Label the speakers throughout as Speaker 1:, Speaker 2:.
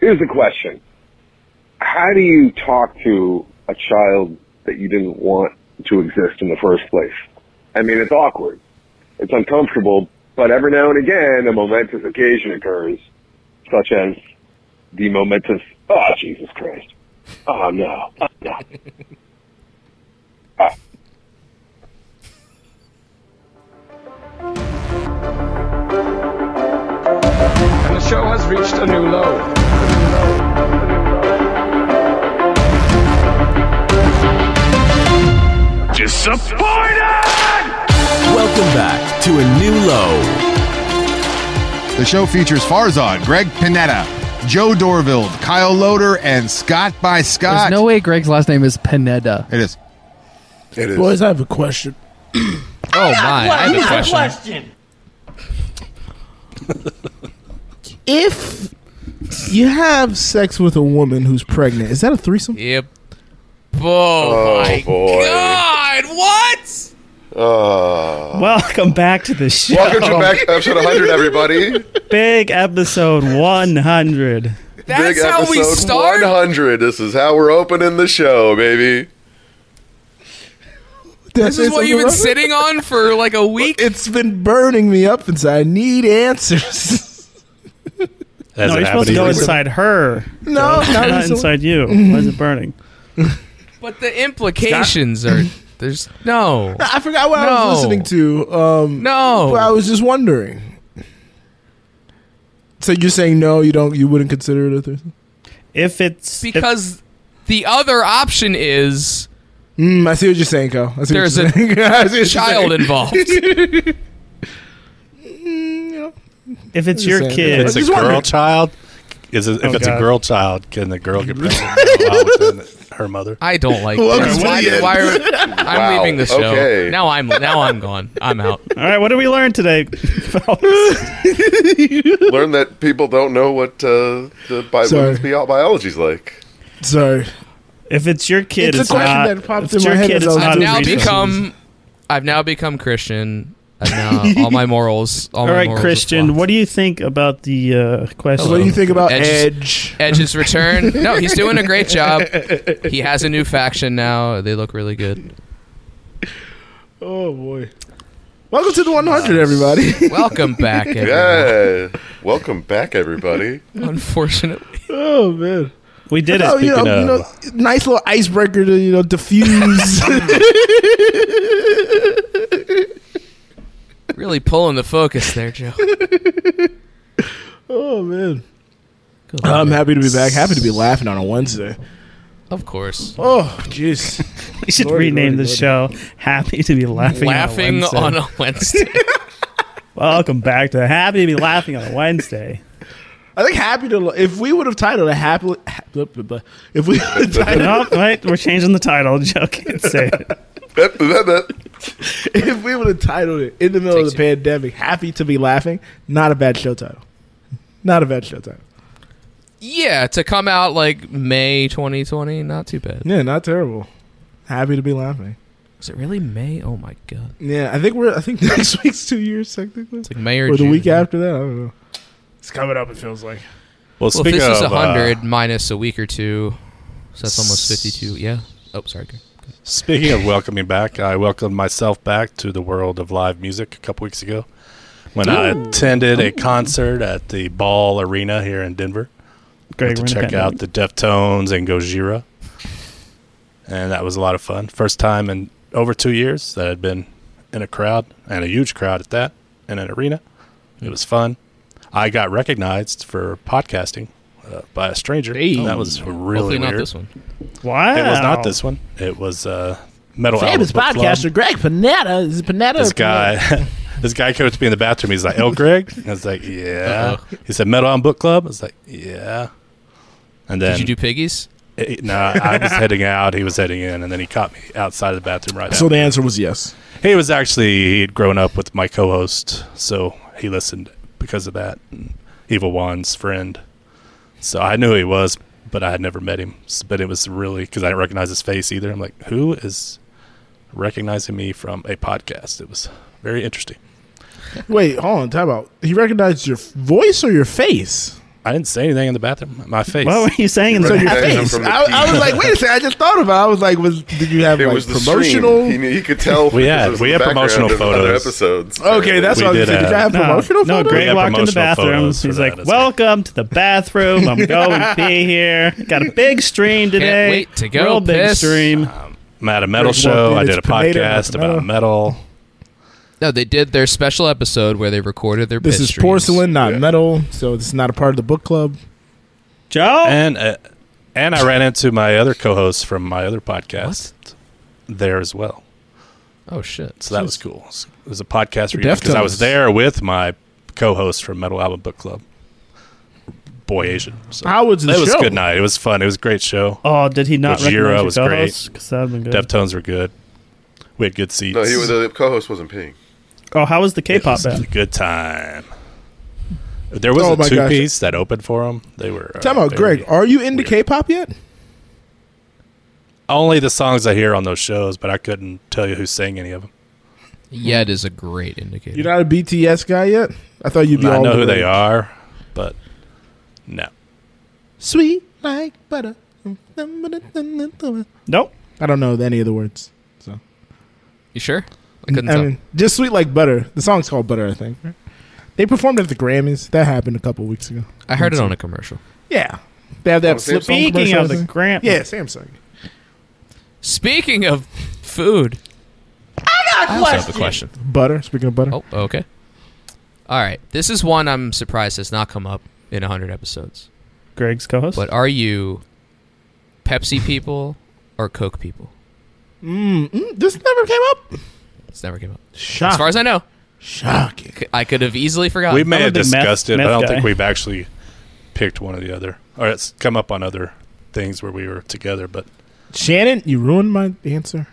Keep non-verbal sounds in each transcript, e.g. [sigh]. Speaker 1: Here's the question. How do you talk to a child that you didn't want to exist in the first place? I mean, it's awkward. It's uncomfortable, but every now and again, a momentous occasion occurs, such as the momentous, oh, Jesus Christ. Oh, no. Oh, no. Ah.
Speaker 2: And the show has reached a new low.
Speaker 3: Welcome back to a new low.
Speaker 4: The show features Farzad, Greg Panetta, Joe Dorville, Kyle Loader, and Scott by Scott.
Speaker 5: There's no way Greg's last name is Pineda.
Speaker 4: it is.
Speaker 6: It is.
Speaker 7: Boys, I have a question.
Speaker 8: Oh my! I have a question.
Speaker 7: If you have sex with a woman who's pregnant, is that a threesome?
Speaker 8: Yep. Oh, my
Speaker 6: boy.
Speaker 8: God! What?
Speaker 6: Uh,
Speaker 9: Welcome back to the show.
Speaker 6: welcome to back
Speaker 9: [laughs]
Speaker 6: episode 100, everybody.
Speaker 9: Big episode 100.
Speaker 8: [laughs] That's
Speaker 6: Big
Speaker 8: how
Speaker 6: episode
Speaker 8: we start.
Speaker 6: 100. This is how we're opening the show, baby.
Speaker 8: This is what you've been sitting on for like a week.
Speaker 7: It's been burning me up inside. I need
Speaker 8: [laughs]
Speaker 7: answers.
Speaker 10: Has
Speaker 9: no,
Speaker 10: it
Speaker 9: you're supposed
Speaker 10: happened to
Speaker 9: to go
Speaker 10: you?
Speaker 9: inside her,
Speaker 7: no, not
Speaker 9: not
Speaker 7: inside.
Speaker 9: inside you.
Speaker 6: Mm-hmm.
Speaker 9: Why is it burning?
Speaker 8: But the implications are there's no,
Speaker 7: [laughs] I forgot what I
Speaker 8: No.
Speaker 7: was listening to. Um, but I
Speaker 8: no.
Speaker 7: was just wondering. So you're saying no? You don't? You wouldn't consider it a threesome?
Speaker 9: If it's if-
Speaker 8: Because the other option is
Speaker 7: Mm, I see what you're saying, Kyle. I see
Speaker 8: There's
Speaker 7: what
Speaker 8: a
Speaker 7: you're saying. [laughs] I see what you're
Speaker 8: child
Speaker 7: saying. [laughs]
Speaker 8: involved.
Speaker 9: if it's your
Speaker 7: Same.
Speaker 9: kid,
Speaker 10: If it's
Speaker 7: I
Speaker 10: a
Speaker 7: just
Speaker 10: girl
Speaker 7: wondered.
Speaker 10: child, is it, if
Speaker 9: Oh,
Speaker 10: it's
Speaker 9: God.
Speaker 10: a girl child, can the girl get pregnant while within her mother?
Speaker 8: I
Speaker 10: [laughs]
Speaker 8: don't like.
Speaker 7: Oh,
Speaker 6: Welcome
Speaker 8: this.
Speaker 6: to
Speaker 8: Why,
Speaker 6: the
Speaker 8: why
Speaker 7: [laughs]
Speaker 8: are, I'm
Speaker 6: Wow,
Speaker 8: leaving the show.
Speaker 6: okay.
Speaker 8: Now I'm now I'm gone. I'm out.
Speaker 9: all right, what did we learn today? [laughs] fellas?
Speaker 7: [laughs]
Speaker 6: Learn that people don't know what uh, the bi-
Speaker 7: Sorry.
Speaker 6: women's bio- biology's like.
Speaker 7: Sorry.
Speaker 9: if it's your kid,
Speaker 7: It's a
Speaker 9: it's,
Speaker 7: question
Speaker 9: not.
Speaker 7: that popped
Speaker 9: if
Speaker 7: in
Speaker 9: it's
Speaker 7: my
Speaker 9: your
Speaker 7: head
Speaker 9: kid,
Speaker 7: as
Speaker 9: it's
Speaker 7: I was
Speaker 9: not
Speaker 8: I've
Speaker 9: a
Speaker 7: doing
Speaker 8: now
Speaker 9: threesome.
Speaker 7: research.
Speaker 8: become. I've now become Christian. I've now
Speaker 7: [laughs]
Speaker 8: all my morals. All,
Speaker 9: All right, Christian, what do you think about the uh, question?
Speaker 7: What do you think about
Speaker 8: Edge-
Speaker 7: Edge? [laughs]
Speaker 8: Edge's return? No, he's doing a great job. He has a new faction now. They look really good.
Speaker 7: Oh boy! Welcome to the 100, everybody.
Speaker 8: [laughs] Welcome back. Everyone.
Speaker 6: Yeah. Welcome back, everybody.
Speaker 8: Unfortunately,
Speaker 7: oh man!
Speaker 9: We did
Speaker 7: Oh,
Speaker 9: it.
Speaker 7: you know,
Speaker 10: Speaking
Speaker 7: you know, nice little icebreaker to you know
Speaker 8: [laughs]
Speaker 7: diffuse.
Speaker 8: Oh,
Speaker 7: [laughs]
Speaker 8: really pulling the focus there, Joe.
Speaker 7: oh man! I'm happy to be back. Happy to be laughing on a Wednesday.
Speaker 8: Of course,
Speaker 7: Oh jeez!
Speaker 9: We should
Speaker 7: Lordy,
Speaker 9: rename the
Speaker 7: lordy,
Speaker 9: show "Happy to be laughing."
Speaker 8: laughing
Speaker 9: on. a Wednesday.
Speaker 8: on a Wednesday.
Speaker 9: Welcome back to Happy to be laughing on a Wednesday.
Speaker 7: I think happy to. If we would have titled it happy, ha- blah, blah, blah. if [laughs]
Speaker 9: [laughs]
Speaker 7: we would have titled
Speaker 9: no, wait, we're changing the title. [laughs] Joe can't say it.
Speaker 7: [laughs] if we would have titled it in the middle of the
Speaker 8: Takes
Speaker 7: pandemic, happy to be laughing, not a bad show title. Not a bad show title.
Speaker 8: yeah, to come out like May 2020, not too bad.
Speaker 7: Yeah, not terrible. Happy to be laughing.
Speaker 8: Is it really May? Oh my god,
Speaker 7: Yeah, I think we're. I think [laughs] next week's two years technically,
Speaker 8: it's like May or,
Speaker 7: or the
Speaker 8: June.
Speaker 7: week after that. I don't know. It's coming up. It feels like.
Speaker 10: Well,
Speaker 8: Well, if
Speaker 10: speaking
Speaker 8: this is
Speaker 10: of uh,
Speaker 8: 100 minus a week or two, so that's almost 52. Yeah. Oh, sorry. Gary.
Speaker 10: speaking of welcoming back, I welcomed myself back to the world of live music a couple weeks ago when I attended
Speaker 9: Oh.
Speaker 10: a concert at the Ball Arena here in Denver.
Speaker 9: Greg,
Speaker 10: to
Speaker 9: we're in a
Speaker 10: check out
Speaker 9: pandemic.
Speaker 10: the Deftones and Gojira, and that was a lot of fun. First time in over two years that I'd been in a crowd and a huge crowd at that in an arena. It was fun. I got recognized for podcasting uh, by a stranger. That was really
Speaker 8: Oh. Hopefully
Speaker 10: weird.
Speaker 8: not this one.
Speaker 9: Wow.
Speaker 10: It was not this one. It was uh, metal
Speaker 7: Famous
Speaker 10: Album Book Club.
Speaker 7: podcaster Greg Panetta is it Panetta.
Speaker 10: This
Speaker 7: or Panetta?
Speaker 10: guy, [laughs] this guy came up to me in the bathroom. He's like, "El Greg," and I was like, "Yeah." He said, "Metal on Book Club." I was like, "Yeah." And then
Speaker 8: Did you do piggies?
Speaker 10: Eh, No, I was heading out. He was heading in, and then he caught me outside of the bathroom right
Speaker 7: So
Speaker 10: so
Speaker 7: the answer was yes.
Speaker 10: He was actually he had grown up with my co-host, so he listened because of that. and Evil Juan's friend, so I knew who he was, but I had never met him. S- But it was really because I didn't recognize his face either. I'm like, who is recognizing me from a podcast? It was very interesting.
Speaker 7: Wait, hold on. Time out. He recognized your f- voice or your face?
Speaker 10: I didn't say anything in the bathroom. My face.
Speaker 9: What were you saying in
Speaker 6: Right.
Speaker 9: the
Speaker 6: Yeah.
Speaker 9: face?
Speaker 6: From the
Speaker 7: I, I was
Speaker 6: teeth.
Speaker 7: like, wait a second. I just thought about. it. I was like, was did you have
Speaker 6: It
Speaker 7: like
Speaker 6: was the
Speaker 7: promotional?
Speaker 6: promotional. He, knew- he could tell.
Speaker 10: We had-
Speaker 6: because it was
Speaker 10: we
Speaker 6: the
Speaker 10: had
Speaker 6: background
Speaker 10: promotional
Speaker 6: of Other
Speaker 10: photos.
Speaker 6: episodes.
Speaker 7: Okay, that's
Speaker 10: We
Speaker 7: what I was
Speaker 10: did
Speaker 7: saying. Did you
Speaker 10: have-
Speaker 7: have promotional?
Speaker 9: uh, no,
Speaker 7: photos?
Speaker 10: We
Speaker 9: Greg
Speaker 10: have
Speaker 9: walked in the
Speaker 10: promotional
Speaker 9: bathroom.
Speaker 10: photos for
Speaker 9: He's
Speaker 10: that
Speaker 9: like,
Speaker 10: as well.
Speaker 9: "Welcome to the bathroom. I'm going to pee here. Got a big stream today.
Speaker 8: wait to go
Speaker 9: Real big
Speaker 8: piss."
Speaker 9: stream.
Speaker 10: Um, I'm at a metal
Speaker 7: Greg walked
Speaker 10: show.
Speaker 7: in,
Speaker 10: I did
Speaker 7: it's
Speaker 10: a
Speaker 7: Pineda, not
Speaker 10: podcast
Speaker 7: Pineda.
Speaker 10: about metal.
Speaker 8: No, they did their special episode where they recorded their.
Speaker 7: This
Speaker 8: piss
Speaker 7: is
Speaker 8: streams.
Speaker 7: porcelain, not metal, so this is not a part of the book club.
Speaker 9: Joe,
Speaker 10: And uh, and I ran into my other co-host from my other podcast there as well.
Speaker 8: Oh shit!
Speaker 10: So that was cool. It was a podcast reunion because I
Speaker 7: Deftones.
Speaker 10: was there with my co-host from Metal Album Book Club, Boy Asian. So
Speaker 7: How was the
Speaker 10: it was
Speaker 7: show?
Speaker 10: a good night. It was fun. It was a great show.
Speaker 9: oh, did he not
Speaker 10: Gojira
Speaker 9: recognize your
Speaker 10: was great.
Speaker 9: co-host? 'Cause that'd been good.
Speaker 10: Deftones were good. We had good seats.
Speaker 6: No, he was the co-host wasn't peeing.
Speaker 9: oh, how was the
Speaker 10: It
Speaker 9: K-pop
Speaker 10: was
Speaker 9: band?
Speaker 10: a good time. There was
Speaker 7: Oh
Speaker 10: a
Speaker 7: my gosh.
Speaker 10: two piece that opened for him. They were uh,
Speaker 7: Time out,
Speaker 10: very-
Speaker 7: Greg. Are you into K-pop yet?
Speaker 10: only the songs I hear on those shows, but I couldn't tell you who sang any of them.
Speaker 8: Yet is a great indicator.
Speaker 7: You're not a BTS guy yet. I thought you'd be.
Speaker 10: I
Speaker 7: all
Speaker 10: know
Speaker 7: over
Speaker 10: who they
Speaker 7: it.
Speaker 10: are, but no.
Speaker 7: Sweet like butter.
Speaker 9: Nope.
Speaker 7: I don't know any of the words. So
Speaker 8: You sure? I couldn't
Speaker 7: I
Speaker 8: tell.
Speaker 7: mean, just sweet like butter. The song's called Butter, I think. They performed at the Grammys. That happened a couple weeks ago.
Speaker 8: I heard it on a commercial.
Speaker 7: Yeah, they have that
Speaker 6: Oh,
Speaker 7: flip. phone
Speaker 6: Samsung?
Speaker 9: Speaking
Speaker 7: commercial,
Speaker 9: of
Speaker 7: I
Speaker 9: the
Speaker 7: think.
Speaker 9: Grant,
Speaker 7: yeah, Samsung.
Speaker 8: Speaking of food, I got a question. have a question.
Speaker 7: Butter. Speaking of butter,
Speaker 8: Oh, okay. All right. This is one I'm surprised has not come up in 100 episodes.
Speaker 9: Greg's co-host.
Speaker 8: But are you Pepsi people or Coke people?
Speaker 7: this never came up.
Speaker 8: It's never came up. As
Speaker 7: Shock.
Speaker 8: far as I know,
Speaker 7: Shocking.
Speaker 8: C- I could have easily forgotten.
Speaker 10: we may
Speaker 9: I'm a
Speaker 10: have
Speaker 9: big meth-
Speaker 10: discussed it, but
Speaker 9: meth
Speaker 10: I don't
Speaker 9: guy.
Speaker 10: think we've actually picked one or the other. Or it's come up on other things where we were together, but
Speaker 7: Shannon, you ruined my answer.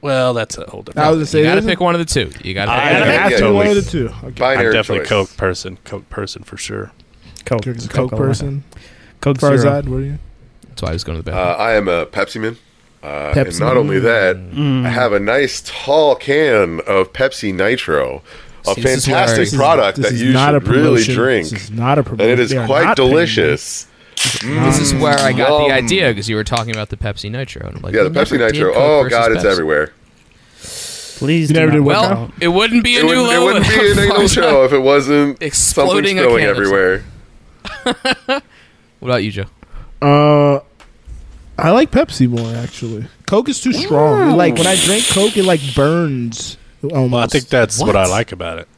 Speaker 10: well, that's a whole different.
Speaker 7: I was gonna say
Speaker 8: you gotta
Speaker 7: this-
Speaker 8: pick one of the two. You gotta
Speaker 10: I
Speaker 8: pick
Speaker 7: I
Speaker 8: one of
Speaker 10: gotta
Speaker 8: the
Speaker 7: have
Speaker 6: Yeah,
Speaker 7: to
Speaker 6: yeah,
Speaker 7: one of
Speaker 6: we-
Speaker 7: the two. Okay.
Speaker 10: I'm
Speaker 6: Binary
Speaker 10: definitely
Speaker 6: choice.
Speaker 10: Coke person, Coke person for sure.
Speaker 9: Coke,
Speaker 7: You're a Coke
Speaker 9: Coca-Cola.
Speaker 7: person.
Speaker 9: Coke Zero.
Speaker 7: Farzad, what are you?
Speaker 8: That's why I was going to the
Speaker 6: Uh,
Speaker 8: bathroom.
Speaker 6: I am a Pepsi man. Uh, and
Speaker 7: Pepsi.
Speaker 6: not only that, I have a nice tall can of Pepsi Nitro, a
Speaker 8: See, this is where-
Speaker 6: fantastic
Speaker 8: This is-
Speaker 6: product
Speaker 7: This
Speaker 6: that
Speaker 7: is
Speaker 6: you
Speaker 7: not a
Speaker 6: should really
Speaker 7: promotion.
Speaker 6: drink,
Speaker 7: This is not a
Speaker 6: and
Speaker 7: promotion.
Speaker 6: it is
Speaker 7: They are
Speaker 6: quite
Speaker 7: not paying me.
Speaker 6: delicious.
Speaker 8: this is where I got
Speaker 6: Yum.
Speaker 8: the idea because you were talking about the Pepsi Nitro, and I'm like,
Speaker 6: Yeah,
Speaker 8: we
Speaker 6: the Pepsi
Speaker 8: never did
Speaker 6: Nitro.
Speaker 8: Coke
Speaker 6: Oh
Speaker 8: versus
Speaker 6: God, it's
Speaker 8: Pepsi.
Speaker 6: everywhere.
Speaker 9: Please
Speaker 7: You
Speaker 9: do
Speaker 7: never
Speaker 9: not
Speaker 7: did
Speaker 9: work
Speaker 7: what
Speaker 9: out.
Speaker 7: now?
Speaker 8: Well, it wouldn't be a
Speaker 6: It
Speaker 8: new
Speaker 6: wouldn't, it
Speaker 8: low.
Speaker 6: wouldn't be an anal show if it wasn't
Speaker 8: Exploding
Speaker 6: exploding
Speaker 8: a
Speaker 6: going
Speaker 8: can of
Speaker 6: everywhere.
Speaker 8: What about you, Joe?
Speaker 7: Uh, I like Pepsi more actually. Coke is too strong. It, Like when I drink Coke, it like burns. Um, Almost.
Speaker 10: Well, I think that's what, I
Speaker 8: What?
Speaker 10: like about it.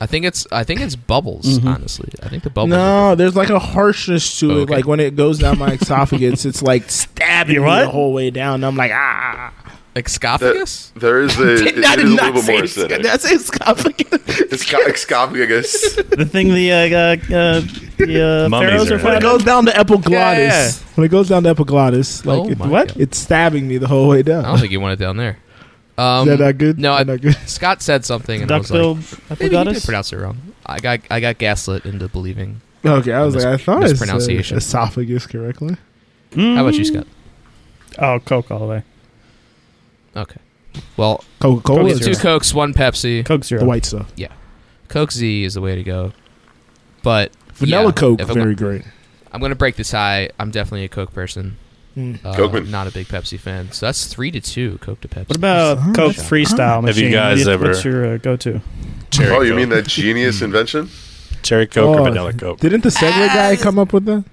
Speaker 8: I think it's I think it's bubbles. Honestly, I think the bubbles. are-
Speaker 7: Mm-hmm. No, there's like a harshness to it.
Speaker 8: Oh, Okay.
Speaker 7: Like when it goes down my [laughs] esophagus, it's like stabbing
Speaker 9: You
Speaker 7: me
Speaker 9: what?
Speaker 7: the whole way down. I'm like ah.
Speaker 8: Esophagus.
Speaker 6: There is a. it-
Speaker 7: I
Speaker 6: it
Speaker 7: did
Speaker 6: is a
Speaker 7: not
Speaker 6: little bit
Speaker 7: say
Speaker 6: more
Speaker 7: it's-
Speaker 6: acidic.
Speaker 7: That's esophagus.
Speaker 6: It's ca- Esophagus.
Speaker 9: The thing the uh, uh, uh, the uh,
Speaker 10: Mummies
Speaker 9: pharaohs
Speaker 10: are
Speaker 9: are
Speaker 10: in
Speaker 7: when
Speaker 10: it.
Speaker 7: it
Speaker 9: fighting.
Speaker 7: goes down to epiglottis.
Speaker 9: Yeah, yeah.
Speaker 7: When it goes down to epiglottis, like
Speaker 8: Oh
Speaker 7: it,
Speaker 8: my
Speaker 9: what?
Speaker 8: God.
Speaker 7: it's stabbing me the whole way
Speaker 8: I
Speaker 7: down.
Speaker 8: don't think you want it down there. Um,
Speaker 7: Is that not good?
Speaker 8: No,
Speaker 7: Is
Speaker 8: I,
Speaker 7: that not good?
Speaker 8: [laughs] Scott said something, and I was like,
Speaker 9: Duckbill
Speaker 8: maybe he did
Speaker 9: epiglottis.
Speaker 8: pronounce it wrong. I got I got gaslit into believing.
Speaker 7: [laughs] Okay, I was
Speaker 8: Oh. Mis-
Speaker 7: like, I thought I said
Speaker 8: mispronunciation. Mm.
Speaker 7: esophagus correctly.
Speaker 8: How about you, Scott?
Speaker 9: Oh, Coke all the way.
Speaker 8: Okay. Well,
Speaker 7: Coca Cola,
Speaker 8: it's two Cokes, one Pepsi.
Speaker 9: Coke Zero.
Speaker 7: the white stuff.
Speaker 8: Coke Z is the way to go. But
Speaker 7: Vanilla
Speaker 8: yeah,
Speaker 7: Coke,
Speaker 8: if I'm,
Speaker 7: very great.
Speaker 8: I'm gonna break this high. I'm definitely a Coke person.
Speaker 7: Mm.
Speaker 8: Uh,
Speaker 6: Cokeman.
Speaker 8: Not a big Pepsi fan. So that's three to two. Coke to Pepsi.
Speaker 9: What about Coke Freestyle Machine?
Speaker 10: Have you guys
Speaker 9: What-
Speaker 10: ever-
Speaker 9: What's your uh, go-to?
Speaker 10: Cherry
Speaker 6: oh,
Speaker 10: Coke.
Speaker 6: you
Speaker 10: Hmm.
Speaker 6: mean
Speaker 10: [laughs]
Speaker 6: that genius invention?
Speaker 10: cherry Coke
Speaker 7: Oh,
Speaker 10: or vanilla Coke?
Speaker 7: Didn't the Segway guy come up with that?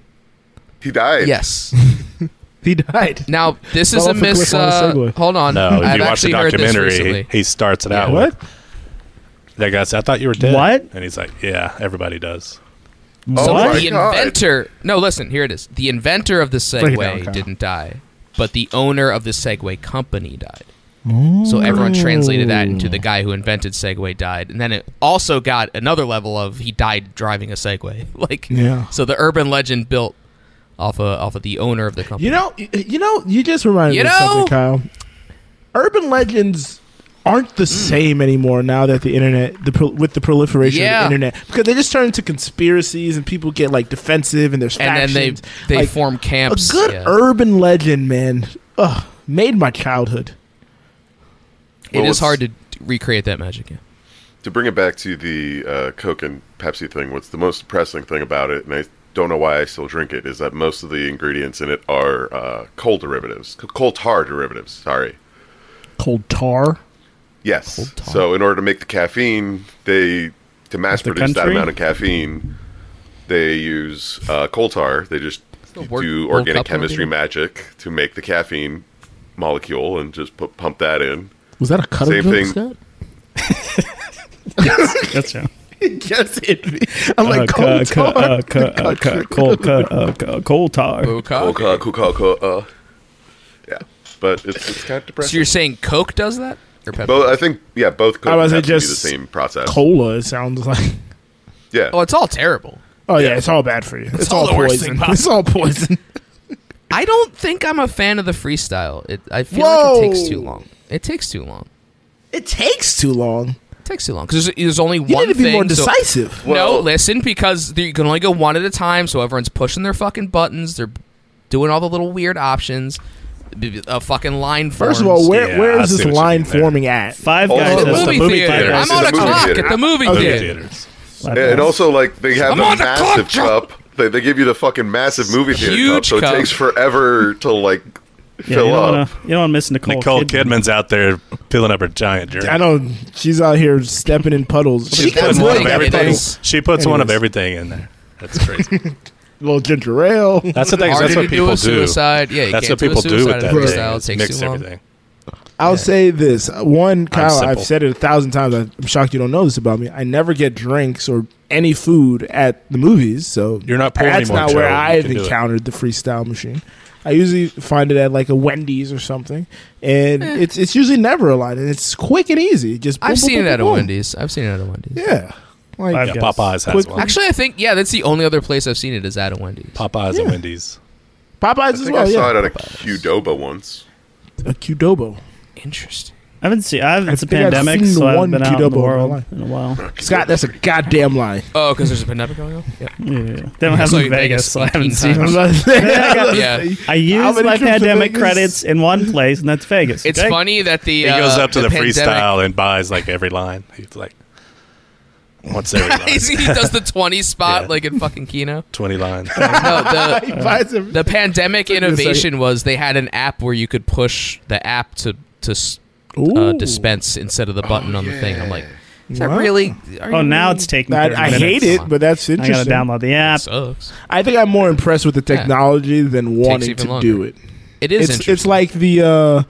Speaker 6: He died.
Speaker 8: Yes.
Speaker 7: [laughs] He
Speaker 6: uh,
Speaker 7: died.
Speaker 8: Now this is
Speaker 7: Fell
Speaker 8: a
Speaker 7: off a cliff
Speaker 8: miss.
Speaker 7: on a
Speaker 8: Uh,
Speaker 7: Segway.
Speaker 8: hold on.
Speaker 10: No, if
Speaker 8: I've
Speaker 10: you watch the
Speaker 8: actually heard this recently.
Speaker 10: documentary, he starts it out
Speaker 7: What?
Speaker 10: with that guy said, "I thought you were dead."
Speaker 9: What?
Speaker 10: And he's like, "Yeah, everybody does."
Speaker 6: Oh
Speaker 9: What?
Speaker 6: my
Speaker 8: the
Speaker 6: God.
Speaker 8: inventor. No, listen. Here it is. The inventor of the
Speaker 7: Break it down,
Speaker 8: Segway
Speaker 7: Kyle.
Speaker 8: didn't die, but the owner of the Segway company died. So everyone translated that into the guy who invented Segway died, and then it also got another level of he died driving a Segway. [laughs] Like,
Speaker 7: Yeah.
Speaker 8: So the urban legend built off of off of the owner of the company.
Speaker 7: You know, y- you know, you just reminded
Speaker 8: You
Speaker 7: me of
Speaker 8: know?
Speaker 7: something, Kyle. Urban legends aren't the
Speaker 8: Hmm.
Speaker 7: same anymore now that the internet, the pro- with the proliferation
Speaker 8: Yeah.
Speaker 7: of the internet, because they just turn into conspiracies and people get like defensive and there's
Speaker 8: and then
Speaker 7: factions.
Speaker 8: they they
Speaker 7: Like,
Speaker 8: form
Speaker 7: a
Speaker 8: camps.
Speaker 7: good
Speaker 8: yeah.
Speaker 7: urban legend, man. Ugh, made my childhood.
Speaker 8: it
Speaker 6: Well,
Speaker 8: is
Speaker 6: what's-
Speaker 8: hard to d- recreate that magic. Yeah.
Speaker 6: To bring it back to the uh, Coke and Pepsi thing, what's the most depressing thing about it, and I don't know why I still drink it is that most of the ingredients in it are uh, coal derivatives, c- coal tar derivatives. Sorry.
Speaker 7: Cold tar.
Speaker 6: Yes. So in order to make the caffeine, they to mass
Speaker 7: The
Speaker 6: produce that
Speaker 7: country?
Speaker 6: amount of caffeine, they use uh, coal tar. They just
Speaker 8: woke-
Speaker 6: do
Speaker 8: woke
Speaker 6: organic
Speaker 8: up one
Speaker 6: chemistry
Speaker 8: day.
Speaker 6: magic to make the caffeine molecule and just put pump that in.
Speaker 7: Was that a cutter
Speaker 6: Same
Speaker 7: joke,
Speaker 6: thing.
Speaker 7: Scott?
Speaker 9: That's right.
Speaker 7: [laughs] yes, it. I'm
Speaker 9: Uh,
Speaker 7: like
Speaker 9: cu-
Speaker 7: cold
Speaker 9: cu-
Speaker 7: tar.
Speaker 9: uh, cu- uh, cu- coal- cu- uh, cu- Coal tar.
Speaker 8: Coke.
Speaker 6: Coca, coca, coca, uh. Yeah, but it's, it's kind of
Speaker 8: So
Speaker 6: depressing.
Speaker 8: you're saying Coke does that? Or Pepsi?
Speaker 6: both, uh, I think, yeah, both could
Speaker 7: I was
Speaker 6: have
Speaker 7: gonna
Speaker 6: to be the
Speaker 7: just
Speaker 6: same process.
Speaker 7: Cola. It sounds like.
Speaker 6: Yeah,
Speaker 8: Oh, it's all terrible.
Speaker 7: Oh yeah, it's all bad for you. It's,
Speaker 8: all
Speaker 7: all,
Speaker 8: the worst
Speaker 7: poison. [laughs]
Speaker 8: thing
Speaker 7: It's all poison.
Speaker 8: I don't think I'm a fan of the freestyle. It, I feel
Speaker 7: Whoa.
Speaker 8: like it takes too long. It takes too long.
Speaker 7: it takes too long.
Speaker 8: It takes too long because there's, there's only
Speaker 7: You
Speaker 8: one
Speaker 7: need to be
Speaker 8: thing.
Speaker 7: more
Speaker 8: so-
Speaker 7: decisive.
Speaker 8: no,
Speaker 6: Well-
Speaker 8: listen, because the- you can only go one at a time, so everyone's pushing their fucking buttons. They're doing all the little weird options. b- b- A fucking line.
Speaker 7: First of
Speaker 8: forms.
Speaker 7: all, where
Speaker 10: Yeah,
Speaker 7: where
Speaker 10: I
Speaker 7: is
Speaker 10: see
Speaker 7: this
Speaker 10: what you
Speaker 7: line
Speaker 10: mean there. Oh,
Speaker 7: forming at?
Speaker 9: Five
Speaker 6: Also
Speaker 9: guys.
Speaker 6: the
Speaker 9: That's
Speaker 8: movie
Speaker 9: the movie
Speaker 8: theater.
Speaker 9: theater.
Speaker 8: I'm on
Speaker 6: It's
Speaker 8: a
Speaker 6: the movie
Speaker 8: clock
Speaker 6: theater.
Speaker 8: at the movie
Speaker 10: Movie
Speaker 8: theater.
Speaker 10: theaters.
Speaker 6: and also like they have
Speaker 8: I'm
Speaker 6: the
Speaker 8: on the
Speaker 6: massive
Speaker 8: clock, John.
Speaker 6: cup. They, they give you the fucking massive movie theater cup,
Speaker 8: Huge
Speaker 6: so
Speaker 8: cup.
Speaker 6: it takes forever to like
Speaker 9: Yeah,
Speaker 6: fill
Speaker 9: you, don't wanna,
Speaker 6: up.
Speaker 9: you don't want to miss Nicole,
Speaker 10: Nicole
Speaker 9: Kidman.
Speaker 10: Kidman's out there filling up her giant drink.
Speaker 7: I know she's out here stepping in puddles.
Speaker 8: She
Speaker 7: She's
Speaker 8: got
Speaker 10: puts
Speaker 7: putting
Speaker 10: one
Speaker 8: money
Speaker 10: of
Speaker 7: like
Speaker 8: in it.
Speaker 10: everything.
Speaker 8: Anyways.
Speaker 10: She puts one of
Speaker 7: Anyways.
Speaker 10: everything in there. That's
Speaker 7: [laughs]
Speaker 10: crazy.
Speaker 7: little ginger ale.
Speaker 10: That's the thing. is
Speaker 8: Harder
Speaker 10: That's what
Speaker 8: to do
Speaker 10: people do.
Speaker 8: a suicide. Yeah, you
Speaker 10: that's what
Speaker 8: can't do a
Speaker 10: people do
Speaker 8: suicide
Speaker 10: with
Speaker 8: in
Speaker 10: that
Speaker 8: a
Speaker 10: thing.
Speaker 8: freestyle. It
Speaker 10: is
Speaker 8: takes
Speaker 10: mix
Speaker 8: too long.
Speaker 10: everything.
Speaker 7: I'll say this Uh, one, Kyle. I've
Speaker 10: simple.
Speaker 7: said it a thousand times. I'm shocked you don't know this about me. I never get drinks or any food at the movies, so
Speaker 10: You're not poor
Speaker 7: That's
Speaker 10: anymore,
Speaker 7: not
Speaker 10: Joe.
Speaker 7: where
Speaker 10: You
Speaker 7: I've
Speaker 10: can do it.
Speaker 7: encountered the freestyle machine. I usually find it at like a Wendy's or something, and it's it's usually never a line, and it's quick and easy. Just boom,
Speaker 8: Eh. I've
Speaker 7: boom,
Speaker 8: seen
Speaker 7: boom,
Speaker 8: it at a
Speaker 7: boom, boom.
Speaker 8: Wendy's. I've seen it at a Wendy's.
Speaker 7: Yeah, like
Speaker 9: Five
Speaker 10: Yeah,
Speaker 9: guys.
Speaker 10: Popeyes has
Speaker 7: Quick-
Speaker 10: one.
Speaker 8: Actually, I think yeah, that's the only other place I've seen it is at a Wendy's.
Speaker 10: Popeyes and Wendy's.
Speaker 7: Popeyes
Speaker 6: I
Speaker 7: as
Speaker 6: think
Speaker 7: well.
Speaker 6: I saw
Speaker 7: yeah,
Speaker 6: it at a Qdoba once.
Speaker 7: a Qdoba.
Speaker 8: Interesting.
Speaker 9: I haven't seen. I've, it's a
Speaker 7: think I've
Speaker 9: pandemic,
Speaker 7: seen
Speaker 9: so I
Speaker 7: one
Speaker 9: haven't been out in
Speaker 7: Qdoba
Speaker 9: the
Speaker 7: in my
Speaker 9: world
Speaker 7: life.
Speaker 9: in a while.
Speaker 7: Scott, that's a goddamn lie.
Speaker 8: Oh, because there's a pandemic going on. Yeah.
Speaker 9: Yeah, they don't have
Speaker 8: So
Speaker 9: them
Speaker 8: you
Speaker 9: in
Speaker 8: think
Speaker 9: Vegas,
Speaker 8: it's
Speaker 9: so I
Speaker 7: [laughs]
Speaker 9: haven't
Speaker 8: 19
Speaker 9: seen.
Speaker 8: times.
Speaker 9: them.
Speaker 8: Yeah.
Speaker 9: I
Speaker 7: How
Speaker 9: use
Speaker 7: many
Speaker 9: my
Speaker 7: trips to
Speaker 9: pandemic
Speaker 7: Vegas?
Speaker 9: credits in one place, and that's Vegas.
Speaker 8: It's
Speaker 9: okay?
Speaker 8: funny that the
Speaker 10: He goes
Speaker 8: uh,
Speaker 10: up to the,
Speaker 8: pandemic-
Speaker 10: freestyle and buys like every line. He's like, what's
Speaker 8: [laughs]
Speaker 10: every line?
Speaker 8: [laughs] He's- he does the twenty
Speaker 10: [laughs]
Speaker 8: spot
Speaker 10: Yeah.
Speaker 8: like in fucking Kino.
Speaker 10: Twenty
Speaker 8: [laughs]
Speaker 10: lines.
Speaker 7: [laughs]
Speaker 8: No, the
Speaker 7: Buys every-
Speaker 8: the pandemic
Speaker 7: me a
Speaker 8: innovation was they had an app where you could push the app to to s- uh,
Speaker 7: Ooh.
Speaker 8: dispense instead of the button on the thing. I'm like, is that
Speaker 7: What?
Speaker 8: really? Are
Speaker 9: Oh,
Speaker 8: you
Speaker 9: now
Speaker 8: really-
Speaker 9: it's taking.
Speaker 7: I,
Speaker 9: 30
Speaker 7: I
Speaker 9: minutes.
Speaker 7: hate it, but that's
Speaker 9: I gotta
Speaker 7: interesting.
Speaker 9: download the app.
Speaker 8: sucks.
Speaker 7: I think I'm more impressed with the technology than wanting
Speaker 8: even
Speaker 7: to do
Speaker 8: longer.
Speaker 7: it.
Speaker 8: It is
Speaker 7: It's
Speaker 8: interesting.
Speaker 7: it's like the uh,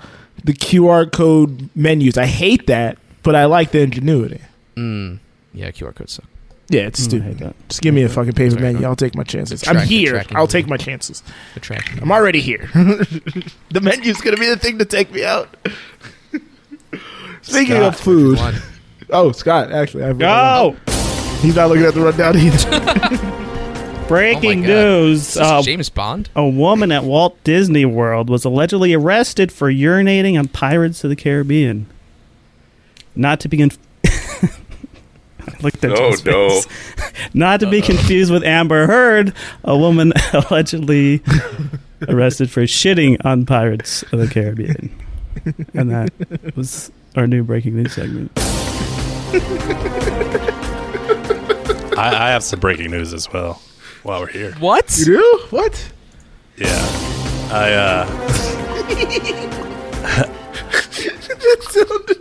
Speaker 7: the QR code menus. I hate that, but I like the ingenuity.
Speaker 8: mm, yeah, QR codes suck.
Speaker 7: Yeah, it's
Speaker 9: Mm, I hate
Speaker 7: stupid.
Speaker 9: that.
Speaker 7: Just give me a fucking paper
Speaker 8: Sorry,
Speaker 7: menu.
Speaker 8: no.
Speaker 7: I'll take my chances.
Speaker 8: The
Speaker 7: I'm
Speaker 8: track- the
Speaker 7: here.
Speaker 8: tracking
Speaker 7: I'll
Speaker 8: menu.
Speaker 7: take my chances.
Speaker 8: The track.
Speaker 7: I'm already here. [laughs] the menu's gonna be the thing to take me out. Speaking of food, [laughs] oh Scott, actually, I've
Speaker 9: Go!
Speaker 7: He's not looking at the rundown
Speaker 9: [laughs]
Speaker 7: either. [laughs]
Speaker 9: Breaking
Speaker 8: Oh God.
Speaker 9: news. Uh,
Speaker 8: James Bond.
Speaker 9: a woman at Walt Disney World was allegedly arrested for urinating on Pirates of the Caribbean. Not to be conf- [laughs] I looked at
Speaker 6: Oh
Speaker 9: Joe's
Speaker 6: no!
Speaker 9: face. [laughs] Not to be confused with Amber Heard, a woman [laughs] allegedly arrested for shitting on Pirates of the
Speaker 8: [laughs]
Speaker 9: Caribbean. And that was our new breaking news segment.
Speaker 10: I, I have some breaking news as well. While we're here,
Speaker 8: What?
Speaker 7: you do what?
Speaker 10: yeah, I uh, [laughs]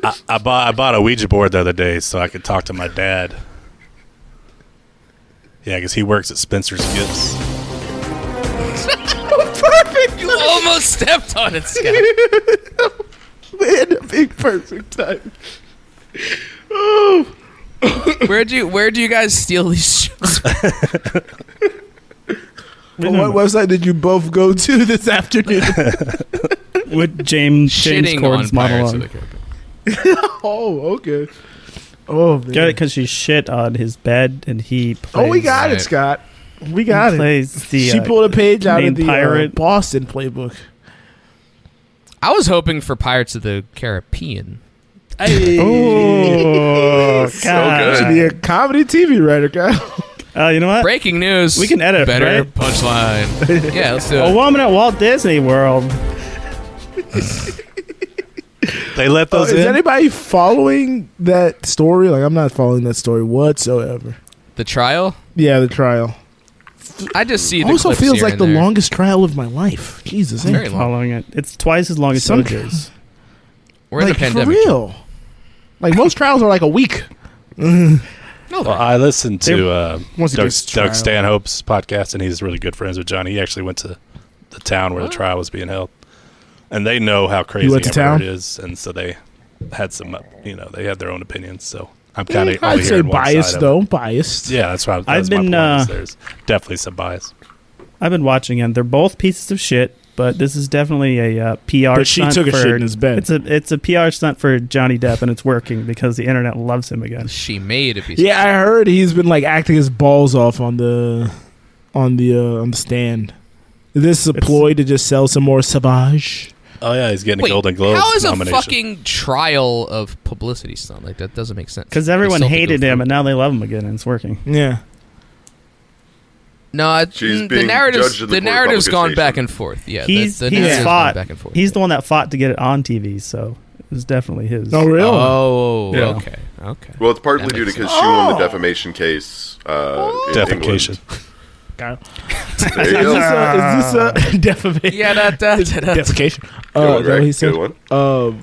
Speaker 10: I, I bought I bought a Ouija board the other day so I could talk to my dad. Yeah, because he works at Spencer's Gifts.
Speaker 8: Perfect. You almost stepped on it, Scott.
Speaker 7: [laughs] Man, being perfect time.
Speaker 8: [coughs] Where do you Where do you guys steal these shoes? [laughs]
Speaker 7: What website did you both go to this
Speaker 9: [laughs]
Speaker 7: afternoon? [laughs]
Speaker 9: With James James
Speaker 8: Shitting on
Speaker 9: Corden's
Speaker 8: Pirates of
Speaker 9: monologue.
Speaker 8: the Caribbean.
Speaker 7: oh, okay. Oh, man.
Speaker 9: Got it because she shit on his bed and he.
Speaker 7: oh, we
Speaker 9: plays-
Speaker 7: got it, Scott. We got
Speaker 9: he
Speaker 7: it.
Speaker 9: Plays the,
Speaker 7: She
Speaker 9: uh,
Speaker 7: pulled a page out of
Speaker 9: named
Speaker 7: the uh,
Speaker 9: pirate.
Speaker 7: Boston playbook.
Speaker 8: I was hoping for Pirates of the
Speaker 7: [laughs]
Speaker 8: Caribbean.
Speaker 9: Oh, God.
Speaker 7: Should be a comedy TV writer, guy.
Speaker 9: Uh, you know what?
Speaker 8: Breaking news.
Speaker 9: We can edit,
Speaker 8: better
Speaker 9: right?
Speaker 7: [laughs]
Speaker 8: punchline. yeah, let's do
Speaker 9: A
Speaker 7: Oh,
Speaker 8: it.
Speaker 9: woman at Walt Disney World.
Speaker 10: They let
Speaker 7: Oh,
Speaker 10: those
Speaker 7: is
Speaker 10: in.
Speaker 7: anybody following that story? Like, I'm not following that story whatsoever.
Speaker 8: The trial.
Speaker 7: Yeah, the trial.
Speaker 8: I just see. The
Speaker 7: also
Speaker 8: clips
Speaker 7: feels
Speaker 8: here
Speaker 7: like
Speaker 8: and
Speaker 7: the
Speaker 8: there.
Speaker 7: longest trial of my life. Jesus,
Speaker 8: Very
Speaker 7: ain't-
Speaker 8: long.
Speaker 9: How long? It, it's twice as long as
Speaker 7: Some-
Speaker 9: OJ's.
Speaker 8: We're in
Speaker 7: like,
Speaker 8: the pandemic.
Speaker 7: For real. Like most trials are like a [laughs] week.
Speaker 8: No,
Speaker 10: Well, I listened to uh,
Speaker 7: once he
Speaker 10: Doug,
Speaker 7: gets to trial.
Speaker 10: Doug Stanhope's podcast, and he's really good friends with Johnny. He actually went to the town where the trial was being held, and they know how crazy
Speaker 7: Oh. went to
Speaker 10: Amber
Speaker 7: town?
Speaker 10: Heard is, and so they had some, uh, you know, they had their own opinions. So I'm kind of,
Speaker 7: I'd say biased though. Biased.
Speaker 10: Yeah, that's right.
Speaker 9: I've
Speaker 10: I've been.
Speaker 9: been,
Speaker 10: My point, is
Speaker 9: uh,
Speaker 10: there's definitely some bias.
Speaker 9: I've been watching, and they're both pieces of shit. But this is definitely a uh, PR.
Speaker 7: But she
Speaker 9: stunt
Speaker 7: took a
Speaker 9: for,
Speaker 7: shit in his bed.
Speaker 9: It's a it's a PR stunt for Johnny Depp, and it's working because the internet loves him again.
Speaker 8: She made a piece. of-
Speaker 7: Yeah, I heard he's been like acting his balls off on the on the uh, on the stand. Is This is a
Speaker 9: It's-
Speaker 7: ploy to just sell some more Savage.
Speaker 10: Oh yeah, he's getting
Speaker 8: Wait,
Speaker 10: a Golden Globe
Speaker 8: how is a
Speaker 10: nomination.
Speaker 8: fucking trial of publicity stunt like that? Doesn't make sense.
Speaker 9: Because
Speaker 8: They
Speaker 9: everyone
Speaker 8: still have to
Speaker 9: hated
Speaker 8: go
Speaker 9: him,
Speaker 8: through-
Speaker 9: and now they love him again, and it's working.
Speaker 7: Yeah.
Speaker 8: No, I-
Speaker 6: She's
Speaker 8: mm, the
Speaker 6: being
Speaker 8: narrative's
Speaker 6: judged in
Speaker 8: the,
Speaker 6: the court of
Speaker 8: narrative's gone
Speaker 6: publication.
Speaker 8: back and forth. Yeah, the-
Speaker 9: he's
Speaker 8: the, narrative's
Speaker 9: he's
Speaker 8: gone
Speaker 9: fought.
Speaker 8: back and forth.
Speaker 9: He's the one that fought to get it on TV, so it was definitely his.
Speaker 7: Oh, really?
Speaker 8: Oh,
Speaker 10: Yeah. [laughs]
Speaker 8: okay, okay.
Speaker 6: Well, it's partly
Speaker 8: That
Speaker 6: due to
Speaker 8: makes
Speaker 6: because she won the defamation case. Uh, in
Speaker 10: defecation.
Speaker 6: England. There
Speaker 7: [laughs]
Speaker 6: you
Speaker 7: [laughs] Is
Speaker 6: go.
Speaker 7: this [laughs] a, is this a defamation?
Speaker 8: uh, Yeah, that, that, that, that's
Speaker 7: Defecation.
Speaker 6: Good
Speaker 7: Uh,
Speaker 6: one,
Speaker 7: is that what
Speaker 6: Greg.
Speaker 7: he said?
Speaker 6: Good one.
Speaker 7: Um,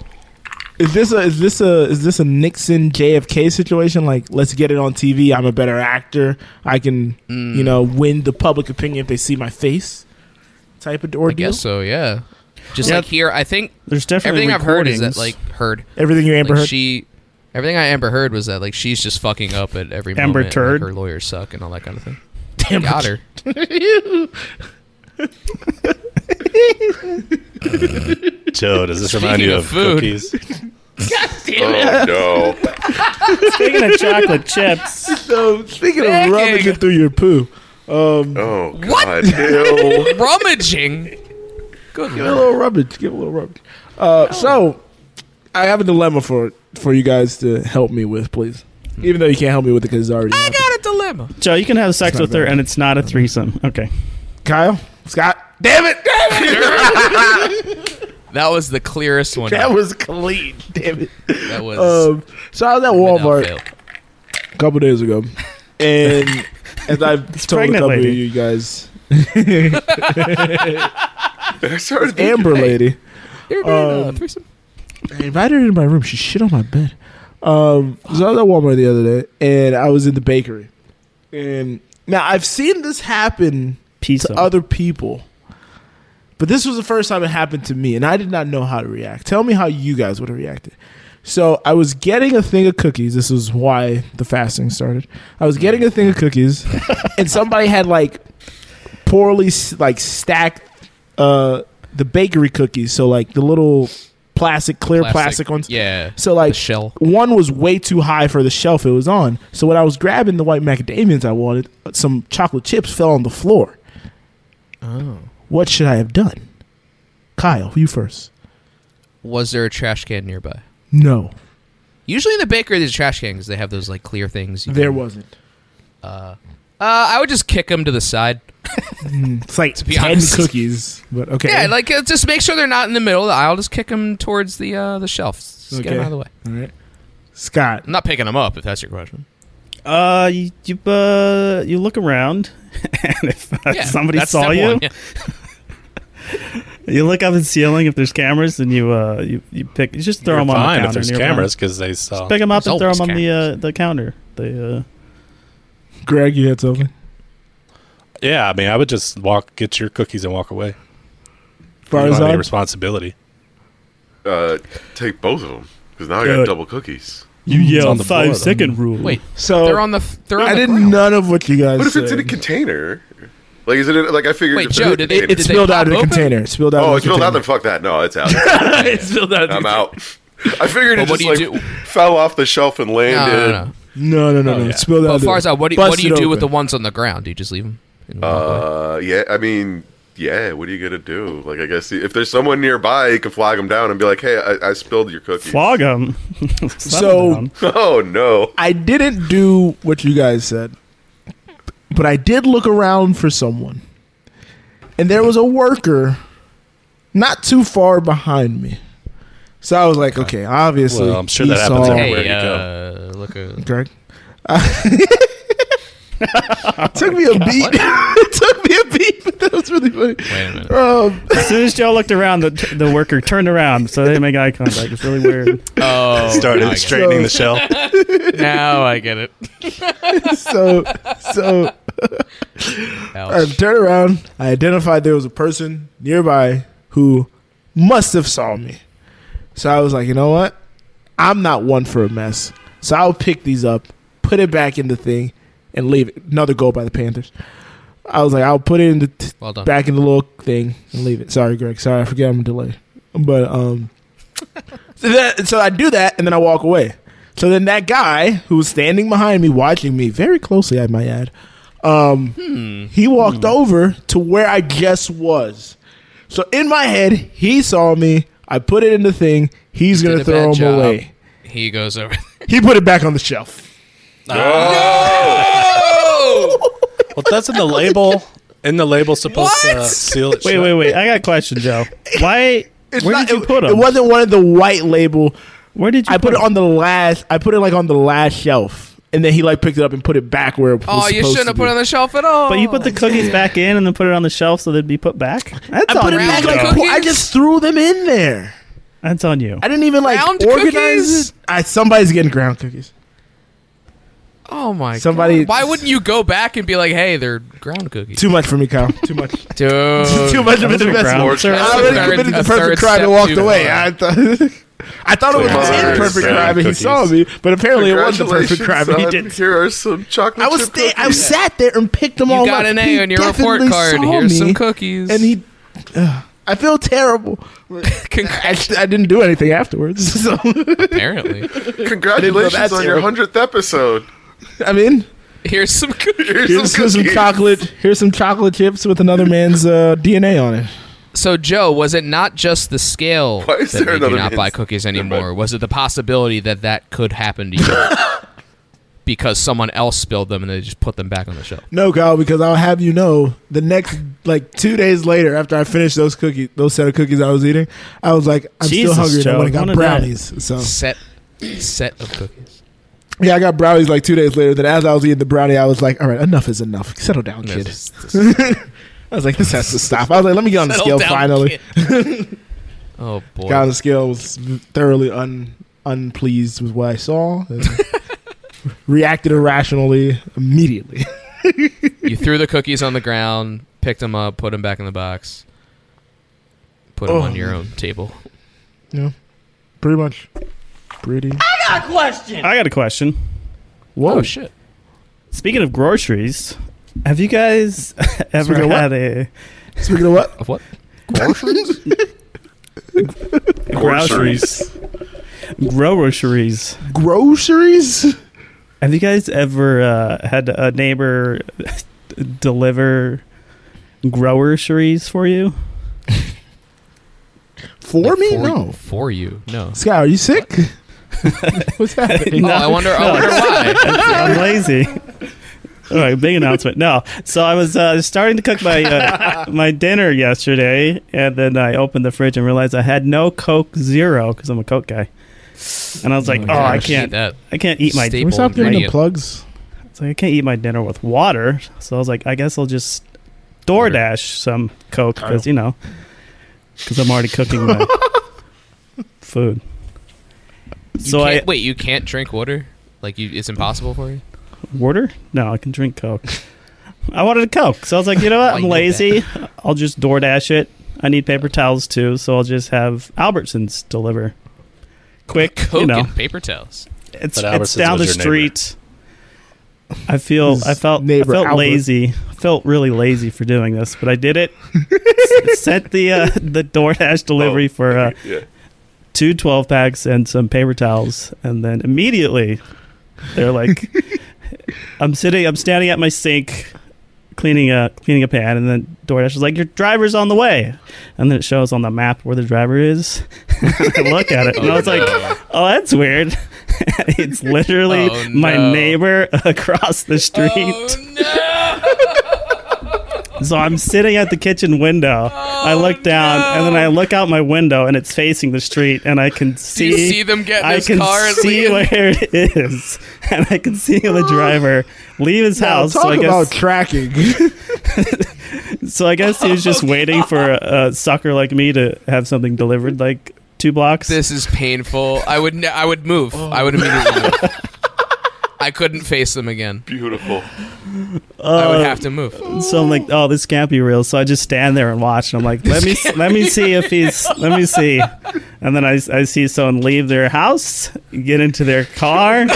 Speaker 7: is this a is this a is this a Nixon JFK situation? Like, let's get it on TV. I'm a better actor. I can
Speaker 8: Mm.
Speaker 7: you know win the public opinion if they see my face. Type of
Speaker 8: I
Speaker 7: ordeal.
Speaker 8: guess so. Yeah, just
Speaker 9: Yeah.
Speaker 8: like here, I think
Speaker 9: There's definitely
Speaker 8: everything I've heard is that
Speaker 9: recordings.
Speaker 8: like heard
Speaker 7: Everything you Amber
Speaker 8: like
Speaker 7: Heard.
Speaker 8: she. Everything I Amber heard was that like she's just fucking up at every
Speaker 9: Amber
Speaker 8: moment. like,
Speaker 9: turd.
Speaker 8: her lawyers suck and all that kind of thing.
Speaker 7: Amber
Speaker 8: Got
Speaker 6: [laughs]
Speaker 8: her.
Speaker 10: [laughs] Joe, does this
Speaker 8: Speaking
Speaker 10: remind you
Speaker 8: of
Speaker 10: of
Speaker 8: food.
Speaker 10: [laughs] cookies?
Speaker 6: [laughs] Oh
Speaker 7: [laughs]
Speaker 6: no!
Speaker 9: speaking of chocolate chips.
Speaker 7: So speaking of
Speaker 8: Speaking.
Speaker 7: rubbing it through your poo, um,
Speaker 6: Oh
Speaker 8: What?
Speaker 6: god! Ew.
Speaker 8: [laughs] Rummaging. Good
Speaker 7: give it a
Speaker 8: lord.
Speaker 7: little rubbage. Give it a little rubbage. Uh, So I have a dilemma for for you guys to help me with, please. Even though you can't help me with it because it's already.
Speaker 8: I
Speaker 7: happened.
Speaker 8: got a dilemma.
Speaker 9: Joe, you can have sex
Speaker 7: not
Speaker 9: with her,
Speaker 7: bad.
Speaker 9: and it's not a threesome. Okay.
Speaker 7: Kyle, Scott. Damn it! Damn it!
Speaker 8: That was the clearest one.
Speaker 7: That was clean. Damn it.
Speaker 8: That was
Speaker 7: Um, so I was at
Speaker 8: without
Speaker 7: Walmart
Speaker 8: fail.
Speaker 7: a couple days ago, and [laughs] as I've told a
Speaker 9: pregnant
Speaker 7: couple
Speaker 9: lady.
Speaker 7: of you guys,
Speaker 6: I started thinking-
Speaker 7: Amber lady,
Speaker 8: You ever been in a
Speaker 7: um,
Speaker 8: threesome?
Speaker 7: I invited her into my room. She shit on my bed. Um, so I was at Walmart the other day, and I was in the bakery, and now I've seen this happen
Speaker 9: Peace.
Speaker 7: to other people. But this was the first time it happened to me, and I did not know how to react. Tell me how you guys would have reacted. So I was getting a thing of cookies. This is why the fasting started. I was getting a thing of cookies, and somebody had like poorly s- like stacked uh, the bakery cookies. So like the little plastic, clear plastic, ones.
Speaker 8: Yeah.
Speaker 7: So like
Speaker 8: The shell.
Speaker 7: one was way too high for the shelf it was on. So when I was grabbing the white macadamias I wanted, some chocolate chips fell on the floor.
Speaker 8: Oh.
Speaker 7: What should I have done? Kyle, you first.
Speaker 8: Was there a trash can nearby?
Speaker 7: No,
Speaker 8: Usually in the bakery, there's a trash can because they have those like clear things. you
Speaker 7: there
Speaker 8: can-
Speaker 7: wasn't.
Speaker 8: Uh, I would just kick them to the side.
Speaker 9: Mm.
Speaker 7: It's like
Speaker 8: be
Speaker 7: ten
Speaker 8: honest.
Speaker 7: cookies, but [laughs] okay.
Speaker 8: Yeah, like uh, just make sure they're not in the middle of the aisle. Just kick them towards the uh, the shelves. Just get
Speaker 7: Okay.
Speaker 8: them out of the way.
Speaker 7: All right. Scott.
Speaker 8: I'm not picking them up if that's your question.
Speaker 9: Uh, you you, uh, you look around, [laughs] and if uh,
Speaker 8: Yeah,
Speaker 9: somebody
Speaker 8: that's
Speaker 9: saw
Speaker 8: step
Speaker 9: you,
Speaker 8: one, yeah.
Speaker 9: you look up at the ceiling. If there's cameras, and you uh, you, you pick, you just throw
Speaker 10: You're
Speaker 9: them on
Speaker 10: fine
Speaker 9: the counter.
Speaker 10: if there's
Speaker 9: nearby.
Speaker 10: cameras because they saw.
Speaker 9: Just pick them up
Speaker 8: There's
Speaker 9: and throw
Speaker 8: always
Speaker 9: them on the uh, the counter. The uh,
Speaker 7: Greg, you had something?
Speaker 10: Yeah, I mean, I would just walk, get your cookies, and walk away. You don't have any
Speaker 7: Farzad?
Speaker 10: responsibility.
Speaker 6: Uh, take both of them because now I
Speaker 7: Good.
Speaker 6: got double cookies.
Speaker 9: you
Speaker 10: on
Speaker 9: yell
Speaker 10: the
Speaker 9: five
Speaker 10: board,
Speaker 9: second rule.
Speaker 8: Wait,
Speaker 7: So
Speaker 8: they're on the. f- They're on
Speaker 7: I
Speaker 8: the
Speaker 7: did
Speaker 8: ground.
Speaker 7: none of what you guys
Speaker 6: What if it's
Speaker 7: said.
Speaker 6: in a container? Like, is it in, like I figured?
Speaker 8: Wait,
Speaker 6: if
Speaker 8: Joe,
Speaker 6: it's in a
Speaker 8: did they-
Speaker 6: container-
Speaker 7: it
Speaker 8: did
Speaker 7: spilled
Speaker 8: pop
Speaker 7: out of the
Speaker 8: open?
Speaker 7: container. It spilled out.
Speaker 6: Oh,
Speaker 7: of
Speaker 6: it's
Speaker 7: the
Speaker 6: spilled out.
Speaker 7: container.
Speaker 6: Then fuck that. No, it's out.
Speaker 7: it spilled out. of the
Speaker 6: I'm
Speaker 7: container.
Speaker 6: out. [laughs] I figured it
Speaker 8: But what
Speaker 6: just
Speaker 8: do
Speaker 6: like
Speaker 8: you
Speaker 6: fell off the shelf and
Speaker 8: No,
Speaker 6: landed.
Speaker 8: no, no. no.
Speaker 7: No, no, no, no.
Speaker 10: yeah.
Speaker 7: It spilled out.
Speaker 8: Well,
Speaker 7: of the-
Speaker 8: Farzad, what do you, what do,
Speaker 7: busted
Speaker 8: you do with the
Speaker 7: open.
Speaker 8: ones on the ground? Do you just leave them?
Speaker 6: Uh, yeah. I mean, yeah. What are you gonna do? Like, I guess if there's someone nearby, you can flag them down and be like, "Hey, I, I spilled your cookies."
Speaker 9: Flog them.
Speaker 7: So-
Speaker 6: [laughs] Oh no!
Speaker 7: I didn't do what you guys said, but I did look around for someone. And there was a worker not too far behind me. So I was like, okay, obviously.
Speaker 10: Well, I'm sure
Speaker 7: he
Speaker 8: uh,
Speaker 10: that happens
Speaker 7: saw-
Speaker 10: everywhere.
Speaker 8: hey,
Speaker 10: you
Speaker 8: uh, look. uh,
Speaker 7: Greg. it took
Speaker 8: [laughs]
Speaker 7: me a beat. [laughs] it took me a beat, but that was really funny. Wait
Speaker 8: a minute.
Speaker 7: Um,
Speaker 9: As soon as Joe looked around, the, the worker turned around, so they didn't make eye contact. It's really weird.
Speaker 7: [laughs]
Speaker 8: Oh, now I
Speaker 10: Started
Speaker 8: get
Speaker 10: straightening the shell.
Speaker 8: it. Now I get
Speaker 7: [laughs]
Speaker 8: it.
Speaker 7: so so I
Speaker 8: Ouch.
Speaker 7: turned around. I identified there was a person nearby who must have saw me. So I was like, you know what? I'm not one for a mess. So I'll pick these up, put it back in the thing, and leave it. Another goal by the Panthers. I was like, I'll put it in the t-
Speaker 8: Well done.
Speaker 7: back in the little thing and leave it. Sorry, Greg. Sorry, I forget I'm delayed. But um, so, that, so I do that and then I walk away. So then that guy who was standing behind me, watching me very closely, I might add, um, he
Speaker 8: Hmm.
Speaker 7: walked over to where I just was. So in my head, he saw me. I put it in the thing. He's
Speaker 8: Did
Speaker 7: gonna
Speaker 8: a
Speaker 7: throw
Speaker 8: bad
Speaker 7: him
Speaker 8: job.
Speaker 7: away.
Speaker 8: He goes over. [laughs]
Speaker 7: He put it back on the shelf.
Speaker 10: Well, that's in the label. In the label, supposed to seal it.
Speaker 9: Wait,
Speaker 10: shut.
Speaker 9: wait, wait. I got a question,
Speaker 7: [laughs]
Speaker 9: Joe. Why? where
Speaker 7: not-
Speaker 9: did you
Speaker 7: it,
Speaker 9: put them?
Speaker 7: It wasn't one of the white label.
Speaker 9: where did you?
Speaker 7: I put it
Speaker 9: 'em?
Speaker 7: on the last. I put it like on the last shelf, and then he like picked it up and put it back where it was
Speaker 8: Oh, you
Speaker 7: supposed
Speaker 8: shouldn't
Speaker 7: to
Speaker 8: have put
Speaker 7: be.
Speaker 8: it on the shelf at all.
Speaker 9: But you
Speaker 7: Oh.
Speaker 9: put the cookies back in and then put it on the shelf so they'd be put back. That's
Speaker 7: I put
Speaker 9: on
Speaker 7: it
Speaker 9: you.
Speaker 7: back
Speaker 9: Joe.
Speaker 7: like
Speaker 8: Round
Speaker 7: I
Speaker 8: cookies?
Speaker 7: just threw them in there.
Speaker 9: That's on you.
Speaker 7: I didn't even like
Speaker 8: Ground
Speaker 7: organize
Speaker 8: cookies?
Speaker 7: it. I, somebody's getting ground cookies.
Speaker 8: Oh my
Speaker 7: Somebody-
Speaker 8: God. Why wouldn't you go back and be like, "Hey, they're ground cookies."
Speaker 7: Too much for me, Kyle. [laughs] Too much.
Speaker 8: Dude.
Speaker 7: too much of an
Speaker 9: Those are
Speaker 7: investment.
Speaker 9: ground
Speaker 6: Or-
Speaker 7: I
Speaker 8: That's
Speaker 7: already
Speaker 8: a third-
Speaker 7: committed the
Speaker 8: a
Speaker 7: perfect
Speaker 8: third
Speaker 7: crime and
Speaker 8: step
Speaker 7: walked
Speaker 8: too
Speaker 7: away.
Speaker 8: far.
Speaker 7: I thought, [laughs] I thought it was
Speaker 6: Sorry,
Speaker 7: his perfect
Speaker 6: sorry,
Speaker 7: crime and he
Speaker 10: cookies.
Speaker 7: saw me, but apparently it was the perfect crime and he
Speaker 6: son.
Speaker 7: didn't.
Speaker 6: Here are some chocolate.
Speaker 7: I was
Speaker 6: chip
Speaker 7: sta- I
Speaker 6: cookies.
Speaker 7: sat there and picked them
Speaker 8: You
Speaker 7: all
Speaker 8: got
Speaker 7: up.
Speaker 8: an
Speaker 7: He
Speaker 8: A on your report
Speaker 7: definitely
Speaker 8: card.
Speaker 7: saw
Speaker 8: Here's
Speaker 7: me,
Speaker 8: some cookies.
Speaker 7: And he, Ugh, I feel terrible. I,
Speaker 8: Congrats.
Speaker 7: I didn't do anything afterwards. [laughs] So
Speaker 8: Apparently,
Speaker 6: [laughs] Congratulations
Speaker 7: That's
Speaker 6: on your
Speaker 7: terrible.
Speaker 6: hundredth episode.
Speaker 7: I mean,
Speaker 8: here's some [laughs] cookies.
Speaker 7: here's some,
Speaker 6: cookies.
Speaker 7: chocolate. Here's some chocolate chips with another man's uh, DNA on it.
Speaker 8: So, Joe, was it not just the scale
Speaker 6: Why is
Speaker 8: that
Speaker 6: there
Speaker 8: made you
Speaker 6: another
Speaker 8: not buy
Speaker 6: means?
Speaker 8: cookies anymore? Was it the possibility that that could happen to you
Speaker 7: [laughs]
Speaker 8: because someone else spilled them and they just put them back on the shelf?
Speaker 7: No, Kyle, because I'll have you know the next like two days later after I finished those cookies, those set of cookies I was eating, I was like, I'm
Speaker 9: Jesus,
Speaker 7: still hungry. and I
Speaker 9: Joe,
Speaker 7: went and
Speaker 9: one
Speaker 7: got
Speaker 9: of that.
Speaker 7: brownies. So
Speaker 8: Set, set of cookies.
Speaker 7: yeah, I got brownies like two days later. Then as I was eating the brownie, I was like, all right, enough is enough. Settle down, kid. [laughs]
Speaker 8: This is- this-
Speaker 7: I was like, this has to stop. I was like, let me get on the scale
Speaker 8: settle down,
Speaker 7: finally. [laughs]
Speaker 8: kid. oh boy!
Speaker 7: Got on the scale, was thoroughly un unpleased with what I saw.
Speaker 8: [laughs]
Speaker 7: and reacted irrationally immediately.
Speaker 8: You threw the cookies on the ground, picked them up, put them back in the box, put them
Speaker 7: Oh,
Speaker 8: on your own table.
Speaker 7: Pretty much. Pretty.
Speaker 9: I got a question.
Speaker 7: Whoa.
Speaker 8: Oh shit!
Speaker 9: Speaking of groceries, have you guys [laughs] ever
Speaker 7: Speaking of what?
Speaker 9: had a
Speaker 7: Speaking of what?
Speaker 8: Of what?
Speaker 7: [laughs]
Speaker 9: groceries? groceries.
Speaker 7: Groceries?
Speaker 9: Have you guys ever uh, had a neighbor [laughs] deliver groceries for you?
Speaker 7: For me?
Speaker 8: for,
Speaker 7: No.
Speaker 8: for you, no.
Speaker 7: Sky, are you sick? What's
Speaker 9: [laughs]
Speaker 7: happening?
Speaker 8: Oh, I wonder. I wonder why.
Speaker 9: I'm lazy. All right, big announcement. No, so I was uh, starting to cook my uh, my dinner yesterday, and then I opened the fridge and realized I had no Coke Zero because I'm a Coke guy, and I was like, "Oh, I
Speaker 8: gosh.
Speaker 9: can't,
Speaker 8: That
Speaker 9: I can't eat my,
Speaker 8: staple
Speaker 7: Can we stop giving them
Speaker 8: ingredient.
Speaker 7: plugs?
Speaker 9: it's like, I can't eat my dinner with water." So I was like, "I guess I'll just DoorDash some Coke because
Speaker 8: Oh.
Speaker 9: you know, because I'm already cooking
Speaker 8: [laughs]
Speaker 9: my food."
Speaker 8: You
Speaker 9: So I
Speaker 8: can't- wait. You can't drink water. Like you, it's impossible for you.
Speaker 9: Water? No, I can drink Coke. I wanted a Coke. So I was like, you know what?
Speaker 8: [laughs] I
Speaker 9: I'm
Speaker 8: know
Speaker 9: lazy. I'll just DoorDash it. I need paper towels too. So I'll just have Albertsons deliver. Quick,
Speaker 8: [laughs] Coke
Speaker 9: you know,
Speaker 8: and paper towels.
Speaker 9: it's,
Speaker 10: But
Speaker 9: it's
Speaker 10: Albertsons
Speaker 9: down the
Speaker 10: was your neighbor.
Speaker 9: street. I feel, I
Speaker 7: His
Speaker 9: felt, I
Speaker 7: neighbor
Speaker 9: felt
Speaker 7: Albert.
Speaker 9: lazy. I felt really lazy for doing this, but I
Speaker 7: [laughs]
Speaker 9: did it. S- Sent the uh, the DoorDash delivery
Speaker 6: Oh,
Speaker 9: for uh,
Speaker 6: yeah.
Speaker 9: two 12 packs and some paper towels and then immediately
Speaker 7: [laughs]
Speaker 9: they're like i'm sitting i'm standing at my sink cleaning a cleaning a pan and then DoorDash is like your driver's on the way and then it shows on the map where the driver is [laughs] I look
Speaker 8: [laughs]
Speaker 9: at it and I was like oh that's weird [laughs] it's literally
Speaker 8: Oh,
Speaker 9: my
Speaker 8: no.
Speaker 9: neighbor across the street
Speaker 8: Oh no!
Speaker 9: So I'm sitting at the kitchen window. I
Speaker 8: Oh,
Speaker 9: look down, and then I look out my window, and it's facing the street, and I can
Speaker 8: Do
Speaker 9: see.
Speaker 8: you see them get in
Speaker 9: I
Speaker 8: his
Speaker 9: can
Speaker 8: car and
Speaker 9: see
Speaker 8: leave?
Speaker 9: where it is, [laughs] and I can see
Speaker 8: [laughs]
Speaker 9: the driver leave his house.
Speaker 7: talk
Speaker 9: so I guess
Speaker 7: about tracking.
Speaker 9: [laughs] so I guess he was
Speaker 8: [laughs] Oh,
Speaker 9: just waiting for a, a sucker like me to have something delivered, like two blocks.
Speaker 8: This is painful. I would. Ne- I would move. I would immediately. move. [laughs] I couldn't face them again.
Speaker 6: Beautiful.
Speaker 8: I would have to move.
Speaker 9: Uh, So I'm like, oh, this can't be real. So I just stand there and watch. And I'm like, let me let me see if he's
Speaker 8: [laughs]
Speaker 9: let me see. And then I, I see someone leave their house, get into their
Speaker 8: [laughs]
Speaker 9: car,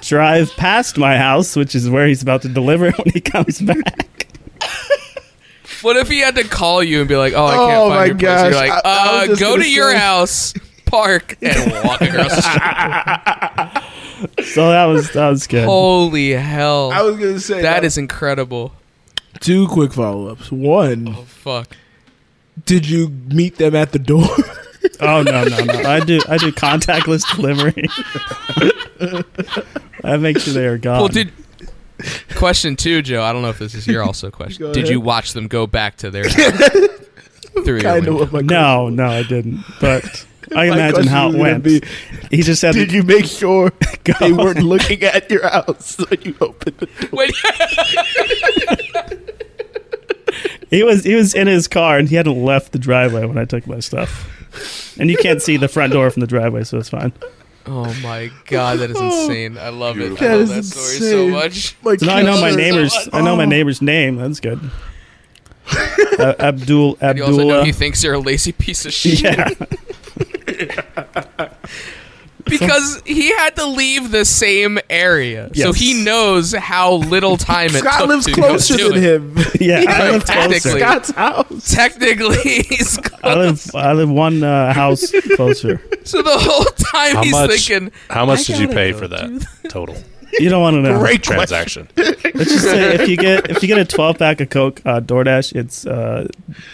Speaker 9: drive past my house, which is where he's about to deliver when he comes back. [laughs]
Speaker 8: What if he had to call you and be like, "Oh, I can't
Speaker 7: Oh
Speaker 8: find
Speaker 7: my
Speaker 8: your place." You're
Speaker 7: gosh,
Speaker 8: like,
Speaker 7: I- I was
Speaker 8: "Uh,
Speaker 7: just
Speaker 8: go
Speaker 7: gonna
Speaker 8: to your
Speaker 7: say-
Speaker 8: house, park, and walk
Speaker 7: [laughs]
Speaker 8: across the street."
Speaker 9: [laughs] So that was that was good.
Speaker 8: Oh. Holy hell!
Speaker 7: I was gonna say
Speaker 8: that is incredible.
Speaker 7: two quick follow ups. One,
Speaker 8: Oh fuck!
Speaker 7: did you meet them at the door?
Speaker 9: Oh no no no! I do I do contactless
Speaker 8: [laughs]
Speaker 9: delivery. I make sure they are gone.
Speaker 8: Well, did question two, Joe? I don't know if this is your also
Speaker 7: [laughs]
Speaker 8: question.
Speaker 7: Go
Speaker 8: did
Speaker 7: ahead.
Speaker 8: you watch them go back to
Speaker 7: [laughs]
Speaker 8: their house through your
Speaker 7: I know
Speaker 8: window?
Speaker 7: what my
Speaker 9: no no I didn't.
Speaker 7: [laughs]
Speaker 9: But I
Speaker 7: My
Speaker 9: can imagine
Speaker 7: question
Speaker 9: how it
Speaker 7: was gonna
Speaker 9: went.
Speaker 7: be,
Speaker 9: he just had to
Speaker 7: Did you make sure
Speaker 9: [laughs] go.
Speaker 7: they weren't looking at your house when you opened it?
Speaker 8: Wait,
Speaker 9: He was he was in his car and he hadn't left the driveway when I took my stuff. And you can't see the front door from the driveway, so it's fine.
Speaker 8: oh my god, that is insane! I love it. I
Speaker 7: Oh. That
Speaker 8: love
Speaker 7: is
Speaker 8: that story so
Speaker 7: insane.
Speaker 8: much.
Speaker 7: My
Speaker 9: So now I know my
Speaker 7: God.
Speaker 9: neighbor's I
Speaker 7: Oh.
Speaker 9: know my neighbor's name. That's good.
Speaker 7: [laughs]
Speaker 9: Uh, Abdul
Speaker 8: You also know
Speaker 9: Abdullah.
Speaker 8: he thinks you're a lazy piece of shit [laughs]
Speaker 9: Yeah,
Speaker 7: [laughs]
Speaker 8: because he had to leave the same area, so
Speaker 9: Yes.
Speaker 8: he knows how
Speaker 7: [laughs]
Speaker 8: little time it
Speaker 7: Scott
Speaker 8: took
Speaker 7: lives
Speaker 8: to
Speaker 7: closer
Speaker 8: go do
Speaker 7: than
Speaker 8: it.
Speaker 7: him.
Speaker 9: yeah. I live
Speaker 8: [laughs] Tactically.
Speaker 9: closer.
Speaker 7: Scott's house.
Speaker 8: Technically, he's
Speaker 9: I live I live one uh, house closer.
Speaker 8: so the whole time
Speaker 10: How
Speaker 8: he's
Speaker 10: much?
Speaker 8: thinking.
Speaker 10: How much did you
Speaker 8: gotta
Speaker 10: pay
Speaker 8: go
Speaker 10: for that total
Speaker 9: [laughs] You don't want to know.
Speaker 10: transaction?
Speaker 9: Let's just say if you get if you get a twelve pack of Coke uh, DoorDash, it's uh,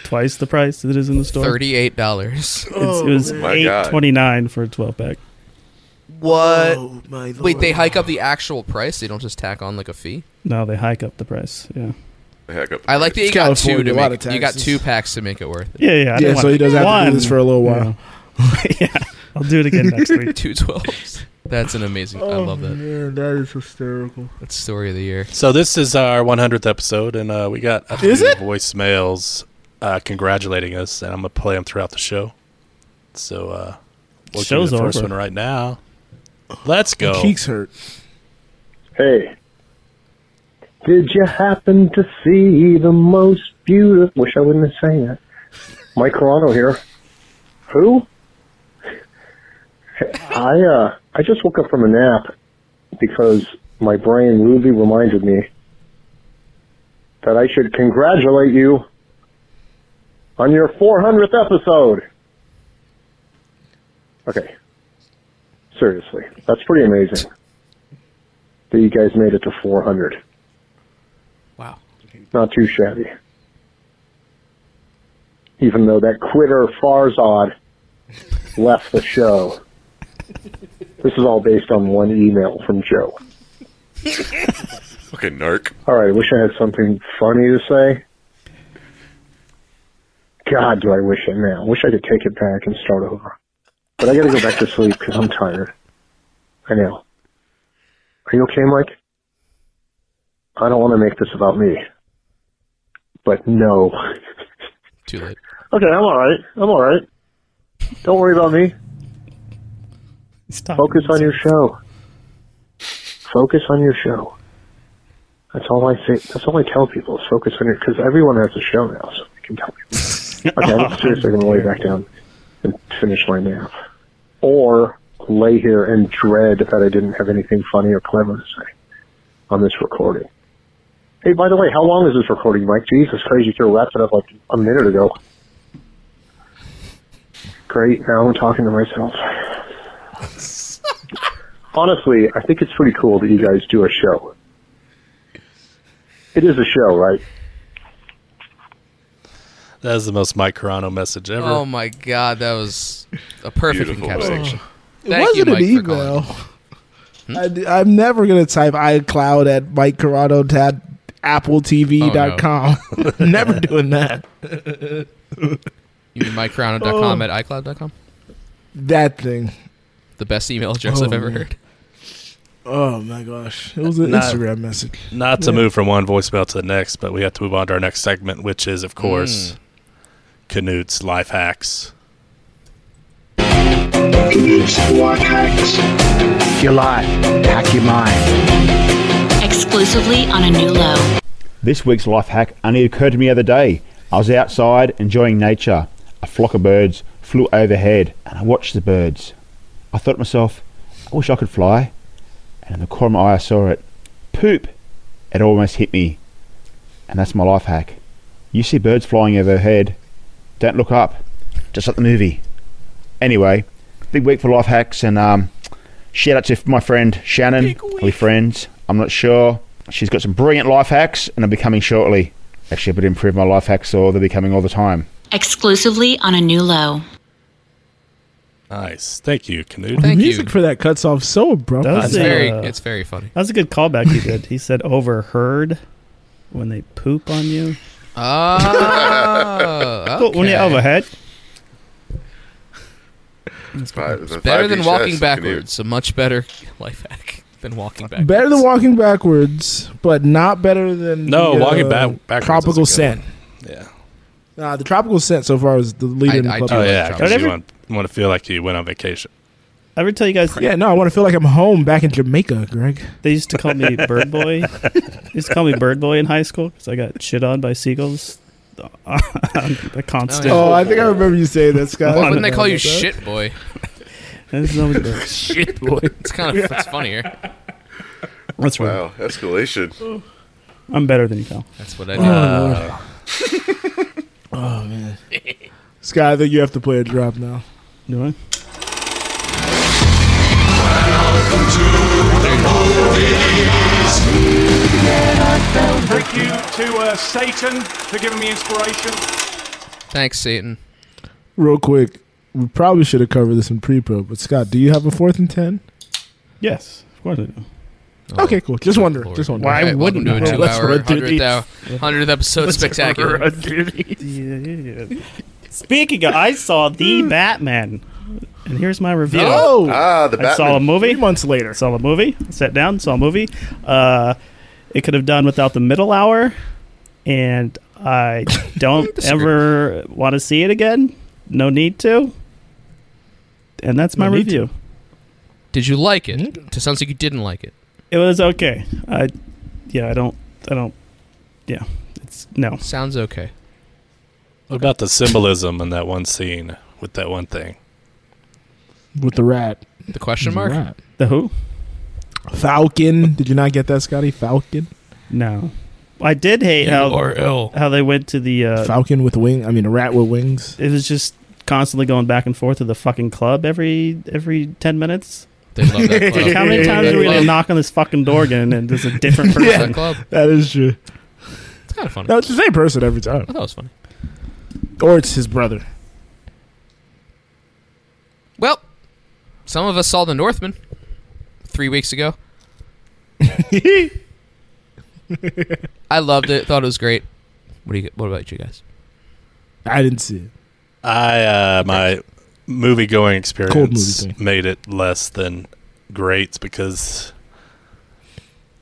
Speaker 9: twice the price that it is in the store.
Speaker 8: Thirty-eight dollars.
Speaker 7: Oh,
Speaker 9: It's, it was
Speaker 6: My
Speaker 9: eight
Speaker 6: God.
Speaker 9: twenty nine for a twelve pack.
Speaker 8: What?
Speaker 7: Oh, my Lord.
Speaker 8: Wait, they hike up the actual price. They don't just tack on like a fee.
Speaker 9: No, they hike up the price. Yeah.
Speaker 6: Heck up.
Speaker 8: I like that you
Speaker 7: It's
Speaker 8: got
Speaker 7: California,
Speaker 8: two
Speaker 7: a
Speaker 8: to
Speaker 7: lot
Speaker 8: make.
Speaker 7: of
Speaker 8: You got
Speaker 7: taxes.
Speaker 8: two packs to make it worth it.
Speaker 9: Yeah, yeah. I
Speaker 7: Yeah,
Speaker 9: didn't
Speaker 7: so
Speaker 9: want-
Speaker 7: he doesn't have to do
Speaker 9: One.
Speaker 7: this for a little while.
Speaker 9: yeah, [laughs] I'll [laughs] do it again
Speaker 8: [laughs]
Speaker 9: next week.
Speaker 8: Two twelves. That's an amazing. I love that.
Speaker 7: Oh, Man, that is hysterical.
Speaker 8: That's story of the year.
Speaker 10: So this is our 100th episode, and uh, we got a few
Speaker 7: Is it?
Speaker 10: voicemails uh, congratulating us, and I'm gonna play them throughout the show. So uh, we'll
Speaker 9: Show's
Speaker 10: do the first
Speaker 9: over.
Speaker 10: one right now. Let's go.
Speaker 7: Cheeks hurt.
Speaker 11: Hey. Did you happen to see the most beautiful? Wish I wouldn't have sang that. Mike Carano here. Who? I uh, I just woke up from a nap because my brain rudely reminded me that I should congratulate you on your 400th episode. Okay. Seriously, that's pretty amazing that you guys made it to 400.
Speaker 8: Wow.
Speaker 11: Not too shabby. Even though that quitter Farzad left the show. This is all based on one email from Joe.
Speaker 6: Fucking narc.
Speaker 11: All right, I wish I had something funny to say. God, do I wish it now. wish I could take it back and start over. But I gotta go back to sleep because I'm tired. I know. Are you okay, Mike? I don't want to make this about me. But no.
Speaker 8: Too late.
Speaker 11: Okay, I'm alright. I'm alright. Don't worry about me.
Speaker 9: He's talking
Speaker 11: Focus
Speaker 9: to
Speaker 11: on your
Speaker 9: himself.
Speaker 11: show. Focus on your show. That's all I say. That's all I tell people is focus on your because everyone has a show now, so I can tell people.
Speaker 9: [laughs]
Speaker 11: Okay, I'm seriously going to lay back down and finish my nap, or lay here and dread that I didn't have anything funny or clever to say on this recording. Hey, by the way, how long is this recording, Mike? Jesus Christ, you could have wrapped it up like a minute ago. Great, now I'm talking
Speaker 5: [laughs]
Speaker 11: to myself honestly, I think it's pretty cool that you guys do a show. It is a show, right?
Speaker 10: That is the most Mike Carano message ever.
Speaker 8: Oh my god, that was a perfect
Speaker 6: Beautiful.
Speaker 8: encapsulation.
Speaker 7: It
Speaker 8: Thank you,
Speaker 7: wasn't
Speaker 8: Mike,
Speaker 7: an e-
Speaker 8: for calling.
Speaker 7: [laughs] email. I, am never gonna type iCloud at Mike Corrado tab
Speaker 8: Oh, [laughs]
Speaker 7: appletv.com. [laughs] Never doing that.
Speaker 8: You mean microrano.com at iCloud.com?
Speaker 7: That thing.
Speaker 8: The best email address
Speaker 7: Oh,
Speaker 8: I've ever
Speaker 7: man.
Speaker 8: heard.
Speaker 7: Oh my gosh. It was an
Speaker 10: Not-
Speaker 7: Instagram message.
Speaker 10: Not to
Speaker 7: Yeah.
Speaker 10: move from one voicemail to the next, but we have to move on to our next segment, which is, of course,
Speaker 8: Mm.
Speaker 10: Canute's life hacks.
Speaker 12: Your life, hack your mind.
Speaker 13: Exclusively on a new low.
Speaker 12: This week's life hack only occurred to me the other day. I was outside enjoying nature. A flock of birds flew overhead, and I watched the birds. I thought to myself, I wish I could fly. And in the corner of my eye, I saw it. Poop! It almost hit me. And that's my life hack. You see birds flying overhead, don't look up, just like the movie. Anyway, big week for life hacks, and um, shout out to my friend Shannon. Are we friends? I'm not sure. She's got some brilliant life hacks, and they'll be coming shortly. Actually, I better improve my life hacks, or they'll be coming all the time.
Speaker 13: Exclusively on a new low.
Speaker 10: Nice. Thank you, Canute.
Speaker 7: the music for [laughs] that cuts off so abruptly.
Speaker 9: That was a-
Speaker 8: very funny.
Speaker 9: That was a good callback he did. He said overheard when they poop on you. [laughs]
Speaker 8: Oh,
Speaker 9: But When you
Speaker 8: okay.
Speaker 9: overhead.
Speaker 6: Five- the
Speaker 8: Better
Speaker 6: 5D
Speaker 8: than
Speaker 6: chess,
Speaker 8: walking
Speaker 6: Canute.
Speaker 8: backwards. A much better [laughs] life hack than walking backwards.
Speaker 7: Better than walking backwards, but not better than
Speaker 8: No,
Speaker 7: the, uh,
Speaker 8: walking back- backwards
Speaker 7: Tropical
Speaker 10: is a good
Speaker 7: scent.
Speaker 10: one. Yeah.
Speaker 7: Nah, the tropical scent so far is the leader in the club.
Speaker 10: oh, yeah. 'cause
Speaker 7: Whatever-
Speaker 10: you want, want to feel like you went on vacation.
Speaker 9: Ever tell you guys?
Speaker 7: Yeah, no, I want to feel like I'm home back in Jamaica, Greg.
Speaker 9: They used to call me Bird Boy. they used to call me Bird Boy in high school because I got shit on by seagulls. [laughs] the constant.
Speaker 7: Oh, I think I remember you saying that, Scott.
Speaker 9: Why
Speaker 8: Wouldn't Oh, they call you shit boy?
Speaker 9: That's not what it is.
Speaker 8: [laughs] shit boy. It's kind of it's funnier.
Speaker 9: That's right.
Speaker 6: Wow, escalation.
Speaker 9: I'm better than you, Cal.
Speaker 8: That's what I
Speaker 7: Oh,
Speaker 8: [laughs]
Speaker 7: Lord. oh man, Scott, I think you have to play a drop now.
Speaker 9: Do I?
Speaker 14: Thank you to uh, Satan for giving me inspiration.
Speaker 8: Thanks, Satan.
Speaker 7: Real quick, we probably should have covered this in pre-pro, but Scott, do you have a fourth and ten? Oh,
Speaker 9: Yes, of course I do.
Speaker 7: okay, cool.
Speaker 8: Oh,
Speaker 7: Just wondering. Just wondering.
Speaker 8: All right, welcome to a two-hour, hundredth hour, hundredth episode
Speaker 9: Let's [laughs]
Speaker 8: spectacular.
Speaker 9: run through
Speaker 8: [laughs]
Speaker 7: [laughs]
Speaker 9: these. Speaking of, I saw the
Speaker 7: Hmm.
Speaker 9: Batman, and here's my review.
Speaker 7: Oh! Ah, The
Speaker 9: I saw a
Speaker 7: Batman.
Speaker 9: movie. Three
Speaker 7: months later,
Speaker 9: saw a movie. Sat down, saw a movie. Uh, it could have done without the middle hour, and
Speaker 8: [laughs]
Speaker 9: I don't ever want to see it again. No need to. And that's my
Speaker 8: No need
Speaker 9: review.
Speaker 8: Did you like it? It sounds like you didn't like it.
Speaker 9: It was okay. I, yeah, I don't, I don't, yeah, it's no.
Speaker 8: Sounds okay.
Speaker 10: What about the symbolism in that one scene with that one thing?
Speaker 7: With the rat.
Speaker 8: The question
Speaker 7: With
Speaker 8: mark?
Speaker 7: rat.
Speaker 9: The who?
Speaker 7: Falcon. Did you not get that, Scotty? Falcon.
Speaker 9: No. I did hate
Speaker 7: You
Speaker 9: how
Speaker 7: are ill.
Speaker 9: how they went to the uh,
Speaker 7: Falcon with wing. I mean, a rat with wings.
Speaker 9: It was just constantly going back and forth to the fucking club every every ten minutes.
Speaker 8: They
Speaker 7: [laughs]
Speaker 8: love that club.
Speaker 9: Like, how many times
Speaker 8: That
Speaker 9: are we gonna
Speaker 8: club.
Speaker 9: knock on this fucking door again and there's
Speaker 8: [laughs]
Speaker 9: a different person?
Speaker 7: Yeah, that is true.
Speaker 8: It's kind of funny.
Speaker 7: No, it's the same person every time.
Speaker 8: I thought it was funny.
Speaker 7: Or it's his brother.
Speaker 8: Well, some of us saw The Northman three weeks
Speaker 10: [laughs]
Speaker 8: ago. I loved it. Thought it was great. What do you? What about you guys?
Speaker 7: I didn't see it.
Speaker 10: I uh, my movie going experience
Speaker 7: thing.
Speaker 10: made it less than great because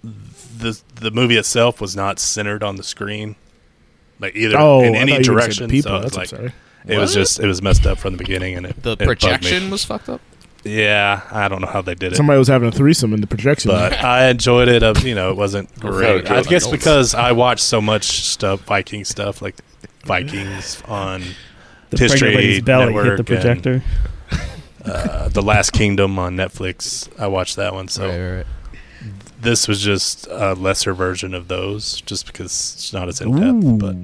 Speaker 10: the the movie itself was not centered on the screen, like either
Speaker 7: Oh,
Speaker 10: in
Speaker 7: I
Speaker 10: any
Speaker 7: thought you were gonna say
Speaker 10: direction.
Speaker 7: the people.
Speaker 10: So it's like
Speaker 7: That's upsetting.
Speaker 10: it was
Speaker 7: What?
Speaker 10: just it was messed up from the beginning, and it
Speaker 8: The
Speaker 10: it bugged me.
Speaker 8: projection was fucked up.
Speaker 10: Yeah, I don't know how they did it.
Speaker 7: Somebody was having a threesome in the projection.
Speaker 10: but I enjoyed it. Of you know, it
Speaker 8: [laughs]
Speaker 10: wasn't
Speaker 7: Oh,
Speaker 10: great.
Speaker 7: okay.
Speaker 10: I guess because I watched so much stuff, Viking stuff, like Vikings on
Speaker 9: The pregnant
Speaker 10: History
Speaker 9: lady's belly hit the
Speaker 10: Network, and,
Speaker 9: projector.
Speaker 10: uh, the Last Kingdom on Netflix. I watched that one. So this was just a lesser version of those, just because it's not as in depth. But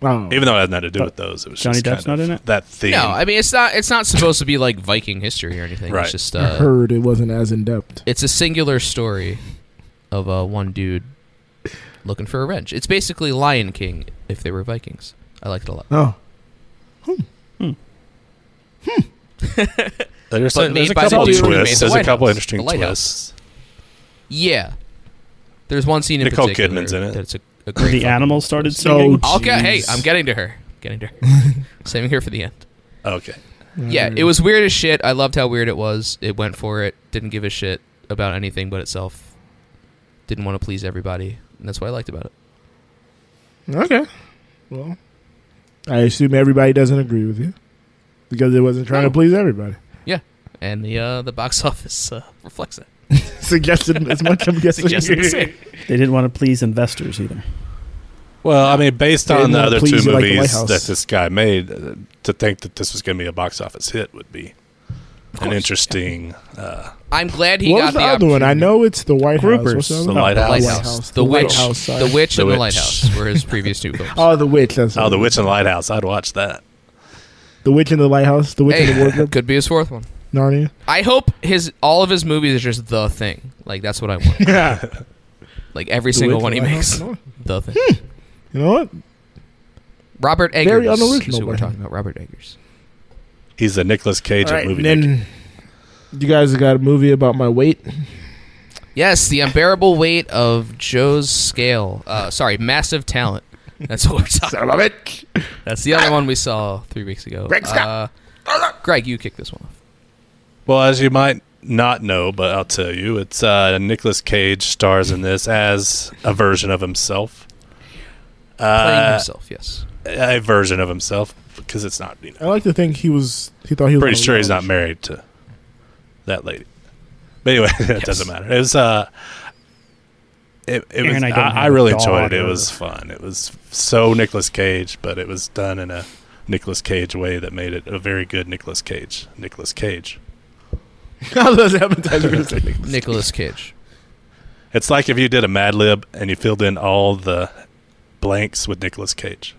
Speaker 7: Wow.
Speaker 10: even though it had nothing to do with those, it was
Speaker 9: Johnny
Speaker 10: just kind
Speaker 9: Depp's not
Speaker 10: of
Speaker 9: in it?
Speaker 10: That theme.
Speaker 8: No, I mean it's not. It's not supposed to be like Viking history or anything.
Speaker 10: Right.
Speaker 8: It's just
Speaker 7: I
Speaker 8: uh,
Speaker 7: heard it wasn't as in depth.
Speaker 8: it's a singular story of uh, one dude looking for revenge. It's basically Lion King if they were Vikings. I liked it a lot.
Speaker 7: Oh.
Speaker 10: There's, there's
Speaker 8: But made
Speaker 10: a
Speaker 8: by the
Speaker 10: couple
Speaker 8: dude who made
Speaker 10: twists.
Speaker 8: the
Speaker 10: There's a
Speaker 8: White
Speaker 10: couple
Speaker 8: House,
Speaker 10: interesting
Speaker 8: the Lighthouse.
Speaker 10: twists.
Speaker 8: Yeah. There's one scene in
Speaker 10: Nicole
Speaker 8: particular
Speaker 10: Kidman's in it.
Speaker 8: That's a, a great
Speaker 9: The
Speaker 8: fucking-
Speaker 9: animal started singing?
Speaker 8: I'll get- hey,
Speaker 9: jeez.
Speaker 8: I'm getting to her. Getting to her. Saving her for the end.
Speaker 10: Okay.
Speaker 8: Yeah, it was weird as shit. I loved how weird it was. It went for it. Didn't give a shit about anything but itself. Didn't want to please everybody. And that's what I liked about it.
Speaker 7: Okay. Well, I assume everybody doesn't agree with you because it wasn't trying to please
Speaker 8: [laughs]
Speaker 7: everybody.
Speaker 8: Yeah. And the uh, the box [laughs] office uh, reflects that.
Speaker 7: Suggested as much, I'm guessing.
Speaker 8: Suggested the same.
Speaker 9: They didn't want to please investors either.
Speaker 10: Well, I mean, based
Speaker 9: They
Speaker 10: on
Speaker 9: didn't
Speaker 10: the
Speaker 9: wanna
Speaker 10: other two
Speaker 9: please you like the White
Speaker 10: movies
Speaker 9: House.
Speaker 10: that this guy made, uh, to think that this was going to be a box office hit would be an interesting. Uh,
Speaker 8: I'm glad he
Speaker 7: what
Speaker 8: got
Speaker 7: was the,
Speaker 8: the
Speaker 7: other one? I know it's the White House. What's
Speaker 10: the
Speaker 7: other one? Oh,
Speaker 10: lighthouse,
Speaker 8: The Witch. The Witch and The
Speaker 10: Witch.
Speaker 8: Lighthouse were his previous two films.
Speaker 7: Oh, the witch. That's
Speaker 10: Oh, the witch and the lighthouse. I'd watch that.
Speaker 7: The witch in the lighthouse. The witch in the
Speaker 8: Hey,
Speaker 7: wardrobe.
Speaker 8: could be his fourth one.
Speaker 7: [laughs] Narnia.
Speaker 8: [laughs] I hope his all of his movies are just the thing. Like that's what I
Speaker 7: [laughs]
Speaker 8: want.
Speaker 7: Yeah.
Speaker 8: Like every
Speaker 7: The
Speaker 8: single
Speaker 7: Witch
Speaker 8: one he
Speaker 7: and the
Speaker 8: makes.
Speaker 7: Lighthouse.
Speaker 8: [laughs] The thing.
Speaker 7: You know what?
Speaker 8: Robert Eggers
Speaker 7: Very
Speaker 8: is
Speaker 7: unoriginal
Speaker 8: who we're
Speaker 7: by
Speaker 8: talking about. Robert Eggers.
Speaker 10: He's a Nicolas Cage of
Speaker 7: All right,
Speaker 10: movie.
Speaker 7: and then you guys got a movie about my weight.
Speaker 8: Yes, the unbearable weight of Joe's scale. Uh, sorry, massive talent. That's what we're talking
Speaker 7: Son of
Speaker 8: about.
Speaker 7: a bitch. Ah.
Speaker 8: That's the other one we saw three weeks ago.
Speaker 7: Greg Scott.
Speaker 8: Uh, Greg, you kick this one off. [laughs]
Speaker 10: Well, as you might not know, but I'll tell you, it's uh, Nicolas Cage stars in this as a version of himself. Uh,
Speaker 8: Playing himself, yes.
Speaker 10: A version of himself, because it's not. You know,
Speaker 7: I like to think he was. He thought he was
Speaker 10: pretty
Speaker 7: [laughs] gonna
Speaker 10: sure he's not married to that lady. But anyway, [laughs] it doesn't matter. It was. Uh, it, it was.
Speaker 9: Aaron, I
Speaker 10: I,
Speaker 9: don't have
Speaker 10: I,
Speaker 9: a
Speaker 10: really
Speaker 9: dog
Speaker 10: enjoyed it. It
Speaker 9: or-
Speaker 10: was fun. It was so Nicolas Cage, but it was done in a Nicolas Cage way that made it a very good Nicolas Cage. Nicolas Cage.
Speaker 7: How does that happen?
Speaker 8: Nicholas Cage.
Speaker 10: It's like if you did a Mad Lib and you filled in all the blanks with Nicolas Cage.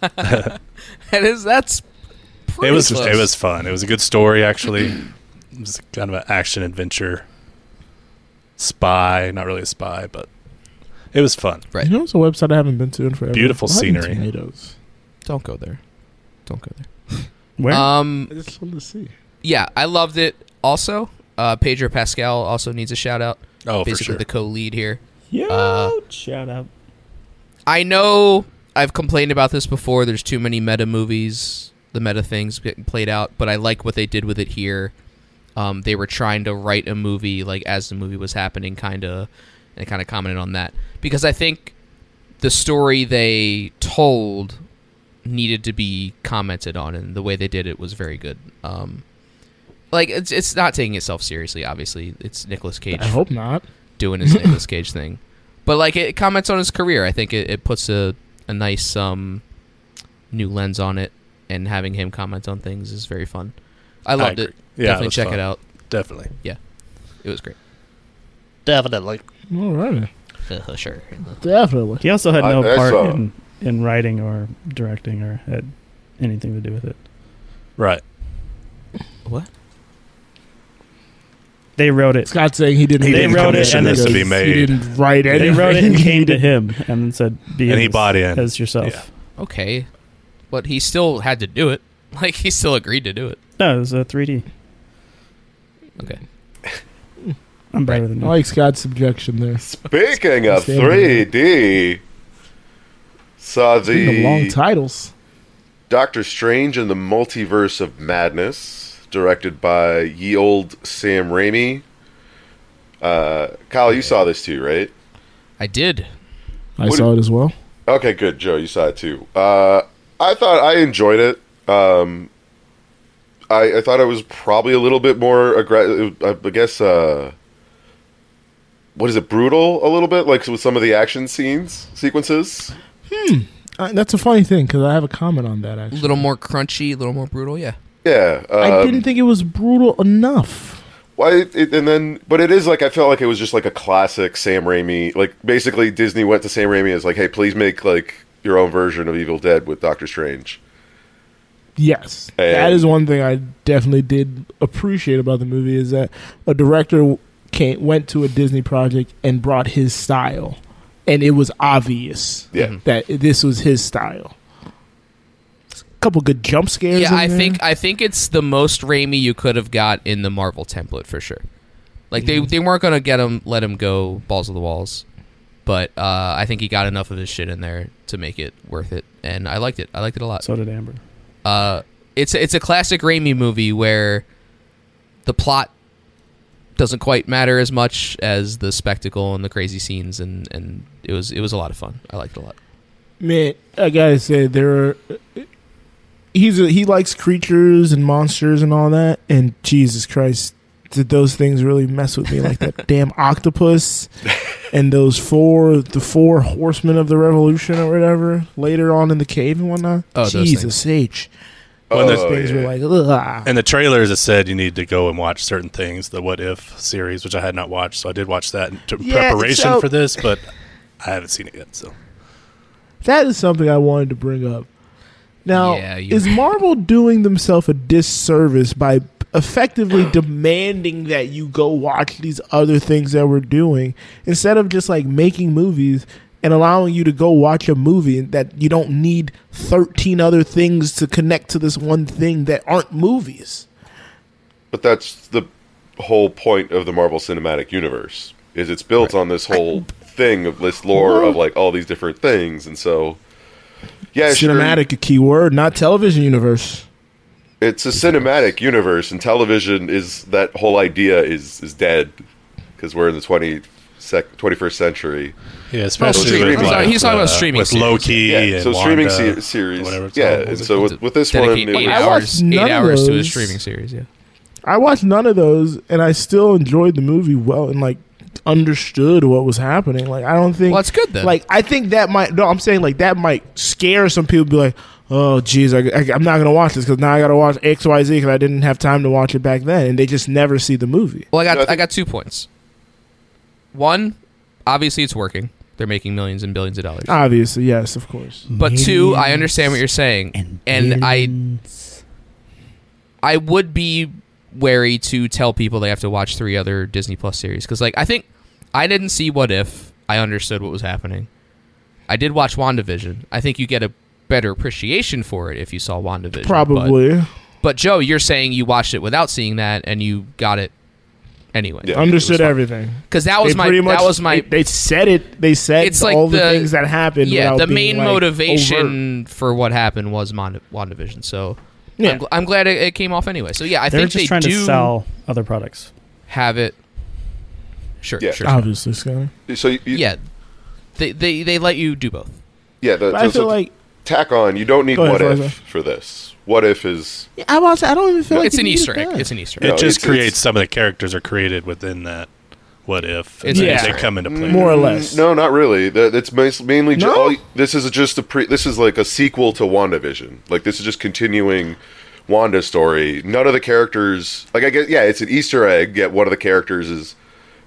Speaker 8: That is that's pretty
Speaker 10: it was
Speaker 8: close.
Speaker 10: it was fun. It was a good story actually. it was kind of an action adventure spy, not really a spy, but it was fun.
Speaker 8: Right.
Speaker 7: You know, it's a website I haven't been to in forever.
Speaker 10: Beautiful
Speaker 7: Rotten
Speaker 10: scenery.
Speaker 7: Tomatoes.
Speaker 8: Don't go there. Don't go there.
Speaker 9: Where?
Speaker 8: Um,
Speaker 7: I just wanted to see.
Speaker 8: Yeah, I loved it. Also, uh, Pedro Pascal also needs a shout out.
Speaker 10: Oh, for
Speaker 8: basically
Speaker 10: sure.
Speaker 8: the co-lead here.
Speaker 9: Yeah.
Speaker 8: Uh,
Speaker 9: Shout out.
Speaker 8: I know I've complained about this before. There's too many meta movies, the meta things getting played out, but I like what they did with it here. Um, they were trying to write a movie like as the movie was happening, kind of, and kind of commented on that because I think the story they told needed to be commented on, and the way they did it was very good. Um, like it's it's not taking itself seriously. Obviously, it's Nicolas Cage.
Speaker 7: I hope not.
Speaker 8: doing his Nicolas Cage thing. But like it comments on his career. I think it, it puts a, a nice um new lens on it and having him comment on things is very fun. I loved it.
Speaker 10: agree. Yeah, it
Speaker 8: Definitely
Speaker 10: was
Speaker 8: check
Speaker 10: fun.
Speaker 8: it out.
Speaker 10: Definitely.
Speaker 8: Yeah. It was great.
Speaker 10: Definitely.
Speaker 7: All right.
Speaker 8: sure.
Speaker 7: Definitely.
Speaker 9: He also had
Speaker 7: I-
Speaker 9: no
Speaker 7: I
Speaker 9: part
Speaker 7: saw-
Speaker 9: in, in writing or directing or had anything to do with it.
Speaker 10: Right.
Speaker 8: What?
Speaker 9: They wrote it.
Speaker 7: Scott's saying he didn't.
Speaker 9: They wrote it and
Speaker 10: this to be
Speaker 7: He
Speaker 10: made.
Speaker 7: didn't write
Speaker 9: They
Speaker 7: anything.
Speaker 9: wrote it and came
Speaker 7: [laughs]
Speaker 9: to him and said, "Be
Speaker 10: And he
Speaker 9: as-
Speaker 10: bought in.
Speaker 9: as yourself."
Speaker 10: Yeah.
Speaker 8: Okay. But he still had to do it. [laughs] Like he still agreed to do it.
Speaker 9: No, it was uh, a 3D.
Speaker 8: Okay.
Speaker 9: [laughs] I'm better than
Speaker 7: I
Speaker 9: you.
Speaker 7: like Scott's subjection there.
Speaker 6: Speaking of
Speaker 7: Standing
Speaker 6: 3D, saw
Speaker 7: Speaking of long
Speaker 6: the
Speaker 7: titles.
Speaker 6: Doctor Strange and the Multiverse of Madness, directed by ye old Sam Raimi. Uh, Kyle, you saw this too, right?
Speaker 8: I did.
Speaker 7: I saw it as well.
Speaker 6: Okay, good, Joe. You saw it too. Uh, I thought I enjoyed it. Um, I, I thought it was probably a little bit more aggressive. I guess uh, what is it? Brutal a little bit, like with some of the action scenes sequences.
Speaker 7: Uh, that's a funny thing because I have a comment on that.
Speaker 8: A
Speaker 7: Actually,
Speaker 8: little more crunchy, a little more brutal, yeah.
Speaker 6: Yeah, um,
Speaker 7: I didn't think it was brutal enough.
Speaker 6: Why? It, it- and then, but it is like I felt like it was just like a classic Sam Raimi. Like basically, Disney went to Sam Raimi as like, hey, please make like your own version of Evil Dead with Doctor Strange.
Speaker 7: Yes,
Speaker 6: And-
Speaker 7: that is one thing I definitely did appreciate about the movie is that a director came, went to a Disney project and brought his style, and it was obvious
Speaker 6: Yeah.
Speaker 7: that this was his style. A couple good jump scares.
Speaker 8: Yeah,
Speaker 7: in
Speaker 8: I
Speaker 7: there.
Speaker 8: think I think it's the most Raimi you could have got in the Marvel template for sure. Like they,
Speaker 9: Mm-hmm.
Speaker 8: they weren't gonna get him, let him go balls of the walls, but uh, I think he got enough of his shit in there to make it worth it, and I liked it. I liked it a lot.
Speaker 9: So did Amber.
Speaker 8: Uh, it's it's a classic Raimi movie where the plot doesn't quite matter as much as the spectacle and the crazy scenes, and, and it was it was a lot of fun. I liked it a lot.
Speaker 7: Man, I gotta say there are. He's a, he likes creatures and monsters and all that, and Jesus Christ, did those things really mess with me?
Speaker 10: [laughs]
Speaker 7: Like that damn octopus, and those four the four horsemen of the revolution or whatever later on in the cave and whatnot.
Speaker 10: Oh, those
Speaker 7: Jesus H.
Speaker 10: When
Speaker 7: those
Speaker 10: there's-
Speaker 7: things
Speaker 10: yeah.
Speaker 7: were like, ugh.
Speaker 10: And the trailers it said you need to go and watch certain things, the What If series, which I had not watched, so I did watch that in t-
Speaker 7: Yeah, it's
Speaker 10: preparation
Speaker 7: out.
Speaker 10: for this, but I haven't seen it yet. So
Speaker 7: That is something I wanted to bring up. Now,
Speaker 10: Yeah, you- [laughs]
Speaker 7: is Marvel doing themselves a disservice by effectively demanding that you go watch these other things that we're doing instead of just like making movies and allowing you to go watch a movie that you don't need 13 other things to connect to this one thing that aren't movies?
Speaker 6: But that's the whole point of the Marvel Cinematic Universe is it's built on this whole thing of this lore of like all these different things, and so yeah, sure,
Speaker 7: Cinematic, a key word, not television universe.
Speaker 6: it's a cinematic universe, and television is that whole idea is is dead because we're in the twenty sec twenty first century.
Speaker 10: Yeah, especially with,
Speaker 6: streaming
Speaker 10: like,
Speaker 6: series.
Speaker 10: He's talking about uh, streaming with series. Loki and
Speaker 6: so streaming
Speaker 10: Wanda,
Speaker 6: se- series,
Speaker 10: whatever it's
Speaker 6: yeah.
Speaker 10: called.
Speaker 6: And so with, with this one,
Speaker 8: Dedicate
Speaker 6: it
Speaker 8: eight
Speaker 6: was-
Speaker 8: hours,
Speaker 7: none
Speaker 8: eight
Speaker 7: of
Speaker 8: hours to a
Speaker 7: those.
Speaker 8: streaming series. Yeah.
Speaker 7: I watched none of those, and I still enjoyed the movie well, and like understood what was happening. Like I don't think
Speaker 8: Well, that's good then.
Speaker 7: Like I think that might. No, I'm saying like that might scare some people. Be like, oh geez, I, am not gonna watch this because now I gotta watch X Y Z because I didn't have time to watch it back then, and they just never see the movie.
Speaker 8: Well, I got I, got two points. One, obviously it's working. They're making millions and billions of dollars.
Speaker 7: Obviously, yes, of course.
Speaker 8: But two, I understand what you're saying, and, I, I would be wary to tell people they have to watch three other Disney Plus series because, like, I think I didn't see What If. I understood what was happening. I did watch WandaVision. I think you get a better appreciation for it if you saw WandaVision. but-
Speaker 7: Probably.
Speaker 8: but Joe, you're saying you watched it without seeing that, and you got it anyway.
Speaker 7: Understood everything
Speaker 8: 'Cause that was
Speaker 7: They
Speaker 8: my-
Speaker 7: pretty
Speaker 8: that was my-
Speaker 7: They, they said it. They said
Speaker 8: It's like
Speaker 7: all the,
Speaker 8: the-
Speaker 7: things that happened.
Speaker 8: Yeah,
Speaker 7: without
Speaker 8: the
Speaker 7: being,
Speaker 8: main
Speaker 7: like, overt.
Speaker 8: motivation for what happened was Mon- WandaVision. So
Speaker 7: Yeah.
Speaker 8: I'm, gl- I'm glad it, it came off anyway. So yeah, I
Speaker 9: They're
Speaker 8: think
Speaker 9: just
Speaker 8: they
Speaker 9: trying
Speaker 8: do
Speaker 9: to sell other products.
Speaker 8: have it. Sure,
Speaker 6: Yeah.
Speaker 8: sure.
Speaker 7: Obviously, Scotty.
Speaker 6: so you, you-
Speaker 8: Yeah, they, they they let you do both.
Speaker 6: yeah. The,
Speaker 8: But I
Speaker 6: so- so
Speaker 8: feel like-
Speaker 6: tack on. You don't need
Speaker 8: Go ahead,
Speaker 6: what
Speaker 8: Felipe.
Speaker 6: if for this. What if is
Speaker 7: I was. I don't even feel like
Speaker 8: it's
Speaker 7: you
Speaker 8: an
Speaker 7: need
Speaker 8: Easter
Speaker 7: it
Speaker 8: egg.
Speaker 7: done.
Speaker 8: It's an Easter
Speaker 10: it
Speaker 8: egg.
Speaker 10: just creates some of the characters are created within that what if. and
Speaker 6: It's
Speaker 10: they-
Speaker 6: an
Speaker 10: they
Speaker 6: Easter
Speaker 10: come into play.
Speaker 7: More or less.
Speaker 6: Mm, No, not really. That- That's mas- mainly ju-
Speaker 7: No?
Speaker 6: all, this is just a pre. This is like a sequel to WandaVision. Like this is just continuing Wanda's story. None of the characters, like I guess, yeah, it's an Easter egg. Yet one of the characters is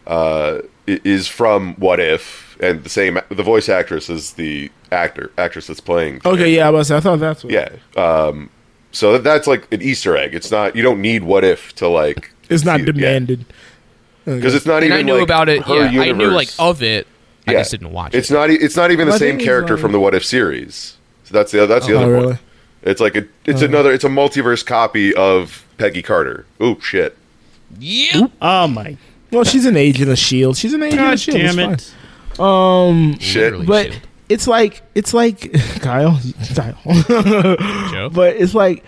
Speaker 6: uh, i- is from What If, and the same the voice actress is the actor actress that's playing.
Speaker 7: Okay, yeah, I was. I thought that's what.
Speaker 6: Yeah. Um, so that, that's like an Easter egg. It's not. You don't need What If to like
Speaker 7: It's not
Speaker 6: Yeah.
Speaker 7: demanded.
Speaker 6: because it's not
Speaker 8: and
Speaker 6: even.
Speaker 8: I knew
Speaker 6: like,
Speaker 8: about it.
Speaker 6: her
Speaker 8: Yeah, I knew
Speaker 6: universe.
Speaker 8: like of it. I
Speaker 6: Yeah.
Speaker 8: just didn't watch it.
Speaker 6: It's not. e- It's not even the
Speaker 8: My
Speaker 6: same
Speaker 8: thing is,
Speaker 6: character
Speaker 8: um,
Speaker 6: from the What If series. So that's the. That's the
Speaker 7: Oh,
Speaker 6: other
Speaker 7: really?
Speaker 6: one. It's like a. It's
Speaker 7: Oh.
Speaker 6: another. It's a multiverse copy of Peggy Carter. Oop, shit.
Speaker 8: Yeah.
Speaker 9: Oh my.
Speaker 7: Well, she's an agent of Shield. E She's an agent
Speaker 9: God
Speaker 7: of Shield. it's
Speaker 9: damn it.
Speaker 7: fine. Um,
Speaker 6: Shit. Literally
Speaker 7: But
Speaker 6: Shield.
Speaker 7: it's like it's like [laughs] Kyle, Kyle. but it's like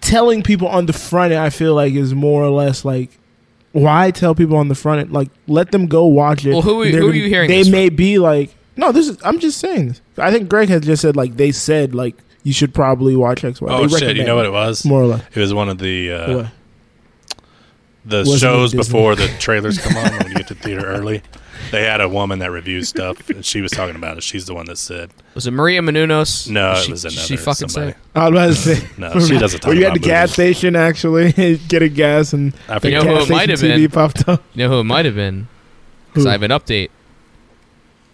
Speaker 7: telling people on the front end. I feel like is more or less like. Why tell people on the front end? Like, let them go watch it.
Speaker 8: Well, who are-
Speaker 7: They're
Speaker 8: who are
Speaker 7: gonna-
Speaker 8: you hearing
Speaker 7: They
Speaker 8: this
Speaker 7: may be like, no, this is. I'm just saying. This. I think Greg had just said like they said like you should probably watch X Y.
Speaker 10: Oh
Speaker 7: They
Speaker 10: shit! You
Speaker 7: recommend
Speaker 10: know what it was?
Speaker 7: More or less.
Speaker 10: It was one of the
Speaker 7: What?
Speaker 10: uh, the
Speaker 7: Wasn't it
Speaker 10: shows
Speaker 7: Disney?
Speaker 10: before
Speaker 7: [laughs]
Speaker 10: the trailers come on when you get to theater early. They had a woman that reviews stuff, and she was talking about it. She's the one that said,
Speaker 8: Was it Maria Menounos?
Speaker 10: No,
Speaker 8: Did
Speaker 10: it
Speaker 8: she,
Speaker 10: was
Speaker 8: did
Speaker 10: another
Speaker 8: She fucking
Speaker 10: somebody.
Speaker 8: said.
Speaker 7: I was about to say.
Speaker 10: [laughs] No, she doesn't talk
Speaker 7: [laughs] Were you
Speaker 10: about
Speaker 7: at the gas station actually [laughs] getting gas and
Speaker 10: I
Speaker 7: the
Speaker 8: You know
Speaker 7: gas
Speaker 8: who it might have
Speaker 7: station
Speaker 8: been?
Speaker 7: TV popped up?
Speaker 8: You know who it might have been? Because I have an update.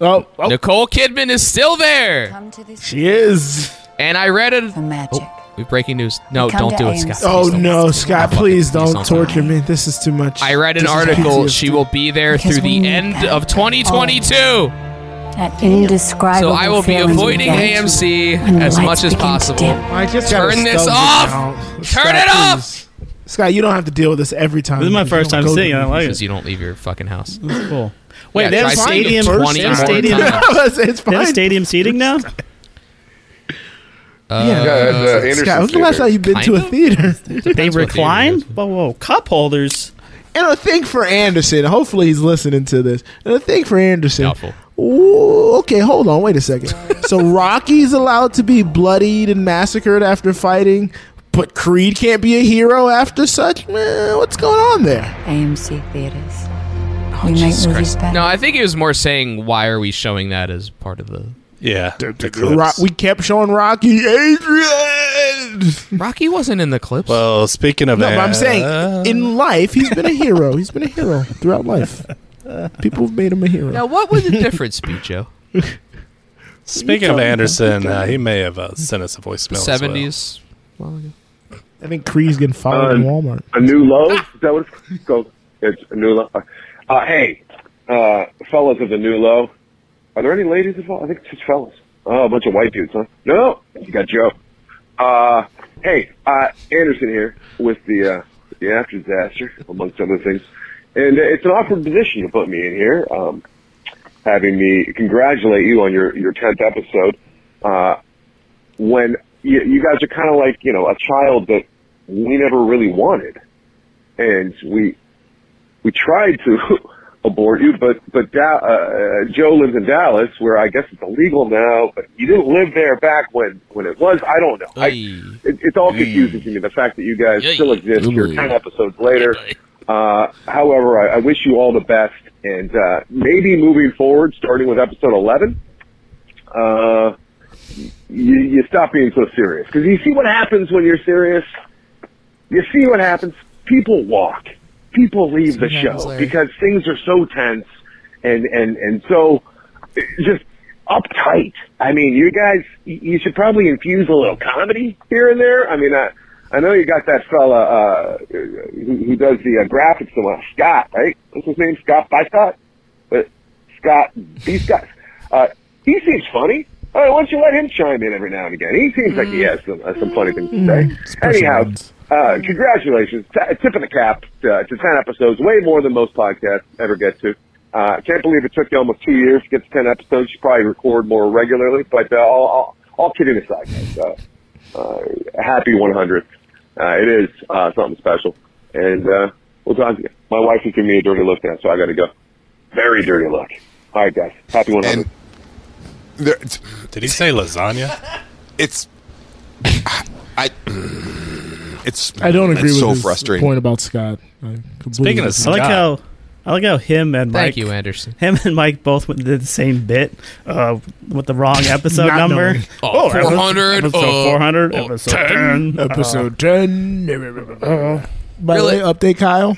Speaker 7: Oh,
Speaker 8: Nicole Kidman is still there. Come
Speaker 15: to this
Speaker 7: she is.
Speaker 8: And I read it.
Speaker 15: magic.
Speaker 8: we have breaking news. No,
Speaker 15: Come
Speaker 8: don't
Speaker 15: to
Speaker 8: do it,
Speaker 15: AMC.
Speaker 8: Scott.
Speaker 7: Oh
Speaker 8: Please don't.
Speaker 7: no, Scott! Please don't
Speaker 8: don't.
Speaker 7: torture me. This is too much.
Speaker 8: I read an
Speaker 7: This is
Speaker 8: article.
Speaker 7: PTSD.
Speaker 8: She will be there
Speaker 7: Because
Speaker 8: through
Speaker 7: we
Speaker 8: the
Speaker 7: need
Speaker 8: end of 2022.
Speaker 15: That indescribable.
Speaker 8: So I will be
Speaker 15: feeling you
Speaker 8: avoiding
Speaker 15: get
Speaker 8: AMC
Speaker 15: when the
Speaker 8: as
Speaker 15: lights
Speaker 8: much as
Speaker 15: begin to
Speaker 8: possible.
Speaker 15: dim.
Speaker 7: I just gotta
Speaker 8: Turn this
Speaker 7: stub it
Speaker 8: off.
Speaker 7: out.
Speaker 8: Turn
Speaker 7: Scott,
Speaker 8: it off.
Speaker 7: please. Scott, you don't have to deal with this every time.
Speaker 9: This is my
Speaker 7: You
Speaker 9: first
Speaker 7: don't
Speaker 9: time
Speaker 7: go
Speaker 9: seeing it.
Speaker 7: to
Speaker 9: I like
Speaker 8: Because
Speaker 9: it.
Speaker 8: you don't leave your fucking house.
Speaker 9: That's cool. Wait,
Speaker 8: Yeah,
Speaker 9: they have
Speaker 8: try saying
Speaker 9: stadium,
Speaker 8: it 20
Speaker 9: they
Speaker 8: more
Speaker 9: have stadium,
Speaker 7: [laughs]
Speaker 8: times.
Speaker 7: it's
Speaker 9: They have stadium seating now.
Speaker 8: Uh,
Speaker 7: Yeah,
Speaker 6: uh, Anderson
Speaker 7: Scott, when's the last
Speaker 6: Theater.
Speaker 7: time you've been to a
Speaker 9: Kind of?
Speaker 7: theater?
Speaker 9: They recline. Whoa, whoa, cup holders.
Speaker 7: And a thing for Anderson. Hopefully he's listening to this. And a thing for Anderson.
Speaker 8: Doubtful.
Speaker 7: Ooh, okay, hold on. Wait a second.
Speaker 9: [laughs]
Speaker 7: so Rocky's allowed to be bloodied and massacred after fighting, but Creed can't be a hero after such? Man, what's going on there? Oh,
Speaker 15: AMC theaters. we make
Speaker 8: Jesus
Speaker 15: movies
Speaker 8: Christ.
Speaker 15: better.
Speaker 8: No, I think it was more saying why are we showing that as part of the
Speaker 10: yeah the
Speaker 7: Ro-
Speaker 10: clips.
Speaker 7: we kept showing Rocky Adrian.
Speaker 8: Rocky wasn't in the clips.
Speaker 10: Well, speaking of
Speaker 7: No,
Speaker 10: that,
Speaker 7: but I'm saying in life he's been a hero. He's been a hero throughout life. People have made him a hero.
Speaker 8: Now, what would the difference be, Joe?
Speaker 10: speaking of Anderson, uh, he may have uh, sent us a
Speaker 8: The
Speaker 10: voicemail. as well.
Speaker 8: seventies.
Speaker 7: I think Creed's getting followed in
Speaker 1: Uh,
Speaker 7: Walmart.
Speaker 1: A new low? Is that what it's called? It's a new low. Uh, hey, uh, fellas of the new low. Are there any ladies involved? I think it's just fellas. Oh, a bunch of white dudes, huh? No, you got Joe. Uh, hey, uh, Anderson here with the, uh, the after disaster, amongst other things. And uh, it's an awkward position to put me in here, um, having me congratulate you on your, your 10th episode. Uh, when you, you guys are kind of like, you know, a child that we never really wanted. And we, we tried to [laughs] abort you, but, but da- uh, Joe lives in Dallas where I guess it's illegal now, but you didn't live there back when, when it was. I don't know. I, it, it's all confusing to me, the fact that you guys still exist. You're 10 episodes later. Uh, however, I, I wish you all the best. And uh, maybe moving forward, starting with episode 11, uh, you, you stop being so serious. Because you see what happens when you're serious. You see what happens. People walk. People leave the
Speaker 16: what
Speaker 1: show
Speaker 16: happens, Larry.
Speaker 1: because things are so tense and and and so just uptight. I mean, you guys, y- you should probably infuse a little comedy here and there. I mean, I I know you got that fella uh, who, who does the uh, graphics and what, Scott, right? What's his name? Scott Bicott? But Scott, B. Scott, uh, he seems funny. All right, why don't you let him chime in every now and again? He seems like he has some, uh, some funny things to say. Anyhow, uh, congratulations. T- tip of the cap uh, to, to 10 episodes, way more than most podcasts ever get to. Uh, can't believe it took you almost two years to get to 10 episodes. You should probably record more regularly, but uh, all, all, all kidding aside, guys, uh, uh, happy 100th. Uh, it is uh, something special. And uh, we'll talk to you. My wife is giving me a dirty look now, so I got to go. Very dirty look. All right, guys. Happy 100th.
Speaker 10: There, Did he say lasagna?
Speaker 17: It's I. It's
Speaker 7: I don't agree
Speaker 17: it's
Speaker 7: with
Speaker 17: so
Speaker 7: his
Speaker 17: frustrating.
Speaker 7: point about Scott. I completely
Speaker 9: Speaking of, I like how I like how him and Mike,
Speaker 8: Thank you, Anderson.
Speaker 9: Him and Mike both went- did the same bit uh, with
Speaker 7: [laughs]
Speaker 9: the wrong episode
Speaker 7: Not
Speaker 9: number. [laughs]
Speaker 7: knowing. Oh, 400,
Speaker 9: Episode
Speaker 7: uh,
Speaker 9: four hundred.
Speaker 7: oh,
Speaker 9: episode ten. Uh-huh.
Speaker 7: episode ten. Uh, by the way, update Kyle.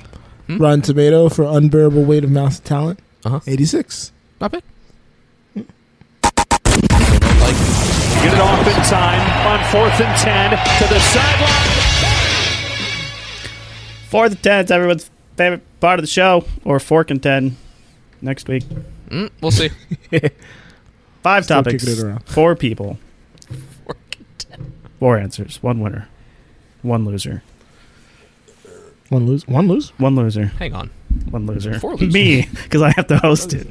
Speaker 7: Rotten Tomato for unbearable weight of mouse talent. Uh-huh. Eighty six.
Speaker 8: Not bad.
Speaker 9: Uh-huh.
Speaker 16: Get it off in time on fourth and ten to the sideline.
Speaker 9: Fourth and ten is everyone's favorite part of the show, or fork and ten next week.
Speaker 8: Mm, we'll see.
Speaker 9: [laughs] Five
Speaker 8: Still
Speaker 9: topics,
Speaker 8: kicking it around.
Speaker 9: four people, four answers, one winner, one loser,
Speaker 7: one lose, one lose,
Speaker 9: one loser.
Speaker 8: Hang on.
Speaker 9: one loser,
Speaker 8: Four losers.
Speaker 9: me, because I have to host it.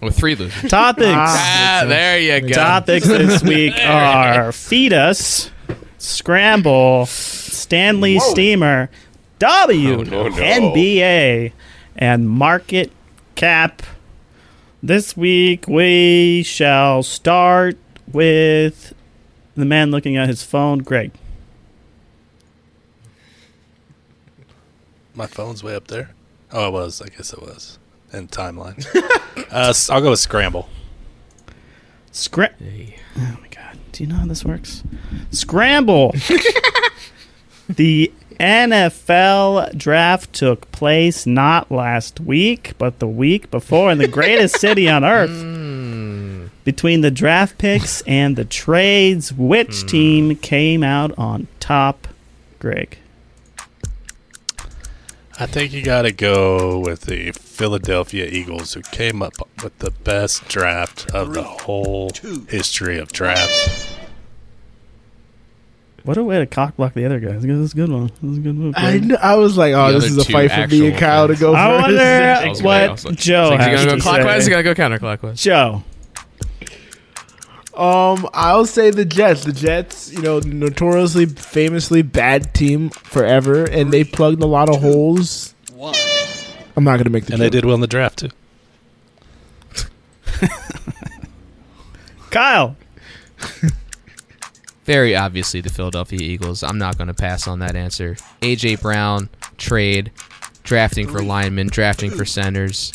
Speaker 8: With three losers.
Speaker 9: Topics.
Speaker 8: Ah, there you go.
Speaker 9: Topics
Speaker 8: [laughs]
Speaker 9: this week are fetus, scramble, Stanley
Speaker 8: Whoa.
Speaker 9: Steamer, W
Speaker 8: Oh, no, no.
Speaker 9: NBA, and market cap. This week we shall start with the man looking at his phone, Greg.
Speaker 10: My phone's way up there. Oh, it was. I guess it was. And timeline. [laughs] uh, s- I'll go with scramble.
Speaker 9: Scra- Oh my god. Do you know how this works? [laughs] Scramble. the NFL draft took place not last week, but the week before in the [laughs] greatest city on earth. Between the draft [laughs] picks and the trades, which team came out on top? Greg.
Speaker 10: I think you got to go with the Philadelphia Eagles, who came up with the best draft of the whole history of drafts.
Speaker 9: What a way to cockblock the other guy. This is a good one. This is a good move.
Speaker 7: I, kn- I was like, oh,
Speaker 9: The
Speaker 7: this
Speaker 9: other
Speaker 7: is a
Speaker 9: two
Speaker 7: fight for me and
Speaker 9: actual
Speaker 7: Kyle to go
Speaker 9: I [laughs]
Speaker 7: first.
Speaker 9: wonder what Joe
Speaker 8: Like, is he
Speaker 9: has
Speaker 8: gonna go
Speaker 9: to
Speaker 8: clockwise?
Speaker 9: say.
Speaker 8: Or gonna go counterclockwise?
Speaker 9: Joe.
Speaker 7: Um, I'll say the Jets. The Jets, you know, notoriously, famously bad team forever, and they plugged a lot of holes. I'm not gonna make the.
Speaker 10: And they did well in the draft too.
Speaker 9: Kyle.
Speaker 8: [laughs] Very obviously the Philadelphia Eagles. I'm not going to pass on that answer. AJ Brown trade, drafting for linemen, drafting for centers,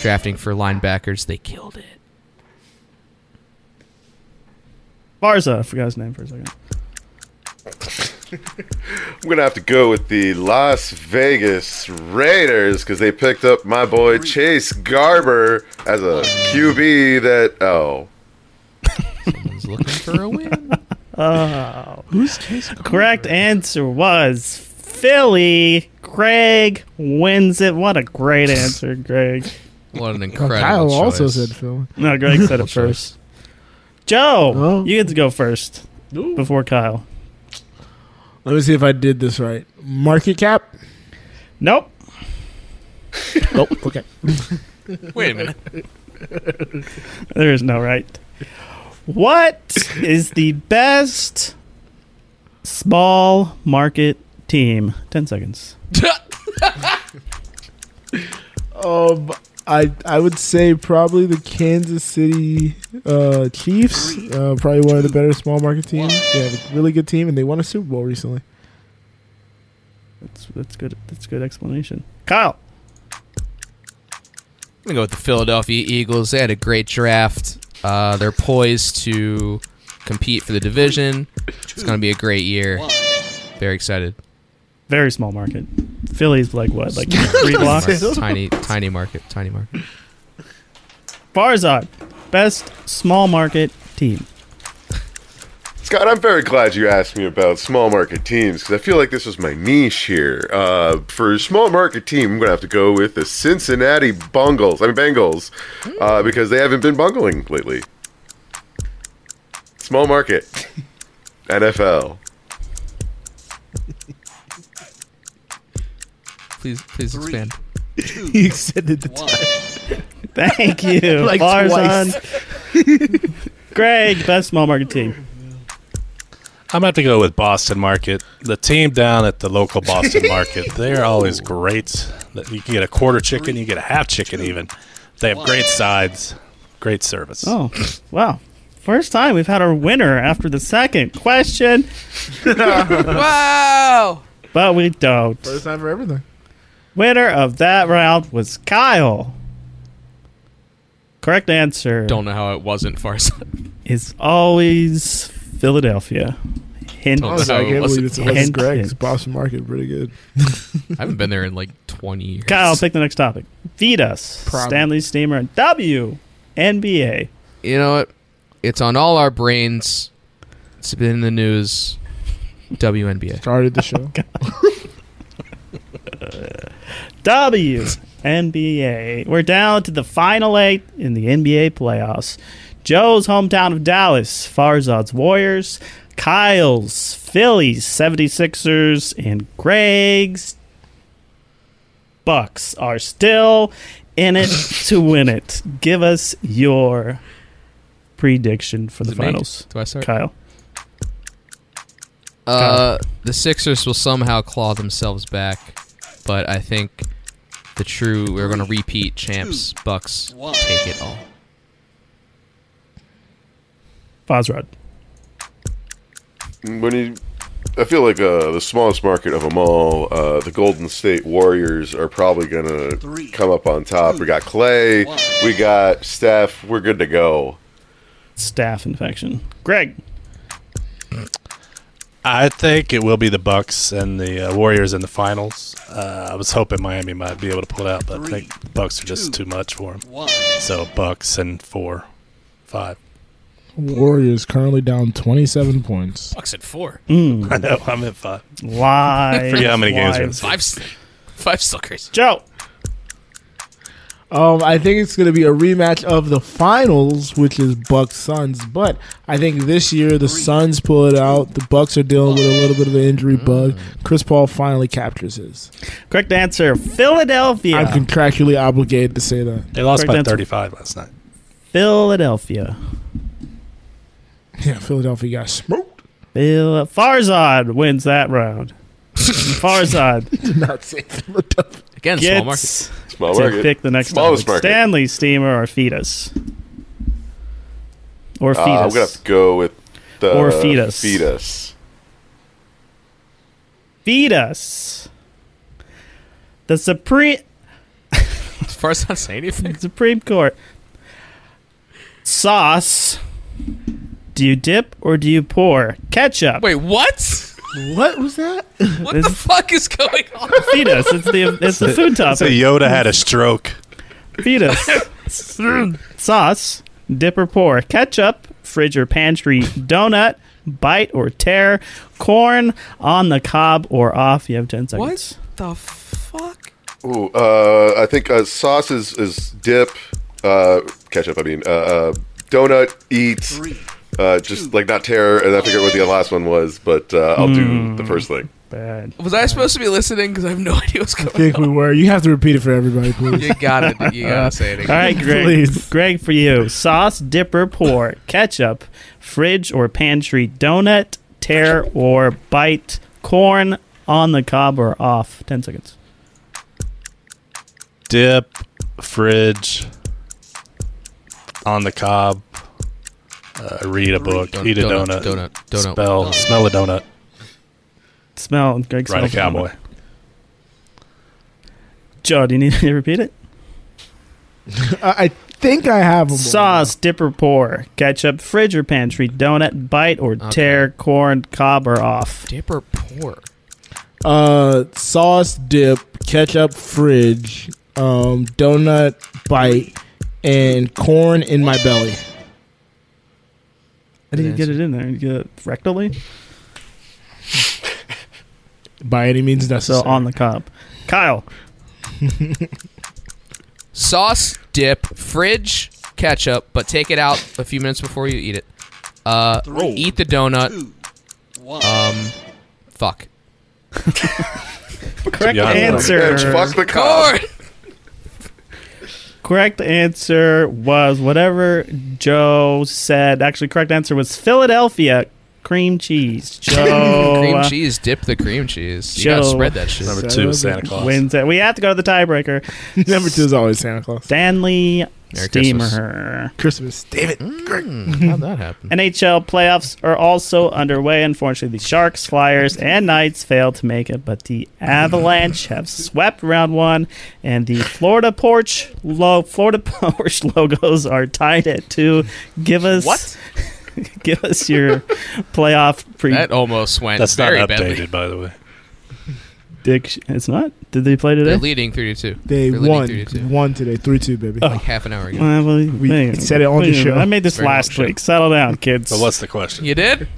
Speaker 8: drafting for linebackers. They killed it.
Speaker 9: Barza. I forgot his name for a second.
Speaker 6: I'm gonna have to go with the Las Vegas Raiders because they picked up my boy Chase Garber as a QB. That oh,
Speaker 8: someone's looking for a win.
Speaker 9: [laughs] Oh.
Speaker 7: Who's Chase
Speaker 9: Correct answer was Philly. Craig wins it. What
Speaker 7: [laughs]
Speaker 9: a great answer, Greg.
Speaker 8: What an
Speaker 7: Well,
Speaker 8: incredible
Speaker 7: Kyle also
Speaker 8: choice.
Speaker 7: said Phil.
Speaker 9: No, Greg said it first. Joe, you get to go first
Speaker 7: Ooh.
Speaker 9: before Kyle.
Speaker 7: Let me see if I did this right. Market cap?
Speaker 9: Nope.
Speaker 7: nope. Okay.
Speaker 8: [laughs] Wait a minute.
Speaker 7: [laughs]
Speaker 9: There is no right. What is the best small market team? 10
Speaker 8: [laughs]
Speaker 9: seconds.
Speaker 7: Um, I I would say probably the Kansas City uh, Chiefs. Uh, probably one of the better small market teams. They have a really good team, and they won a Super Bowl recently.
Speaker 9: That's that's good. That's good explanation. Kyle.
Speaker 8: I'm gonna go with the Philadelphia Eagles. They had a great draft. Uh, they're poised to compete for the division. It's gonna be a great year.
Speaker 7: [laughs]
Speaker 8: Very excited.
Speaker 9: Very small market. Philly's like what? Like three blocks?
Speaker 8: Tiny, tiny market. Tiny market.
Speaker 9: Barzog, best small market
Speaker 7: [laughs]
Speaker 9: team.
Speaker 6: Scott, I'm very glad you asked me about small market teams because I feel like this was my niche here. Uh, for a small market team, I'm going to have to go with the Cincinnati Bungles. I mean Bengals, uh, because they haven't been bungling lately. Small market, NFL.
Speaker 8: Please, please expand.
Speaker 7: he extended the time.
Speaker 9: Thank
Speaker 7: [laughs]
Speaker 9: you.
Speaker 7: Like
Speaker 9: Barzon. Greg, best small market team.
Speaker 10: I'm gonna have to go with Boston Market. The team down at the local Boston Market, they are always great. You can get a quarter chicken, you can get a half chicken even. They have great sides, great service.
Speaker 9: Oh, wow. First time we've had our winner after the second
Speaker 7: [laughs]
Speaker 9: question.
Speaker 8: wow.
Speaker 9: But we don't.
Speaker 7: First time for everything.
Speaker 9: Winner of that round was Kyle. Correct answer
Speaker 8: Don't know how it wasn't Farzad.
Speaker 9: is always Philadelphia. Hint.
Speaker 7: Honestly, Oh, I can't believe it's
Speaker 9: hint,
Speaker 7: Greg's
Speaker 9: hint.
Speaker 7: Boston market pretty good.
Speaker 8: [laughs] I haven't been there in like 20 years.
Speaker 9: Kyle, pick the next topic. Feed us.
Speaker 8: Problem.
Speaker 9: Stanley Steamer and W NBA.
Speaker 8: You know what? It's on all our brains. It's been in the news. WNBA.
Speaker 7: Started
Speaker 8: [laughs]
Speaker 7: the show.
Speaker 8: Oh,
Speaker 9: W NBA. We're down to the final eight in the NBA playoffs. Joe's hometown of Dallas, Farzad's Warriors, Kyle's Phillies 76ers, and Greg's Bucks are still in it to win it. Give us your prediction for the
Speaker 8: it me?
Speaker 9: finals.
Speaker 8: Do I start?
Speaker 9: Kyle.
Speaker 8: Uh, the Sixers will somehow claw themselves back, but I think the true we're going to repeat champs Bucks take it all.
Speaker 9: Fozrod.
Speaker 6: When you, I feel like uh, the smallest market of them all, uh, the Golden State Warriors are probably gonna come up on top. We got Clay, we got Steph. We're good to go.
Speaker 9: Staff infection. Greg.
Speaker 10: I think it will be the Bucks and the uh, Warriors in the finals. Uh, I was hoping Miami might be able to pull it out, but I think the Bucks are just too much for them. So Bucks and four, five.
Speaker 7: Warriors currently down 27 points.
Speaker 8: Bucks at four.
Speaker 10: Mm. I know
Speaker 9: [laughs]
Speaker 10: I'm at five.
Speaker 7: [laughs]
Speaker 9: Lies.
Speaker 10: Forget how many games are in this.
Speaker 9: lies.
Speaker 8: Five's, five's still crazy.
Speaker 9: Joe.
Speaker 7: Um, I think it's going to be a rematch of the finals, which is Bucks Suns. But I think this year the Suns pull it out. The Bucks are dealing with a little bit of an injury
Speaker 9: Mm.
Speaker 7: bug. Chris Paul finally captures his.
Speaker 9: Correct answer: Philadelphia.
Speaker 7: I'm contractually obligated to say that
Speaker 10: They lost
Speaker 9: Correct
Speaker 10: by
Speaker 9: answer.
Speaker 10: 35 last night.
Speaker 9: Philadelphia.
Speaker 7: Yeah, Philadelphia got smoked.
Speaker 9: Bill Farzad wins that round. [laughs] Farzad
Speaker 7: [laughs] Did not say Philadelphia.
Speaker 8: Again, small market.
Speaker 9: gets
Speaker 8: Small
Speaker 9: to
Speaker 8: market.
Speaker 9: pick the next
Speaker 8: Smallest
Speaker 9: topic.
Speaker 8: market.
Speaker 9: Stanley Steamer or Fetus. Or
Speaker 6: Uh, I'm
Speaker 9: Fetus.
Speaker 6: gonna have to go with the
Speaker 9: Or fetus.
Speaker 6: Fetus.
Speaker 9: fetus. The Supreme
Speaker 8: As far as not saying
Speaker 9: [laughs]
Speaker 8: anything.
Speaker 9: Supreme Court. Sauce. Do you dip or do you pour? Ketchup.
Speaker 8: Wait, what?
Speaker 7: What was that?
Speaker 8: What the fuck is going on?
Speaker 9: Fetus. It's the it's the food topic.
Speaker 10: Say Yoda had
Speaker 9: [laughs]
Speaker 10: a stroke.
Speaker 8: [laughs]
Speaker 9: fetus, sauce, dip or pour, ketchup, fridge or pantry, donut, bite or tear, corn, on the cob or off. You have 10 seconds.
Speaker 8: the fuck?
Speaker 6: Ooh, uh, I think uh, sauce is, is dip, uh, ketchup. I mean, uh, uh, donut eats, uh, just like not terror. And I forget what the last one was, but uh, I'll do the first thing.
Speaker 9: Hmm. Bad.
Speaker 8: Was I supposed to be listening? Because I have no idea what's
Speaker 7: I think we were. You have to repeat it for everybody, please.
Speaker 8: You gotta, you gotta say it
Speaker 9: Uh, All
Speaker 8: again.
Speaker 9: right, Greg.
Speaker 7: Please.
Speaker 9: Greg, for you. Sauce, dip or pour, ketchup, fridge or pantry, donut, tear or bite, corn, on the cob or off. 10 seconds.
Speaker 10: Dip, fridge, on the cob, uh, read a book,
Speaker 8: Donut,
Speaker 10: eat a
Speaker 8: donut,
Speaker 10: donut,
Speaker 8: donut, donut,
Speaker 10: spell,
Speaker 8: donut.
Speaker 10: smell a donut,
Speaker 9: Smell. Greg, smell.
Speaker 10: ride a cowboy.
Speaker 9: Joe, do you need me to [laughs] repeat it?
Speaker 7: I I think I have them.
Speaker 9: Sauce, dip or pour, ketchup, fridge or pantry, donut, bite or tear, corn, cob or off.
Speaker 8: Dip or pour?
Speaker 7: Uh, sauce, dip, ketchup, fridge, um, donut, bite, and corn in my belly.
Speaker 9: How do you get it in there? You get it rectally?
Speaker 7: By any means necessary.
Speaker 9: So on the cob. Kyle.
Speaker 8: [laughs] Sauce, dip, fridge, ketchup, but take it out a few minutes before you eat it. Uh, eat the donut. um, fuck.
Speaker 9: [laughs] Correct
Speaker 6: Yeah, I'm like,
Speaker 9: answer.
Speaker 6: "Bitch, fuck the cob.
Speaker 9: Correct answer was whatever Joe said. Actually, correct answer was Philadelphia cream cheese. Joe.
Speaker 8: [laughs]
Speaker 10: uh,
Speaker 8: cream cheese, dip the cream cheese. You gotta
Speaker 9: Joe.
Speaker 8: spread that shit.
Speaker 10: Number two, Santa Claus.
Speaker 9: Wins it. We have to go to the tiebreaker.
Speaker 7: [laughs] Number two is always Santa Claus.
Speaker 9: Stanley
Speaker 8: Merry
Speaker 9: Steamer.
Speaker 7: Christmas. Damn it.
Speaker 8: How'd that happen?
Speaker 9: NHL playoffs are also underway. Unfortunately, the Sharks, Flyers, and Knights failed to make it, but the
Speaker 8: [laughs]
Speaker 9: Avalanche have swept round one, and the Florida Porch lo- Florida [laughs] Porch logos are tied at two. Give us
Speaker 8: What?
Speaker 9: [laughs] give us your playoff pre.
Speaker 8: That almost went
Speaker 10: That's not
Speaker 8: very
Speaker 10: updated,
Speaker 8: badly.
Speaker 10: by the way.
Speaker 9: Dick, it's not. Did they play
Speaker 8: They're
Speaker 9: today?
Speaker 8: leading three to two.
Speaker 7: They
Speaker 8: They're leading
Speaker 7: won.
Speaker 8: three to two.
Speaker 7: Won today. 3 2, baby.
Speaker 8: Like half an hour ago.
Speaker 9: Uh, Oh. well,
Speaker 7: We [laughs]
Speaker 9: hey,
Speaker 7: said it on the
Speaker 9: wait a minute.
Speaker 7: show.
Speaker 9: I made this
Speaker 8: Very
Speaker 9: last
Speaker 8: well said.
Speaker 9: week. Settle down, kids.
Speaker 10: So what's the question?
Speaker 7: [laughs]
Speaker 8: You did?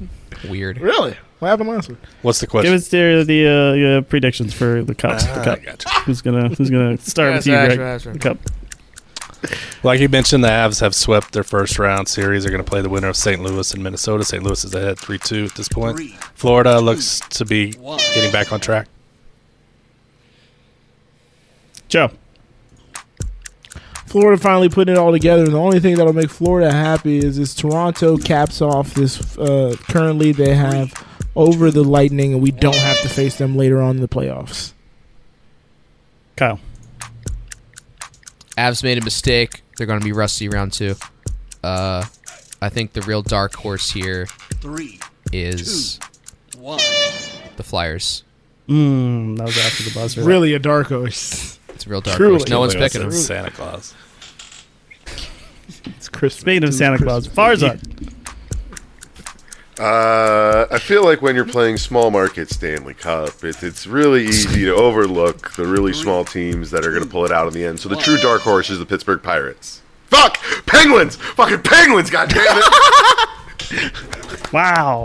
Speaker 8: Weird.
Speaker 7: Really? What happened last week?
Speaker 10: What's the
Speaker 9: Give
Speaker 10: question?
Speaker 9: us the, the uh, uh, predictions for the cups.
Speaker 10: Ah,
Speaker 9: the cup.
Speaker 10: gotcha.
Speaker 9: Who's gonna
Speaker 10: [laughs]
Speaker 9: Who's gonna start with
Speaker 8: Yes,
Speaker 9: you,
Speaker 8: yes,
Speaker 9: Greg?
Speaker 8: yes, yes.
Speaker 9: The cup.
Speaker 10: Like you mentioned, the Avs have swept their first round series. They're going to play the winner of St. Louis and Minnesota. St. Louis is ahead 3 2 at this point. Florida looks to be getting back on track.
Speaker 9: Joe.
Speaker 7: Florida finally putting it all together. And the only thing that'll make Florida happy is this Toronto caps off this. Uh, currently, they have over the Lightning, and we don't have to face them later on in the playoffs.
Speaker 9: Kyle.
Speaker 8: Avs made a mistake. They're going to be rusty round two. Uh, I think the real dark horse here is the Flyers.
Speaker 9: Mm, that was after the buzzer.
Speaker 7: Really, a dark horse.
Speaker 8: It's a real dark
Speaker 7: Truly.
Speaker 8: horse. No one's
Speaker 10: Like I
Speaker 8: picking
Speaker 10: said, Santa
Speaker 8: them.
Speaker 10: Claus.
Speaker 7: It's Christmas.
Speaker 9: Speaking of Santa Claus, Farzad.
Speaker 6: Uh, I feel like when you're playing small market Stanley Cup, it's it's really easy to overlook the really small teams that are going to pull it out in the end. So the true dark horse is the Pittsburgh Pirates. Fuck penguins, fucking penguins, goddamn it!
Speaker 9: Wow.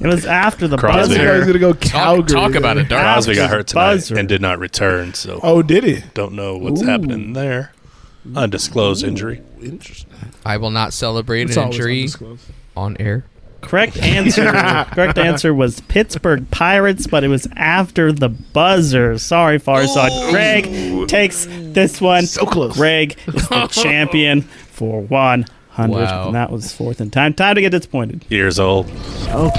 Speaker 9: It was after the
Speaker 10: Crosby.
Speaker 7: This guy's
Speaker 9: buzzer.
Speaker 7: gonna go
Speaker 8: Talk,
Speaker 7: Calgary.
Speaker 8: talk about a dark
Speaker 10: Crosby got
Speaker 9: After
Speaker 10: hurt tonight
Speaker 9: buzzer.
Speaker 10: and did not return, so
Speaker 7: Oh, did he?
Speaker 10: don't know what's
Speaker 7: Ooh.
Speaker 10: happening there. undisclosed injury.
Speaker 7: Interesting.
Speaker 8: I will not celebrate
Speaker 10: It's
Speaker 8: an
Speaker 10: always
Speaker 8: injury
Speaker 10: undisclosed.
Speaker 8: on air.
Speaker 9: Correct answer.
Speaker 7: [laughs]
Speaker 9: correct answer was Pittsburgh Pirates, but it was after the buzzer. Sorry, Farzad. Greg takes this one. So close. Greg
Speaker 10: [laughs]
Speaker 9: is the champion for one hundred,
Speaker 10: Wow.
Speaker 9: and that was fourth in time. Time to get disappointed.
Speaker 10: Years old.
Speaker 9: Oh,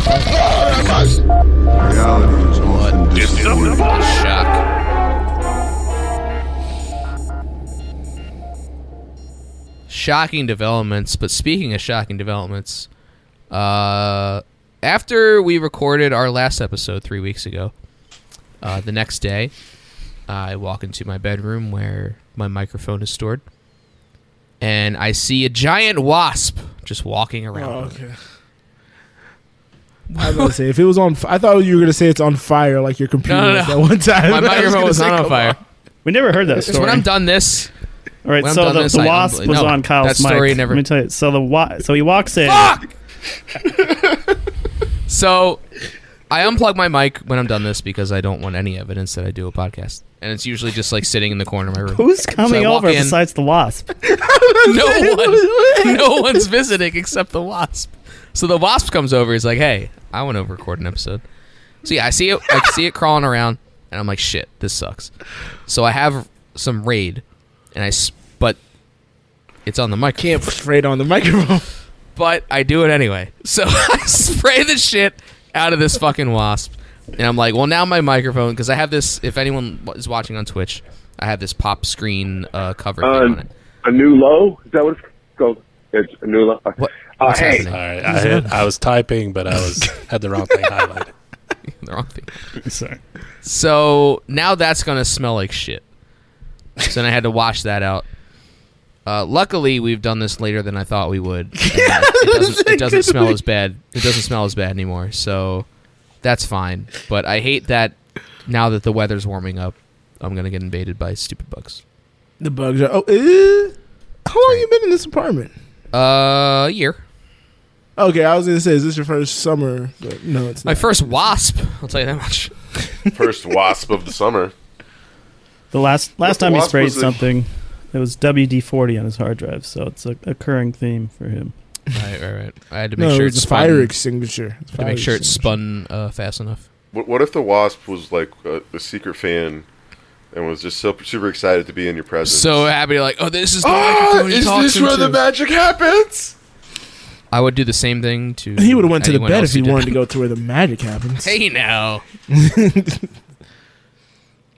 Speaker 10: Reality is often
Speaker 8: Shock. Shocking developments, but speaking of shocking developments, uh, after we recorded our last episode three weeks ago, uh, the next day, I walk into my bedroom where my microphone is stored, and I see a giant wasp just walking around.
Speaker 7: Oh, okay. [laughs] I was gonna say if it was on. F- I thought you were gonna say it's on fire, like your computer
Speaker 8: No, no,
Speaker 7: was
Speaker 8: no. [laughs]
Speaker 7: at one time. [laughs]
Speaker 8: My
Speaker 7: I
Speaker 8: microphone
Speaker 7: gonna
Speaker 8: was
Speaker 7: say,
Speaker 8: not on
Speaker 7: come
Speaker 8: fire.
Speaker 9: We never heard that story.
Speaker 8: When I'm done this.
Speaker 9: All right,
Speaker 8: when I'm
Speaker 9: so
Speaker 8: done
Speaker 9: the,
Speaker 8: this,
Speaker 9: the
Speaker 8: I
Speaker 9: wasp
Speaker 8: unbelieve-
Speaker 9: was
Speaker 8: no,
Speaker 9: on Kyle's
Speaker 8: that story
Speaker 9: mic.
Speaker 8: never-
Speaker 9: Let me tell you. So the wa- so he walks in.
Speaker 8: So I unplug my mic when I'm done this because I don't want any evidence that I do a podcast. And it's usually just like sitting in the corner of my room.
Speaker 9: Who's
Speaker 8: So I
Speaker 9: coming
Speaker 8: walk
Speaker 9: over
Speaker 8: in.
Speaker 9: besides the
Speaker 8: [laughs]
Speaker 9: wasp?
Speaker 8: no one, no one's visiting except the wasp. So the wasp comes over. He's like, "Hey, I want to record an episode." So yeah, I see it. I see it crawling around, and I'm like, "Shit, this sucks." So I have some raid, and I s- but it's on the microphone. Can't
Speaker 7: spray it on the microphone. [laughs]
Speaker 8: But I do it anyway. So [laughs] I spray the shit out of this fucking wasp, and I'm like, "Well, now my microphone because I have this. If anyone is watching on Twitch, I have this pop screen uh, cover thing on it."
Speaker 1: Uh, a new low? Is that what it's called? It's a new low.
Speaker 6: Oh,
Speaker 1: Uh,
Speaker 10: What's
Speaker 1: hey,
Speaker 10: happening? All right, I, hit, I was typing, but I was
Speaker 8: [laughs]
Speaker 10: had the wrong thing highlighted.
Speaker 8: the wrong thing.
Speaker 9: Sorry.
Speaker 8: So now that's gonna smell like shit. So then I had to wash that out. Uh, luckily, we've done this later than I thought we would. And it, doesn't, it doesn't smell as bad. It doesn't smell as bad anymore. So that's fine. But I hate that now that the weather's warming up, I'm gonna get invaded by stupid bugs.
Speaker 7: The bugs are. Oh, eh. how long you been in this apartment?
Speaker 8: Uh, a year.
Speaker 7: Okay, I was gonna say, is this your first summer? But no, it's
Speaker 8: My
Speaker 7: not.
Speaker 8: first wasp. I'll tell you that much.
Speaker 6: First wasp of the summer.
Speaker 9: The last last time he
Speaker 6: wasp
Speaker 9: sprayed
Speaker 6: was a-
Speaker 9: something, it was WD forty on his hard drive, so it's a occurring theme for him.
Speaker 8: Right, right, right. I had to
Speaker 9: No,
Speaker 8: make
Speaker 9: it
Speaker 8: sure
Speaker 9: was
Speaker 8: it's
Speaker 9: a fire
Speaker 7: extinguisher.
Speaker 8: To
Speaker 7: Fire
Speaker 8: make sure it spun uh, fast enough.
Speaker 6: What, what if the wasp was like a, a secret fan and was just super, super excited to be in your presence?
Speaker 8: So happy, like, oh, this is the
Speaker 6: ah,
Speaker 8: microphone he
Speaker 6: is
Speaker 8: talks
Speaker 6: this where
Speaker 8: into."
Speaker 6: the magic happens?
Speaker 8: I would do the same thing to.
Speaker 7: He would have went to the
Speaker 8: anyone
Speaker 7: bed
Speaker 8: else
Speaker 7: if he
Speaker 8: who did
Speaker 7: wanted to go to where the magic happens.
Speaker 8: that. Hey now,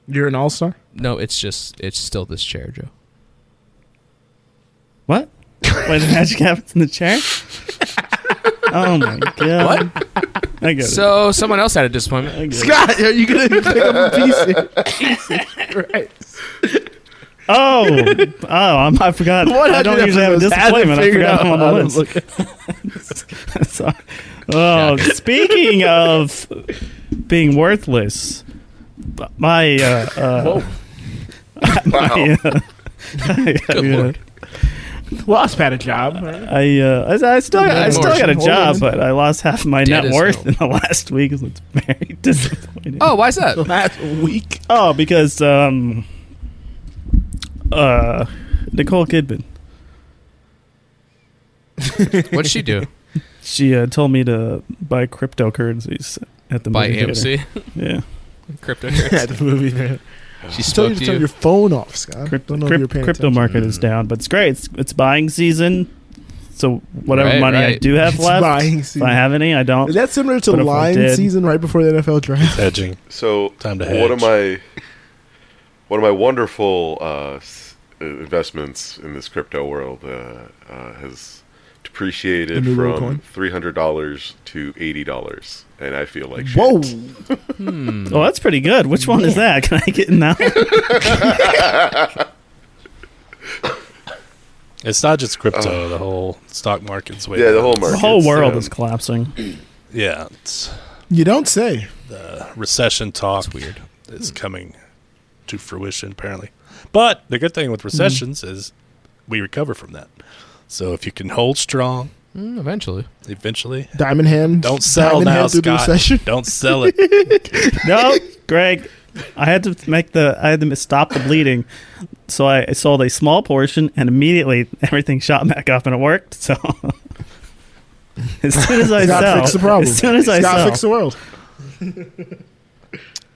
Speaker 7: You're an all star.
Speaker 8: no, it's just it's still this chair, Joe.
Speaker 9: What? Why the magic happens in the chair?
Speaker 8: [laughs]
Speaker 9: oh my god! I get it.
Speaker 8: So someone else had a disappointment.
Speaker 7: Scott, are you gonna pick up [laughs] a piece? here? right.
Speaker 9: Oh,
Speaker 7: [laughs]
Speaker 9: oh! I'm, I forgot.
Speaker 7: What
Speaker 9: I don't
Speaker 7: happened
Speaker 9: usually have a
Speaker 7: was- I had to
Speaker 9: disappointment. I,
Speaker 7: figure it
Speaker 9: forgot I'm
Speaker 7: out.
Speaker 9: on
Speaker 7: I
Speaker 9: the
Speaker 7: was [laughs]
Speaker 9: [laughs] list. Sorry. Oh, speaking of being worthless, my uh, uh, [laughs] my, uh, [laughs]
Speaker 7: Good
Speaker 9: yeah.
Speaker 7: lord. Wasp had a job. right?
Speaker 9: I uh, I, I still I
Speaker 7: Good
Speaker 9: still
Speaker 7: lord.
Speaker 9: got a
Speaker 7: Hold
Speaker 9: job,
Speaker 7: on.
Speaker 9: but I lost half my
Speaker 7: Dead
Speaker 9: net
Speaker 7: as
Speaker 9: worth in the last week. so It's very [laughs] disappointing.
Speaker 8: Oh, why's that?
Speaker 7: Last week.
Speaker 9: Oh, because um, uh, Nicole Kidman.
Speaker 8: What'd she do?
Speaker 9: [laughs] She uh, told me to buy cryptocurrencies at the
Speaker 8: Buy
Speaker 9: movie theater.
Speaker 8: AMC?
Speaker 9: Yeah,
Speaker 7: [laughs]
Speaker 8: Cryptocurrency.
Speaker 7: At the movie there.
Speaker 8: She
Speaker 7: Tell
Speaker 8: spoke
Speaker 7: you
Speaker 8: to
Speaker 7: to turn
Speaker 8: you.
Speaker 7: your phone off, Scott.
Speaker 9: crypto,
Speaker 7: Don't know if
Speaker 9: cryp-
Speaker 7: you're paying
Speaker 9: crypto
Speaker 7: attention.
Speaker 9: market is down, but it's great. It's, it's buying season, so whatever
Speaker 8: Right,
Speaker 9: money I
Speaker 8: right.
Speaker 9: do have
Speaker 7: It's
Speaker 9: left,
Speaker 7: buying
Speaker 9: if
Speaker 7: season.
Speaker 9: I have any, I don't.
Speaker 7: Is that similar to
Speaker 9: But if I
Speaker 7: line
Speaker 9: did-
Speaker 7: season right before the NFL draft?
Speaker 10: Hedging.
Speaker 6: So
Speaker 10: Time to
Speaker 6: one of
Speaker 10: hedge.
Speaker 6: my one of my wonderful uh, s- uh, investments in this crypto world uh, uh, has depreciated
Speaker 7: The new world
Speaker 6: from
Speaker 7: coin?
Speaker 6: three hundred dollars to eighty dollars, and I feel like shit.
Speaker 7: Whoa!
Speaker 9: Oh, that's pretty good. Which one is that? Can I get in that?
Speaker 10: It's not just crypto. the whole stock market's way.
Speaker 6: Yeah, the whole um,
Speaker 10: down.
Speaker 9: The whole world is collapsing.
Speaker 10: Yeah, it's
Speaker 7: You don't say.
Speaker 10: the recession talk. weird. Is coming to fruition apparently, but the good
Speaker 7: Mm-hmm.
Speaker 10: thing with recessions is we recover from that. So if you can hold strong,
Speaker 8: Mm, eventually,
Speaker 10: eventually
Speaker 7: Diamond hand.
Speaker 10: don't sell
Speaker 7: Diamond
Speaker 10: now,
Speaker 7: hand through the
Speaker 10: Scott.
Speaker 7: recession.
Speaker 10: Don't sell it.
Speaker 9: no, Greg, I had to make the I had to stop the bleeding. so I sold a small portion, and immediately everything shot back up, and it worked. So [laughs] as soon as I
Speaker 7: Scott
Speaker 9: sell,
Speaker 7: fixed the problem.
Speaker 9: as soon as I
Speaker 7: Scott
Speaker 9: sell,
Speaker 7: fixed the world.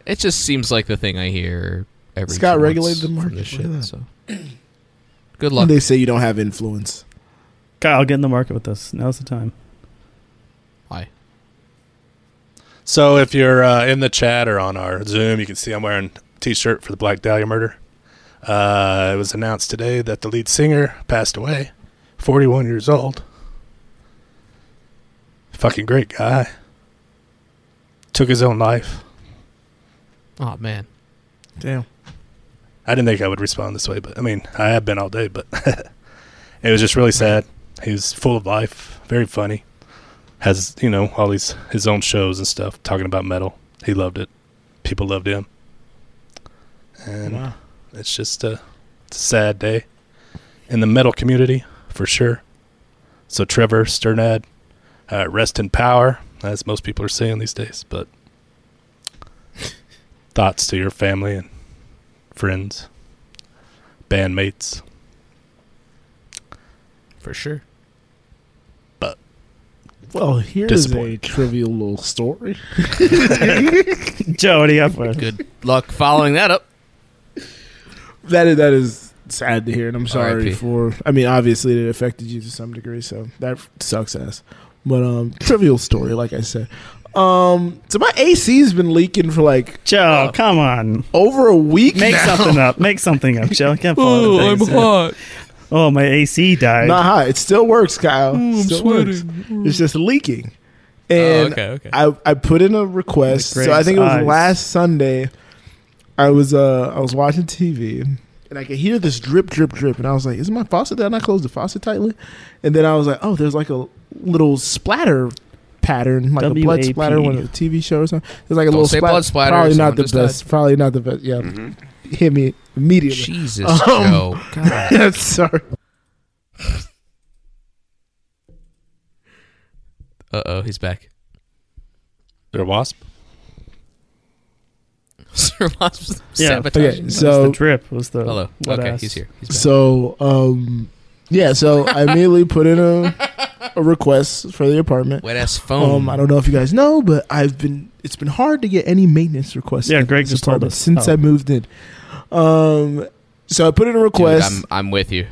Speaker 8: It just seems like the thing I hear every
Speaker 7: Scott
Speaker 8: few months
Speaker 7: regulated the
Speaker 8: from
Speaker 7: market.
Speaker 8: This
Speaker 7: Look at
Speaker 8: shit,
Speaker 7: that.
Speaker 8: [laughs] so. Good luck.
Speaker 7: They say you don't have influence.
Speaker 9: Kyle, get in the market with us. Now's the time.
Speaker 10: So if you're uh, in the chat or on our Zoom, you can see I'm wearing a T-shirt for the Black Dahlia murder. Uh, it was announced today that the lead singer passed away, 41 years old. Fucking great guy. Took his own life.
Speaker 8: Oh man,
Speaker 7: Damn.
Speaker 10: I didn't think I would respond this way, but I mean, I have been all day, but [laughs] it was just really sad. He was full of life, very funny. Has, you know, all these his own shows and stuff talking about metal. He loved it. People loved him. And
Speaker 7: Wow.
Speaker 10: it's just a, it's a sad day in the metal community for sure. So Trevor Sternad, uh, rest in power, as most people are saying these days.
Speaker 8: [laughs]
Speaker 10: But thoughts to your family and friends, bandmates.
Speaker 8: for sure.
Speaker 7: Well, here's a trivial little
Speaker 8: [laughs]
Speaker 7: story. [laughs]
Speaker 9: Joe, what do you have for
Speaker 8: Good luck following that up.
Speaker 7: That is, that is sad to hear, and I'm sorry
Speaker 8: R.I.P..
Speaker 7: for. I mean, obviously it affected you to some degree, so that sucks ass. But um, trivial story, like I said. Um, so my AC's been leaking for like uh,
Speaker 9: Joe, come on,
Speaker 7: over a week.
Speaker 9: Make
Speaker 7: now.
Speaker 9: something up. Make something up, Joe. I can't follow
Speaker 7: Ooh,
Speaker 9: the
Speaker 7: I'm
Speaker 9: things.
Speaker 7: hot.
Speaker 9: Oh, my AC died.
Speaker 7: Not hot. It still works, Kyle.
Speaker 9: Ooh, I'm
Speaker 7: still works. It's just leaking.
Speaker 9: Oh,
Speaker 7: And
Speaker 9: okay, okay.
Speaker 7: I, I put in a request.
Speaker 9: Like
Speaker 7: So I think it was
Speaker 9: Greg's eyes.
Speaker 7: last Sunday. I was uh I was watching TV and I could hear this drip, drip, drip, and I was like, "Is my faucet? Did I not close the faucet tightly?" And then I was like, "Oh, there's like a little splatter pattern, like a blood
Speaker 9: WAP.
Speaker 7: splatter when a TV show or something. There's like a
Speaker 8: Don't
Speaker 7: little
Speaker 8: say
Speaker 7: splat-
Speaker 8: blood splatter,
Speaker 7: Probably not
Speaker 8: someone
Speaker 7: the
Speaker 8: just
Speaker 7: best. Probably not the best. Yeah, hit me immediately.
Speaker 8: Mm-hmm. Jesus,
Speaker 7: Um, [laughs]
Speaker 8: Joe. God.
Speaker 7: sorry.
Speaker 8: Uh oh, he's back.
Speaker 10: They're a
Speaker 8: [laughs]
Speaker 10: wasp.
Speaker 8: Sir Wasp
Speaker 9: Yeah.
Speaker 8: sabotaging.
Speaker 7: Okay, so-
Speaker 9: the drip was the
Speaker 8: Hello.
Speaker 9: wet
Speaker 8: Okay,
Speaker 9: ass.
Speaker 8: he's here. He's back.
Speaker 7: So, um, yeah, so I immediately put in a, a request for the apartment.
Speaker 8: Wet ass phone.
Speaker 7: Um, I don't know if you guys know, but I've been it's been hard to get any maintenance requests.
Speaker 9: Yeah,
Speaker 7: in
Speaker 9: Greg
Speaker 7: this
Speaker 9: just told
Speaker 7: apartment
Speaker 9: us.
Speaker 7: since
Speaker 9: Oh.
Speaker 7: I moved in. Um, so I put in a
Speaker 8: Dude,
Speaker 7: request.
Speaker 8: I'm, I'm with you.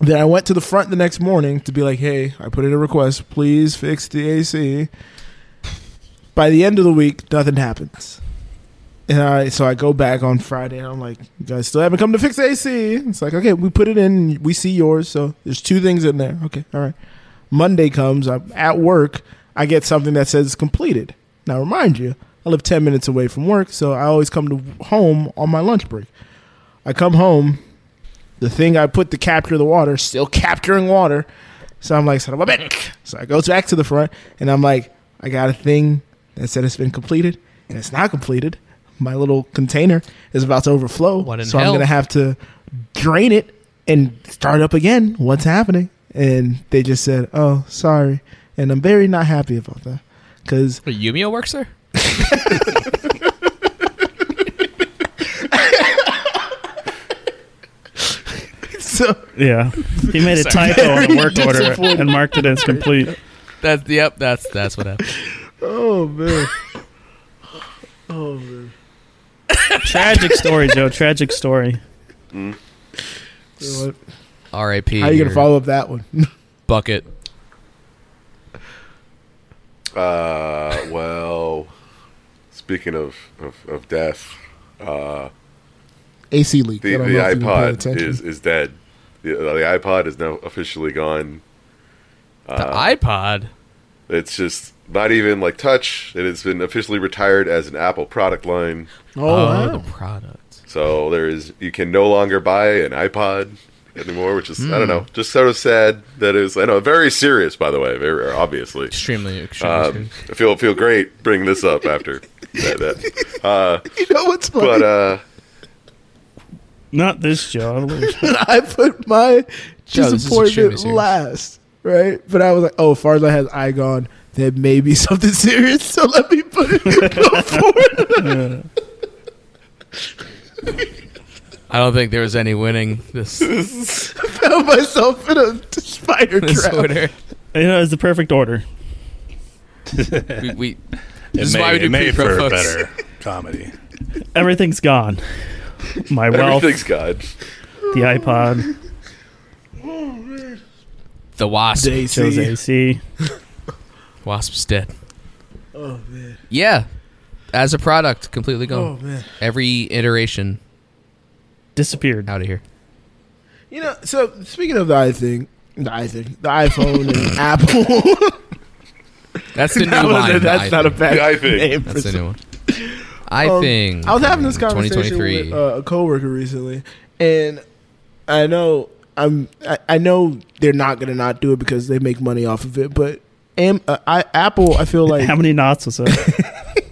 Speaker 7: Then I went to the front the next morning to be like, hey, I put in a request. Please fix the AC. By the end of the week, nothing happens. And I so I go back on Friday and I'm like, you guys still haven't come to fix the AC. It's like, okay, we put it in, we see yours. So there's two things in there. Okay, all right. Monday comes, I'm at work, I get something that says completed. Now remind you, I live ten minutes away from work, so I always come to home on my lunch break. I come home, the thing I put to capture the water, still capturing water. So I'm like, son of a bitch. So I go back to the front and I'm like, I got a thing that said it's been completed and it's not completed. My little container is about to overflow.
Speaker 8: What in
Speaker 7: so I'm
Speaker 8: hell?
Speaker 7: going to have to drain it and start up again. What's happening? And they just said, oh, sorry. And I'm very not happy about that because
Speaker 8: Wait, Yumio works there?
Speaker 7: [laughs] [laughs] so
Speaker 9: Yeah, he made a
Speaker 8: [laughs] Sorry.
Speaker 9: typo on the work
Speaker 8: Just
Speaker 9: order
Speaker 8: avoid-
Speaker 9: and marked it as complete.
Speaker 8: That's yep, that's that's what
Speaker 7: [laughs]
Speaker 8: happened.
Speaker 7: Oh man. Oh man.
Speaker 9: Tragic story, Joe. Tragic story.
Speaker 7: Mm. You know what?
Speaker 8: R.I.P.
Speaker 7: How are you going
Speaker 8: your
Speaker 7: to follow up that one? [laughs]
Speaker 8: bucket?
Speaker 6: Uh, well, speaking of of, of death, uh,
Speaker 7: AC leak.
Speaker 6: the,
Speaker 7: I
Speaker 6: the
Speaker 7: don't know if you've been paying
Speaker 6: iPod
Speaker 7: attention.
Speaker 6: is is dead. The, the iPod is now officially gone. Uh,
Speaker 8: the iPod.
Speaker 6: it's just not even like touch. It has been officially retired as an Apple product line.
Speaker 7: Oh,
Speaker 8: the product.
Speaker 6: So there is you can no longer buy an iPod anymore, which is I
Speaker 7: Hmm.
Speaker 6: don't know, just sort of sad that it was. I know very serious, by the way, very obviously.
Speaker 8: Extremely, extremely.
Speaker 6: Um, I feel feel great bringing this up after [laughs] that. that. Uh,
Speaker 7: [laughs] you know what's funny?
Speaker 6: but uh,
Speaker 9: Not this Joe. I'm a little-
Speaker 7: [laughs] I put my
Speaker 9: Joe, this is extremely
Speaker 7: disappointment
Speaker 9: serious.
Speaker 7: last, right? But I was like, oh, Farzad has I gone. There may be [laughs] something serious, so let me [laughs] put it before.
Speaker 8: I don't think there was any winning this.
Speaker 7: I found myself in a
Speaker 8: [laughs]
Speaker 7: spider
Speaker 8: This
Speaker 7: trap.
Speaker 8: order.
Speaker 9: You know, it's the perfect
Speaker 6: [laughs]
Speaker 9: order.
Speaker 8: we, we
Speaker 10: [laughs] It
Speaker 8: this is
Speaker 10: may-
Speaker 8: why we do
Speaker 10: it may
Speaker 8: pre-pro,
Speaker 10: for
Speaker 8: folks.
Speaker 10: better comedy.
Speaker 9: Everything's gone. My wealth,
Speaker 6: Everything's gone.
Speaker 9: the iPod,
Speaker 8: The wasp.
Speaker 9: Joe's
Speaker 6: [laughs]
Speaker 9: AC.
Speaker 8: [laughs] Wasp's dead.
Speaker 7: Oh man.
Speaker 8: Yeah, as a product, completely gone.
Speaker 7: Oh, man.
Speaker 8: Every iteration
Speaker 9: disappeared
Speaker 8: out of here.
Speaker 7: You know, so speaking of the i thing, the i thing, the iPhone
Speaker 8: [laughs]
Speaker 7: and Apple.
Speaker 8: That's the new
Speaker 7: [laughs] That was
Speaker 8: line.
Speaker 7: a- that's
Speaker 8: I
Speaker 7: not
Speaker 8: think.
Speaker 7: a bad The I think. name for
Speaker 8: That's the
Speaker 7: some-
Speaker 8: new one. I
Speaker 7: Um,
Speaker 8: think.
Speaker 7: I was having this conversation
Speaker 8: 2023.
Speaker 7: with uh, a coworker recently, and I know I'm. I, I know they're not going to not do it because they make money off of it. But am, uh, I, Apple, I feel like
Speaker 9: [laughs] How many knots was that?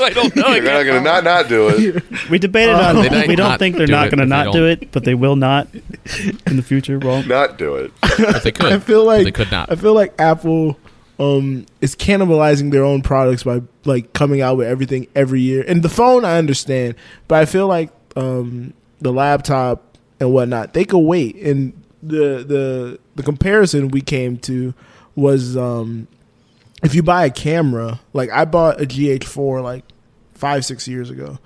Speaker 8: I don't know.
Speaker 6: They're not gonna not not do it.
Speaker 9: We debated
Speaker 7: Oh. Uh, [laughs]
Speaker 6: Um,
Speaker 9: on.
Speaker 6: They might
Speaker 9: we don't
Speaker 6: not
Speaker 9: think they're
Speaker 6: do
Speaker 9: not
Speaker 6: it
Speaker 9: going to
Speaker 6: if they
Speaker 9: not do
Speaker 6: don't.
Speaker 9: it, but they will not in the future. Won't
Speaker 6: not
Speaker 7: [laughs]
Speaker 6: do it.
Speaker 8: If they could,
Speaker 7: I feel like
Speaker 8: they could not.
Speaker 7: I feel like Apple um, is cannibalizing their own products by like coming out with everything every year. And the phone, I understand, but I feel like um, the laptop and whatnot they could wait. And the the the comparison we came to was um, if you buy a camera, like I bought a GH4 like five six years ago.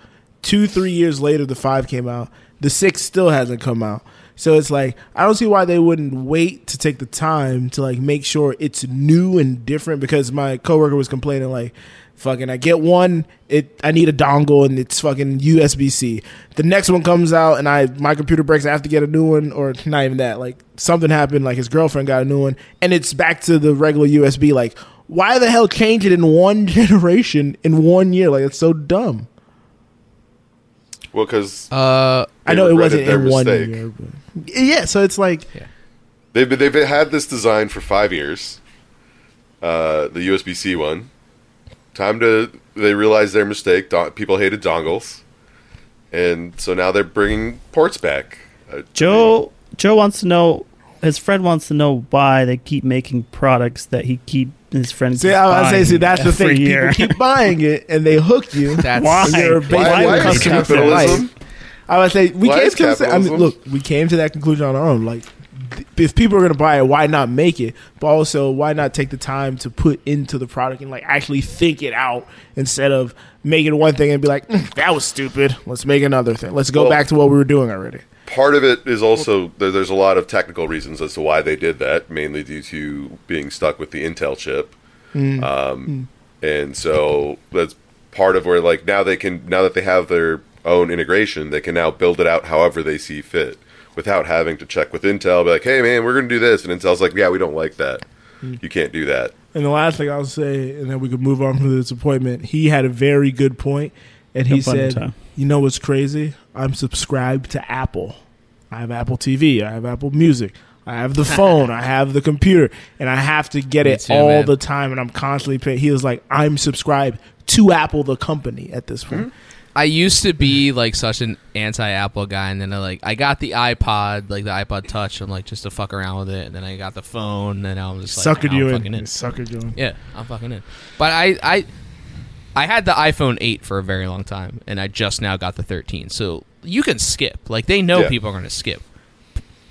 Speaker 7: Two three years later, the five came out. The six still hasn't come out. So it's like I don't see why they wouldn't wait to take the time to like make sure it's new and different. Because my coworker was complaining like, "Fucking, I get one, it I need a dongle and it's fucking USB C. The next one comes out and I my computer breaks. I have to get a new one or not even that. Like something happened. Like his girlfriend got a new one and it's back to the regular USB. Like why the hell change it in one [laughs] generation in one year? Like it's so dumb.
Speaker 6: Well, because
Speaker 8: uh,
Speaker 7: I know it wasn't in one year. but- Yeah, so it's like
Speaker 6: They've been, they've had this design for five years. Uh, the USB C one. Time to they realized their mistake. Don- people hated dongles, and so now they're bringing ports back. Uh,
Speaker 9: Joe Joe wants to know. His friend wants to know why they keep making products that he keep his friends.
Speaker 7: See, I was
Speaker 9: buying
Speaker 7: say, see, that's the
Speaker 9: every
Speaker 7: thing.
Speaker 9: year.
Speaker 7: People keep buying it, and they hook
Speaker 9: [laughs]
Speaker 7: you. That's
Speaker 9: Why?
Speaker 7: You're
Speaker 9: Why-
Speaker 7: basically
Speaker 9: why is
Speaker 7: accustomed to
Speaker 9: capitalism?
Speaker 7: life. I would say we
Speaker 9: Why
Speaker 7: came
Speaker 9: is
Speaker 7: to the, I mean,
Speaker 9: capitalism?
Speaker 7: look, we came to that conclusion on our own. Like, th- if people are going to buy it, why not make it? But also, why not take the time to put into the product and like actually think it out instead of making one thing and be like, "Mm, that was stupid. Let's make another thing. Let's go
Speaker 6: Well-
Speaker 7: back to what we were doing already.
Speaker 6: Part of it is also there, there's a lot of technical reasons as to why they did that, mainly due to being stuck with the Intel chip.
Speaker 18: Mm.
Speaker 6: Um, And so that's part of where like now they can now that they have their own integration, they can now build it out however they see fit without having to check with Intel. Be like, hey man, we're gonna do this, and Intel's like, yeah, we don't like that.
Speaker 7: Mm.
Speaker 6: You can't do that.
Speaker 7: And the last thing I'll say, and then we could move on from this appointment. He had a very good point, and he
Speaker 9: No pun
Speaker 7: said,
Speaker 9: intended.
Speaker 7: "You know what's crazy? I'm subscribed to Apple. I have Apple TV. I have Apple Music. I have
Speaker 8: [laughs]
Speaker 7: the phone. I have the computer, and I have to get
Speaker 9: Me
Speaker 7: it
Speaker 9: too,
Speaker 7: all
Speaker 9: man.
Speaker 7: the time. And I'm constantly paying." He was like, "I'm subscribed to Apple, the company, at
Speaker 8: Hmm?
Speaker 7: this point."
Speaker 8: I used to be like such an anti-Apple guy, and then I like I got the iPod, like the iPod Touch, and like just to fuck around with it, and then I got the phone, and now I'm just like,
Speaker 7: Suckered
Speaker 8: now
Speaker 7: you
Speaker 8: I'm
Speaker 7: in.
Speaker 8: fucking in.
Speaker 7: Suckered you in.
Speaker 8: Yeah, I'm fucking in. But I, I, I had the iPhone 8 for a very long time, and I just now got the 13. So you can skip. Like they know
Speaker 7: Yeah.
Speaker 8: people are going to skip.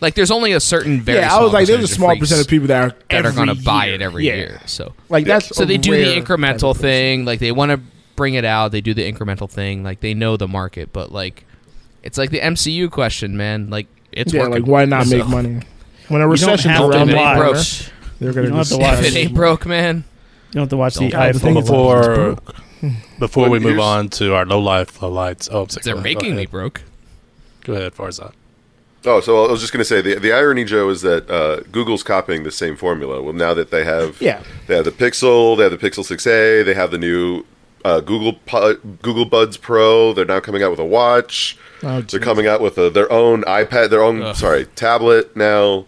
Speaker 8: Like there's only a certain very
Speaker 7: yeah, I was like, "There's a small
Speaker 8: freaks
Speaker 7: percent of people that are
Speaker 8: that are
Speaker 7: every
Speaker 8: going to buy
Speaker 7: year.
Speaker 8: it every
Speaker 7: Yeah.
Speaker 8: year. So
Speaker 7: Like, that's
Speaker 8: so
Speaker 7: a
Speaker 8: they do
Speaker 7: rare
Speaker 8: the
Speaker 7: type of
Speaker 8: incremental thing. Like they want to bring it out. They do the incremental thing. Like they know the market, but like it's like the MCU question, man. Like it's
Speaker 7: yeah,
Speaker 8: working.
Speaker 7: like why not make
Speaker 8: So-
Speaker 7: money when a
Speaker 8: You don't
Speaker 7: recession
Speaker 8: have to
Speaker 7: around the
Speaker 8: make
Speaker 7: corner,
Speaker 8: gross.
Speaker 7: They're going
Speaker 9: You don't have to
Speaker 7: just
Speaker 9: watch
Speaker 8: If it ain't broke, man.
Speaker 9: You don't have to watch the
Speaker 8: Don't.
Speaker 9: iPhone.
Speaker 10: Before, before we
Speaker 8: Well,
Speaker 10: move
Speaker 8: here's-
Speaker 10: on to our low life, low lights. Oh, I'm sorry.
Speaker 8: They're
Speaker 10: Go
Speaker 8: making
Speaker 10: ahead.
Speaker 8: me broke.
Speaker 10: Go ahead,
Speaker 8: [laughs]
Speaker 10: Farzad.
Speaker 6: Oh, so I was just gonna say the the irony, Joe, is that uh, Google's copying the same formula. Well, now that they have
Speaker 7: Yeah.
Speaker 6: they have the Pixel, they have the Pixel 6a, they have the new uh, Google Pu- Google Buds Pro. They're now coming out with a watch.
Speaker 7: Oh,
Speaker 6: They're coming out with a, their own iPad, their own sorry tablet now.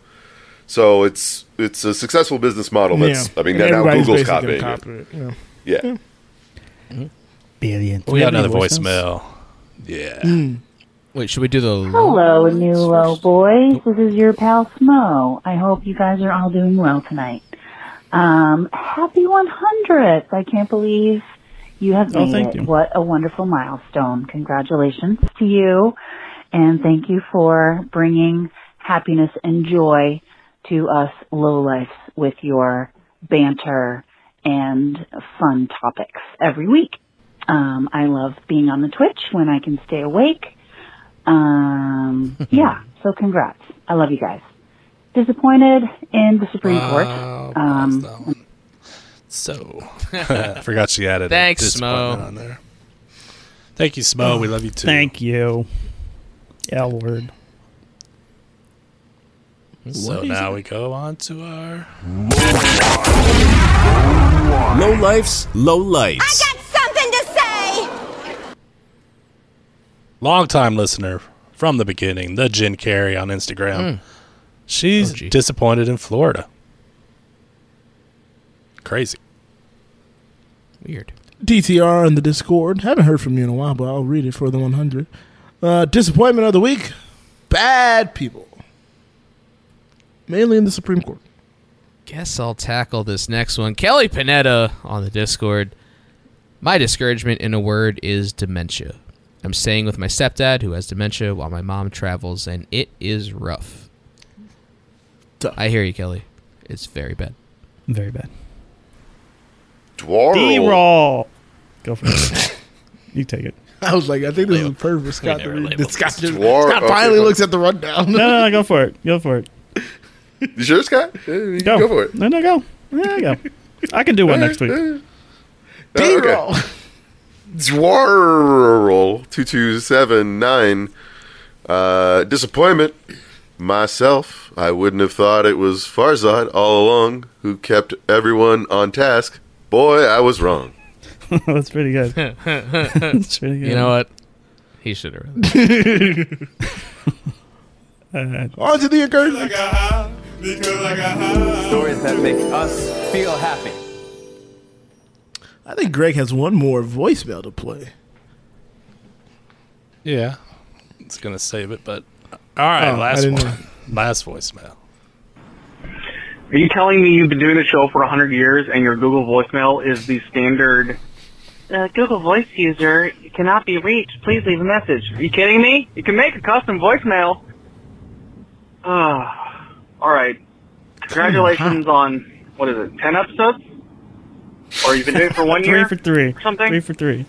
Speaker 6: So it's it's a successful business model. That's I mean
Speaker 7: And
Speaker 6: now
Speaker 7: everybody's
Speaker 6: Google's
Speaker 7: basically
Speaker 6: copying
Speaker 7: gonna
Speaker 6: it.
Speaker 7: copy it,
Speaker 6: Yeah.
Speaker 9: Billion.
Speaker 10: We got another voicemail. Yeah.
Speaker 8: Wait, should we do the?
Speaker 19: Hello, new low boys. This is your pal Smo. I hope you guys are all doing well tonight. Um, happy 100th! I can't believe you have
Speaker 9: Oh,
Speaker 19: made
Speaker 9: thank
Speaker 19: it.
Speaker 9: you.
Speaker 19: What a wonderful milestone! Congratulations to you, and thank you for bringing happiness and joy to us lowlifes with your banter and fun topics every week. Um, I love being on the Twitch when I can stay awake. Um, yeah, so congrats. I love you guys. Disappointed in the Supreme Court. Um,
Speaker 10: So I [laughs] forgot she added. a
Speaker 8: Thanks,
Speaker 10: disappointment
Speaker 8: Smo.
Speaker 10: On there. Thank you, Smo. We love you too.
Speaker 9: Thank you. L word.
Speaker 10: So
Speaker 9: What is
Speaker 10: now we go on to our.
Speaker 3: Low lifes, low lights.
Speaker 18: Something to say!
Speaker 10: longtime listener from the beginning, the Jen Carey on Instagram.
Speaker 9: Mm.
Speaker 8: Hmm. Oh,
Speaker 10: She's disappointed in Florida. Crazy.
Speaker 8: Weird.
Speaker 7: DTR on the Discord. Haven't heard from you in a while, but I'll read it for the 100. Uh, disappointment of the week. Bad people. Mainly in the Supreme Court.
Speaker 8: Guess I'll tackle this next one. Kelly Panetta on the Discord. My discouragement in a word is dementia. I'm staying with my stepdad who has dementia while my mom travels, and it is rough. I hear you, Kelly. It's very bad.
Speaker 9: Very bad.
Speaker 6: Dwarl.
Speaker 9: D-roll. Go for it. [laughs] you take it.
Speaker 7: I was like, I think this is perfect for Scott to
Speaker 9: never
Speaker 7: read.
Speaker 9: label
Speaker 7: Scott,
Speaker 9: this.
Speaker 7: just-
Speaker 9: Dwar-
Speaker 7: Scott
Speaker 9: okay,
Speaker 7: finally
Speaker 9: fine.
Speaker 7: looks at the rundown.
Speaker 9: No, no, no, go for it. Go for it.
Speaker 6: You sure, Scott? Go,
Speaker 9: Go.
Speaker 6: go for it.
Speaker 9: No, no, go. Yeah, go. I can do one next
Speaker 20: [laughs]
Speaker 9: week. [laughs]
Speaker 6: [laughs] D-roll. Dwarl two two seven nine. Uh, disappointment. Myself, I wouldn't have thought it was Farzad all along who kept everyone on task. Boy, I was wrong.
Speaker 9: That's
Speaker 20: [laughs]
Speaker 9: pretty good. That's pretty good.
Speaker 8: You know what? He should have read [laughs]
Speaker 9: Uh,
Speaker 7: On to the encouragement.
Speaker 20: Stories that make us feel happy.
Speaker 7: I think Greg has one more voicemail to play.
Speaker 10: Yeah. It's going to save it, but. All right,
Speaker 7: Oh, I
Speaker 10: last one.
Speaker 7: didn't know.
Speaker 10: Last voicemail.
Speaker 20: Are you telling me you've been doing a show for 100 years and your Google voicemail is the standard?
Speaker 21: The Google Voice user cannot be reached. Please leave a message. Are you kidding me? You can make a custom voicemail.
Speaker 20: Ah, all right. Congratulations on what is it? 10 episodes? Or you've been doing it for one
Speaker 9: [laughs] three
Speaker 20: year?
Speaker 9: for three.
Speaker 20: or something?
Speaker 9: Three for three.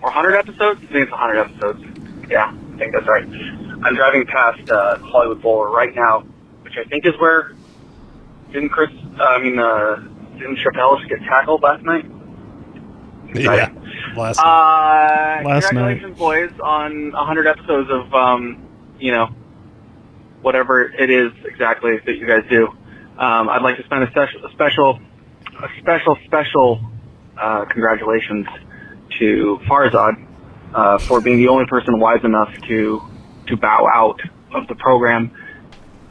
Speaker 20: Or 100 episodes? I think it's 100 episodes. Yeah, I think that's right. I'm driving past uh, Hollywood Bowl right now, which I think is where didn't Chris? I mean, uh, didn't Chappelle just get tackled last night?
Speaker 10: Yeah. Last
Speaker 20: Uh,
Speaker 10: Last
Speaker 20: congratulations, boys, on 100 episodes of, um, you know, whatever it is exactly that you guys do. Um, I'd like to spend a, special, a special, a special, special uh, congratulations to Farzad uh, for being the only person wise enough to to bow out of the program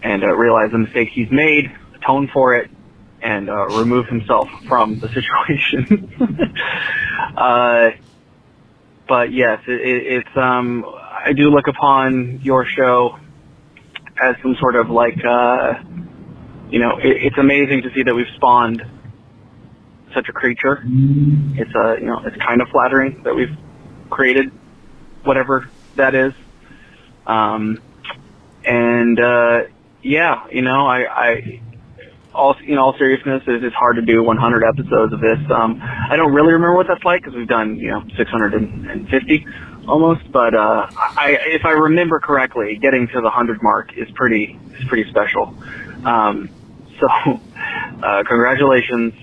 Speaker 20: and uh, realize the mistake he's made, atone for it, and uh, remove himself from the situation. [laughs] uh, but yes, it, it, it's um, I do look upon your show as some sort of like uh, you know, it, it's amazing to see that we've spawned such a creature. It's uh, you know, it's kind of flattering that we've created whatever that is. Um, and uh, yeah, you know, I, I all in all seriousness, it is hard to do 100 episodes of this. Um, I don't really remember what that's like because we've done you know 650 almost, but uh, I, if I remember correctly, getting to the 100 mark is pretty is pretty special. Um, [laughs] so, uh, congratulations.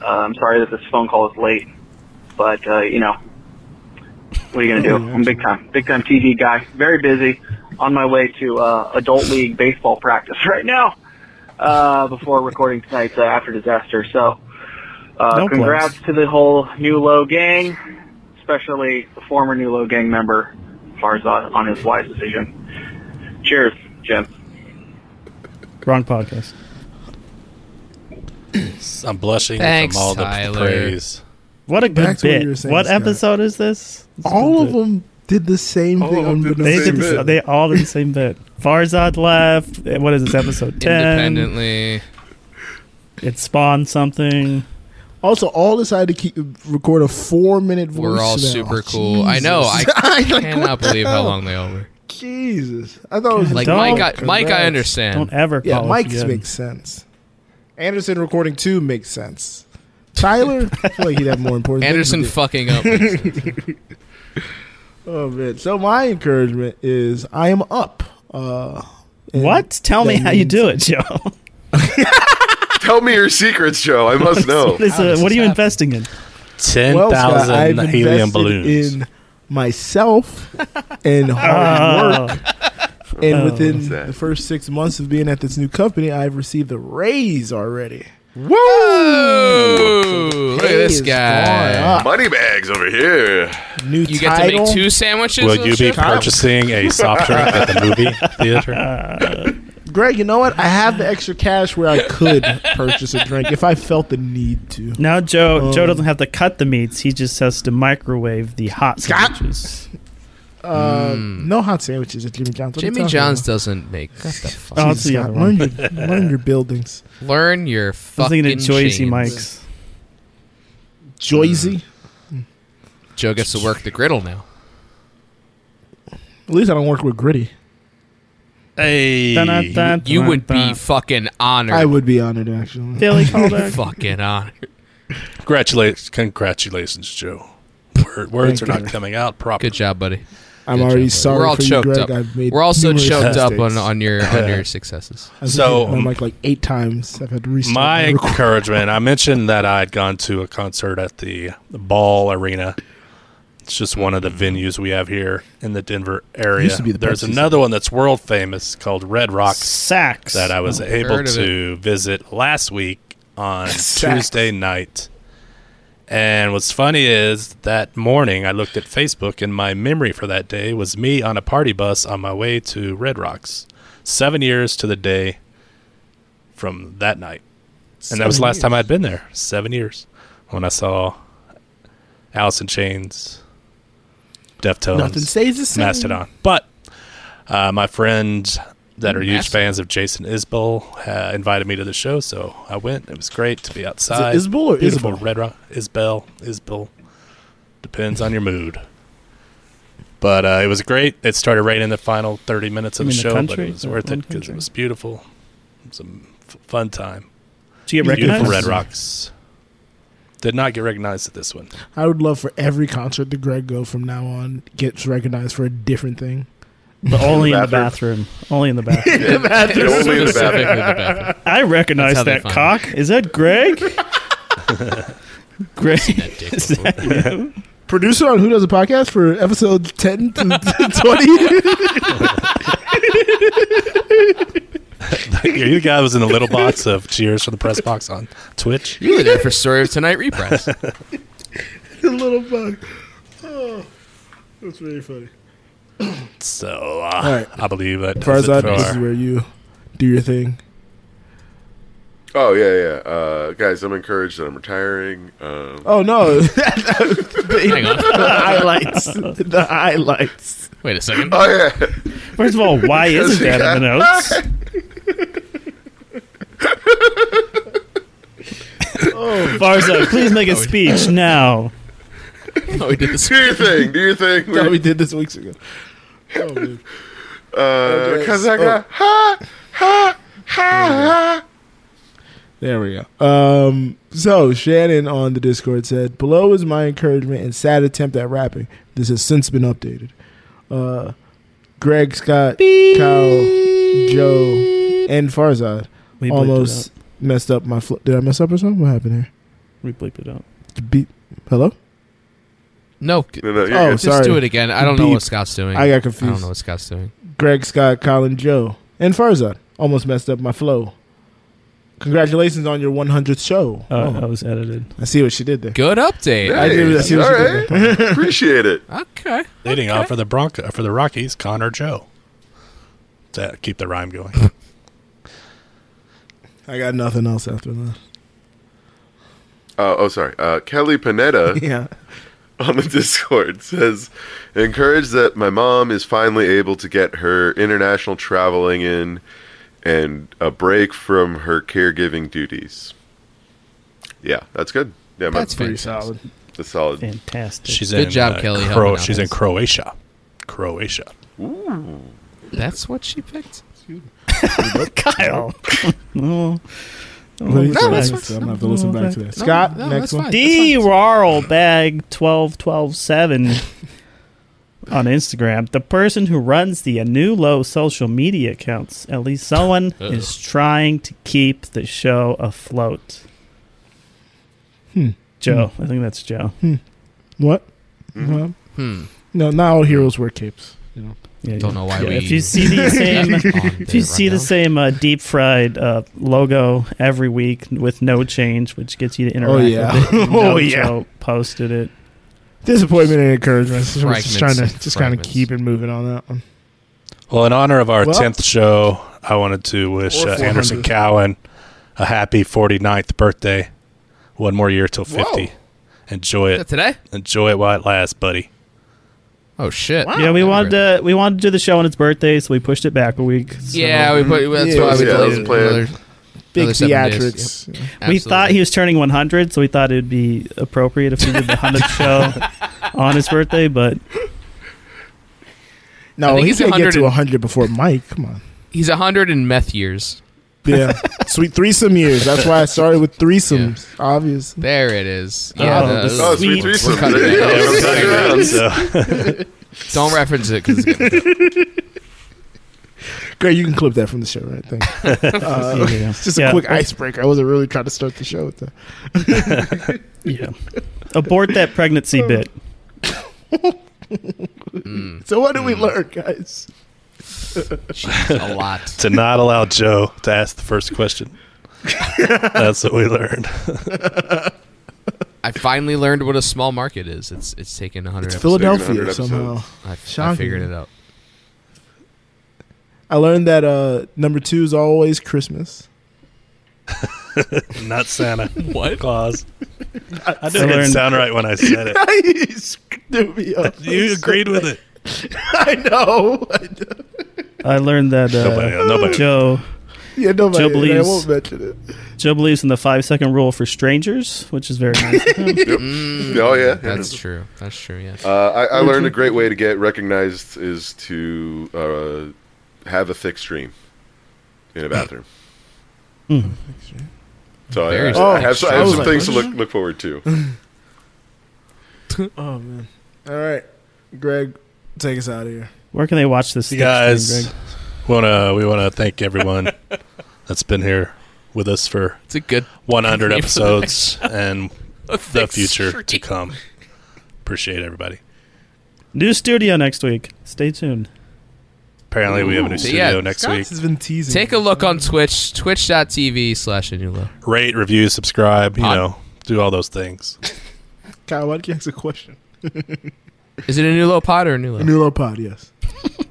Speaker 20: Uh, I'm sorry that this phone call is late, but uh, you know, what are you gonna do? I'm big time, big time TV guy. Very busy. On my way to uh, adult league baseball practice [laughs] right now. Uh, before recording tonight's uh, after disaster. So, uh,
Speaker 9: No
Speaker 20: congrats to the whole new low gang, especially the former new low gang member Farzad on his wise decision. Cheers, Jim.
Speaker 9: Wrong podcast.
Speaker 10: I'm blushing
Speaker 9: Thanks,
Speaker 10: from all the
Speaker 9: Tyler.
Speaker 10: praise.
Speaker 9: What a good
Speaker 10: Back to what
Speaker 9: bit.
Speaker 10: you were
Speaker 9: What,
Speaker 10: saying, Scott.
Speaker 9: episode is this? It's a
Speaker 7: All
Speaker 9: good
Speaker 7: of
Speaker 9: bit.
Speaker 7: them did the same thing. unbeknownst
Speaker 9: They, did
Speaker 7: to
Speaker 9: the,
Speaker 7: them.
Speaker 9: they all did the same bit. Farzad left. What is this episode? Ten.
Speaker 8: Independently.
Speaker 9: It spawned something.
Speaker 7: Also, all decided to keep, record a four minute voice. [laughs]
Speaker 8: We're all super cool. I know. I cannot believe how long they all were.
Speaker 7: Jesus, I thought it was
Speaker 8: Like,
Speaker 7: Don't
Speaker 8: Mike, I- Mike, I
Speaker 7: correct.
Speaker 8: understand. Don't
Speaker 9: ever
Speaker 7: Yeah,
Speaker 9: call us
Speaker 7: Mike's
Speaker 9: again.
Speaker 7: makes sense. Anderson recording two makes sense. Tyler, I feel like he'd have more important.
Speaker 8: Anderson
Speaker 7: things to do.
Speaker 8: fucking up.
Speaker 7: [laughs] oh man! So my encouragement is I am up. Uh,
Speaker 9: what? Tell me how you do it, Joe.
Speaker 6: [laughs]
Speaker 9: [laughs] uh,
Speaker 6: Tell me your secrets, Joe. I [laughs] must know.
Speaker 9: what, is, uh, what are you investing in?
Speaker 10: Ten
Speaker 7: Well, Scott, I've invested in myself
Speaker 10: [laughs]
Speaker 7: and hard
Speaker 9: Oh.
Speaker 7: work. And
Speaker 9: Oh.
Speaker 7: within
Speaker 9: What's
Speaker 7: the first six months of being at this new company, I've received a raise already.
Speaker 8: Woo! Look at
Speaker 7: pay
Speaker 8: this
Speaker 7: is going
Speaker 8: guy.
Speaker 7: up.
Speaker 6: Money bags over here.
Speaker 7: New
Speaker 8: You get to make
Speaker 7: title.
Speaker 8: two sandwiches.
Speaker 10: Will you be
Speaker 8: Chef?
Speaker 10: purchasing a soft drink at the movie theater?
Speaker 7: [laughs]
Speaker 9: [laughs]
Speaker 7: Greg, you know what? I have the extra cash where I
Speaker 8: [laughs]
Speaker 7: could purchase a drink if I felt the need to.
Speaker 9: Now Joe
Speaker 7: Um,
Speaker 9: Joe doesn't have to cut the meats. He just has to microwave the hot sandwiches. [laughs]
Speaker 7: Uh, No hot sandwiches at Jimmy John's. What are you
Speaker 8: Mm. Jimmy
Speaker 7: talking
Speaker 8: John's
Speaker 7: about?
Speaker 8: doesn't make. What the fuck?
Speaker 9: Oh, it's the
Speaker 7: Jesus,
Speaker 9: other
Speaker 7: Scott, learn,
Speaker 9: one.
Speaker 7: your, learn your buildings.
Speaker 8: Learn your fucking.
Speaker 9: I'm thinking of Joycey
Speaker 8: chains.
Speaker 9: Mike's.
Speaker 7: Joyzy.
Speaker 8: Joe gets to work the griddle now.
Speaker 7: At least I don't work with Gritty.
Speaker 10: Hey,
Speaker 9: Dun-dun-dun,
Speaker 8: you would be
Speaker 9: dun-dun.
Speaker 8: fucking honored. [laughs]
Speaker 7: I would be honored, actually. [laughs]
Speaker 9: Billy Callback.
Speaker 8: fucking honored.
Speaker 10: Congratulations, congratulations, Joe. Word, words are not coming out properly.
Speaker 8: Good job, buddy.
Speaker 7: I'm
Speaker 8: Good
Speaker 7: already sorry
Speaker 8: job, buddy. We're all
Speaker 7: for you,
Speaker 8: choked
Speaker 7: Greg.
Speaker 8: up.
Speaker 7: I've made
Speaker 8: We're also
Speaker 7: numerous
Speaker 8: choked up on,
Speaker 7: mistakes.
Speaker 8: on your
Speaker 10: [laughs]
Speaker 8: on your successes.
Speaker 7: I've
Speaker 10: So,
Speaker 7: so, on
Speaker 10: um,
Speaker 7: like like eight times. I've had to restart
Speaker 10: My
Speaker 7: and record.
Speaker 10: encouragement. I mentioned that I had gone to a concert at the Ball Arena. It's just one of the venues we have here in the Denver area.
Speaker 7: Mm-hmm. Used to be the
Speaker 10: There's
Speaker 7: Pepsi
Speaker 10: another one that's world famous called Red Rock
Speaker 9: Saks.
Speaker 10: that I was
Speaker 9: Oh,
Speaker 10: able
Speaker 9: heard of
Speaker 10: to visit last week on
Speaker 9: Saks.
Speaker 10: Tuesday night. And what's funny is that morning I looked at Facebook and my memory for that day was me on a party bus on my way to Red Rocks. Seven years to the day from that night. And that was the
Speaker 9: Seven
Speaker 10: last time I'd been there. Seven years. When I saw Alice in Chains, Deftones,
Speaker 7: Nothing stays the same.
Speaker 10: Mastodon. But uh, my friends that are huge
Speaker 7: Mastodon.
Speaker 10: fans of Jason Isbell uh, invited me to the show, so I went. It was great to be outside.
Speaker 7: Isbell or
Speaker 10: Beautiful
Speaker 7: Isbell?
Speaker 10: Red Rock Isbell. Isbell. Depends on your mood. But uh, it was great. It started right in the final 30 minutes of
Speaker 9: You
Speaker 10: the
Speaker 9: mean the
Speaker 10: show, but
Speaker 9: country?
Speaker 10: it was worth it because
Speaker 9: Country?
Speaker 10: it was beautiful. It was a f- fun time.
Speaker 9: Did you get
Speaker 10: Beautiful
Speaker 9: recognized?
Speaker 10: Red Rocks. Did not get recognized at this one. [laughs]
Speaker 7: I would love for every concert that Greg go from now on gets recognized for a different thing. [laughs]
Speaker 9: But only in the bathroom. Only in the bathroom.
Speaker 7: In the bathroom. Only in the bathroom.
Speaker 8: Specifically the bathroom.
Speaker 9: I
Speaker 8: That's how
Speaker 9: recognize
Speaker 8: they
Speaker 9: that
Speaker 8: find
Speaker 9: cock. Is that
Speaker 7: [laughs]
Speaker 9: Greg? Greg. [laughs] Is that you?
Speaker 7: [laughs] Producer on Who Does a Podcast for episodes 10 [laughs] to 20.
Speaker 10: you guy was in the little box of Cheers for the Press Box on Twitch.
Speaker 8: You were there for Story of Tonight repress.
Speaker 7: the [laughs] little bug. Oh, that's really funny.
Speaker 10: [laughs] So uh,
Speaker 7: All right.
Speaker 10: I believe that does it
Speaker 7: Farzad,
Speaker 10: for
Speaker 7: this is
Speaker 10: our-
Speaker 7: where you do your thing.
Speaker 6: Oh yeah, yeah, uh, guys. I'm encouraged that I'm retiring. Um,
Speaker 7: Oh,
Speaker 8: [laughs]
Speaker 7: no.
Speaker 6: [laughs]
Speaker 7: the highlights. The highlights.
Speaker 8: Wait a second.
Speaker 6: Oh yeah.
Speaker 9: First of all,
Speaker 6: [laughs]
Speaker 9: why isn't that in the notes?
Speaker 7: Oh,
Speaker 9: Farza, please make a
Speaker 10: [laughs]
Speaker 9: speech now.
Speaker 8: No, we did this.
Speaker 6: Do your thing. Do your thing.
Speaker 7: Thought we did this weeks ago. Oh, man.
Speaker 6: Uh,
Speaker 7: Okay,
Speaker 6: Cause
Speaker 10: Oh.
Speaker 7: so-
Speaker 6: I got ha ha ha ha.
Speaker 7: There we go. Um, so Shannon on the Discord said, "Below is my encouragement and sad attempt at rapping. This has since been updated." Uh, Greg Scott, Kyle, Joe, and Farzad
Speaker 9: We bleeped it
Speaker 7: almost messed up my. Fl- Did I mess up or something? What happened here?
Speaker 9: We bleeped it out.
Speaker 7: Beep. Hello.
Speaker 8: No,
Speaker 6: No, no, you're
Speaker 7: Oh,
Speaker 6: good.
Speaker 8: just
Speaker 7: sorry.
Speaker 8: do it again. I don't know
Speaker 7: Beep.
Speaker 8: what Scott's doing.
Speaker 7: I got confused.
Speaker 8: I don't know what Scott's doing.
Speaker 7: Greg Scott, Colin, Joe, and Farzad almost messed up my flow. Congratulations on your 100th show.
Speaker 9: Uh,
Speaker 7: Oh,
Speaker 9: That was edited.
Speaker 7: I see what she did there.
Speaker 8: Good update.
Speaker 7: I did- I see what
Speaker 6: All
Speaker 7: she did there.
Speaker 6: right. Appreciate it.
Speaker 8: Okay.
Speaker 10: leading off for the Bronco for the Rockies, Connor Joe. To keep the rhyme going.
Speaker 7: I got nothing else after that.
Speaker 6: Uh, oh, sorry. Uh, Kelly Panetta
Speaker 7: Yeah.
Speaker 6: on the Discord says, encouraged that my mom is finally able to get her international traveling in and a break from her caregiving duties. Yeah, that's good. Yeah, my-
Speaker 8: That's Pretty fantastic.
Speaker 6: That's solid.
Speaker 9: Fantastic.
Speaker 10: She's
Speaker 8: Good
Speaker 10: in,
Speaker 8: job,
Speaker 10: uh,
Speaker 8: Kelly,
Speaker 10: Cro-
Speaker 8: helping out
Speaker 10: she's in
Speaker 8: this.
Speaker 10: Croatia. Croatia.
Speaker 8: Ooh. That's what she picked.
Speaker 9: [laughs] Kyle. no.
Speaker 7: No, that's fine. I'm gonna have to listen back to that. Scott, next one.
Speaker 9: D. Rarl bag twelve twelve seven on Instagram. The person who runs the Anu Low social media accounts, at least someone,
Speaker 7: Uh-oh.
Speaker 9: is trying to keep the show afloat.
Speaker 7: Hmm.
Speaker 9: Joe, I think that's Joe.
Speaker 7: Hmm. What?
Speaker 9: Mhm.
Speaker 7: Well,
Speaker 9: Hmm.
Speaker 7: No, not all heroes wear capes. You know.
Speaker 9: Yeah,
Speaker 8: Don't
Speaker 9: yeah.
Speaker 8: know why
Speaker 9: Yeah,
Speaker 8: we-
Speaker 9: If you see
Speaker 8: [laughs]
Speaker 9: the same,
Speaker 8: On
Speaker 9: if
Speaker 8: the
Speaker 9: you see the
Speaker 8: rundown.
Speaker 9: same uh, deep fried uh, logo every week with no change, which gets you to interact.
Speaker 7: Oh,
Speaker 9: [laughs]
Speaker 7: yeah. [laughs]
Speaker 9: With it.
Speaker 7: Oh,
Speaker 9: No
Speaker 7: yeah.
Speaker 9: Joe posted it.
Speaker 7: Disappointment and encouragement. So we're [laughs] just trying
Speaker 9: Fragments
Speaker 7: to
Speaker 9: and
Speaker 7: just kind of
Speaker 9: fragments.
Speaker 7: keep it moving on that one.
Speaker 10: Well, in honor of our
Speaker 7: Well-
Speaker 10: 10th show, I wanted to wish
Speaker 7: Or
Speaker 10: uh, Anderson
Speaker 7: 400.
Speaker 10: Cowan a happy 49th birthday. One more year till 50.
Speaker 8: Whoa.
Speaker 10: Enjoy
Speaker 8: Is
Speaker 10: it.
Speaker 8: that today?
Speaker 10: Enjoy it while it lasts, buddy.
Speaker 8: Oh shit!
Speaker 9: yeah, we wanted to we wanted to do the show on its birthday, so we pushed it back a week. so-
Speaker 8: Yeah, we put. That's why we delayed it. Another- another seven days. Yep.
Speaker 9: We
Speaker 8: Absolutely.
Speaker 9: thought he was turning 100, so we thought it would be appropriate if we did the
Speaker 8: [laughs]
Speaker 9: 100th show on his
Speaker 7: [laughs]
Speaker 9: birthday. But
Speaker 8: I
Speaker 7: No,
Speaker 8: think
Speaker 7: he
Speaker 8: he's
Speaker 7: can't get
Speaker 8: 100
Speaker 7: to
Speaker 8: and-
Speaker 7: 100 before Mike. Come on.
Speaker 8: He's hundred in meth years.
Speaker 7: [laughs] Yeah. Sweet threesome years. That's why I started with threesomes. Obvious.
Speaker 8: There it is.
Speaker 7: Oh,
Speaker 8: Yeah,
Speaker 7: the
Speaker 8: the-
Speaker 7: sweet
Speaker 8: we're
Speaker 7: threesome.
Speaker 8: cutting it.
Speaker 7: Yeah,
Speaker 8: Yeah,
Speaker 7: we're
Speaker 8: we're
Speaker 7: cutting
Speaker 8: cutting
Speaker 7: it
Speaker 8: it out. [laughs] Don't reference it because it's gonna
Speaker 7: Great, you can clip that from the show, right? Thank
Speaker 8: [laughs]
Speaker 7: you. Uh,
Speaker 9: Yeah.
Speaker 7: [laughs] Just a
Speaker 9: Yeah.
Speaker 7: quick icebreaker. I wasn't really trying to start the show with that.
Speaker 9: [laughs] yeah, abort
Speaker 7: [laughs]
Speaker 9: that pregnancy bit.
Speaker 7: Mm. So what did we learn, guys?
Speaker 8: Mm. a lot.
Speaker 10: [laughs] to not allow Joe to ask the first [laughs] question. That's what we learned. [laughs]
Speaker 8: I finally learned what a small market is. It's it's taken 100
Speaker 7: It's
Speaker 8: episodes.
Speaker 7: Philadelphia somehow.
Speaker 8: I, I
Speaker 7: Shocking.
Speaker 8: figured it [laughs] out.
Speaker 7: [laughs] I learned that uh, number two is always Christmas. [laughs]
Speaker 10: Not Santa.
Speaker 8: What?
Speaker 10: Claus. I
Speaker 7: I
Speaker 10: didn't
Speaker 7: learned-
Speaker 10: sound right when [laughs] I said it.
Speaker 7: you screwed me up. [laughs]
Speaker 10: You agreed with it.
Speaker 7: I know. I know.
Speaker 9: I learned that uh,
Speaker 10: Nobody- nobody-
Speaker 9: Joe.
Speaker 7: Yeah, nobody.
Speaker 9: Joe
Speaker 7: I
Speaker 9: believes.
Speaker 7: won't mention it.
Speaker 9: Joe believes in the five second rule for strangers, which is very
Speaker 7: [laughs]
Speaker 9: nice. of him.
Speaker 6: Oh yeah,
Speaker 8: That's true. That's true. Yeah.
Speaker 6: Uh, I, I
Speaker 8: Mm-hmm.
Speaker 6: learned a great way to get recognized is to uh, have a thick stream in a bathroom.
Speaker 9: Mm.
Speaker 6: So I,
Speaker 7: Very
Speaker 6: I- I
Speaker 7: thick
Speaker 6: have, so I
Speaker 7: stream. I
Speaker 6: have
Speaker 7: was
Speaker 6: some
Speaker 7: like,
Speaker 6: things to
Speaker 7: what?
Speaker 6: look look
Speaker 8: [laughs]
Speaker 6: forward to.
Speaker 7: [laughs] oh man. All right, Greg, take us out of here.
Speaker 9: Where can they watch this?
Speaker 10: You
Speaker 9: thick
Speaker 10: guys
Speaker 9: stream,
Speaker 10: want to we want to thank
Speaker 7: [laughs]
Speaker 10: everyone that's been here with us for
Speaker 8: it's a good
Speaker 10: 100
Speaker 8: name for the
Speaker 10: episodes [laughs]
Speaker 8: [laughs]
Speaker 10: and the
Speaker 8: thick
Speaker 10: future to
Speaker 8: stream.
Speaker 10: come. Appreciate everybody.
Speaker 9: New studio next week. Stay tuned.
Speaker 10: Apparently we have a new
Speaker 8: Ooh.
Speaker 10: studio
Speaker 8: Yeah,
Speaker 10: next
Speaker 8: Scott
Speaker 10: week.
Speaker 7: This has been teasing.
Speaker 8: Take a look on Twitch, twitch.tv slash Anulo.
Speaker 10: Rate, review, subscribe, you
Speaker 8: Pod-
Speaker 10: know, do all those things.
Speaker 7: Kyle, why did you ask a question?
Speaker 8: Is it Anulo Pod or Anulo?
Speaker 7: New Low Pod, yes.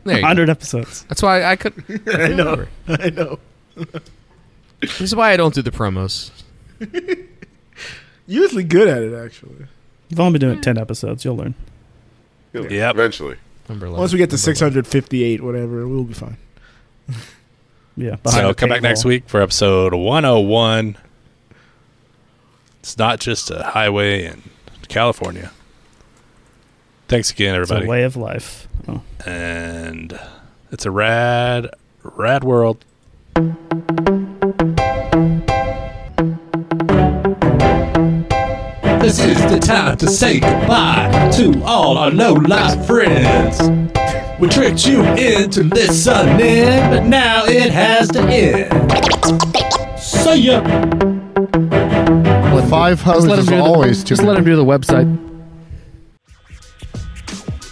Speaker 8: There you go.
Speaker 9: 100 episodes.
Speaker 8: That's why I could.
Speaker 7: [laughs] I know. I know. [laughs]
Speaker 8: This is why I don't do the promos.
Speaker 7: You're usually good at it, actually.
Speaker 9: You've only been doing 10 episodes. You'll learn.
Speaker 10: Yeah,
Speaker 6: eventually.
Speaker 8: Number
Speaker 7: Once we get to 658, whatever, we'll be fine.
Speaker 9: Yeah.
Speaker 10: so come back next week for episode 101. It's not just a highway in California. Thanks again,
Speaker 9: It's a
Speaker 10: everybody.
Speaker 9: way of life. Oh.
Speaker 10: and it's a rad, rad world.
Speaker 3: This is the time to say goodbye to all our low life friends. We tricked you into listening, but now it has to end. See ya.
Speaker 18: Five hoes
Speaker 5: Just let him
Speaker 18: is
Speaker 5: do the,
Speaker 18: always too
Speaker 5: Just let him do the website.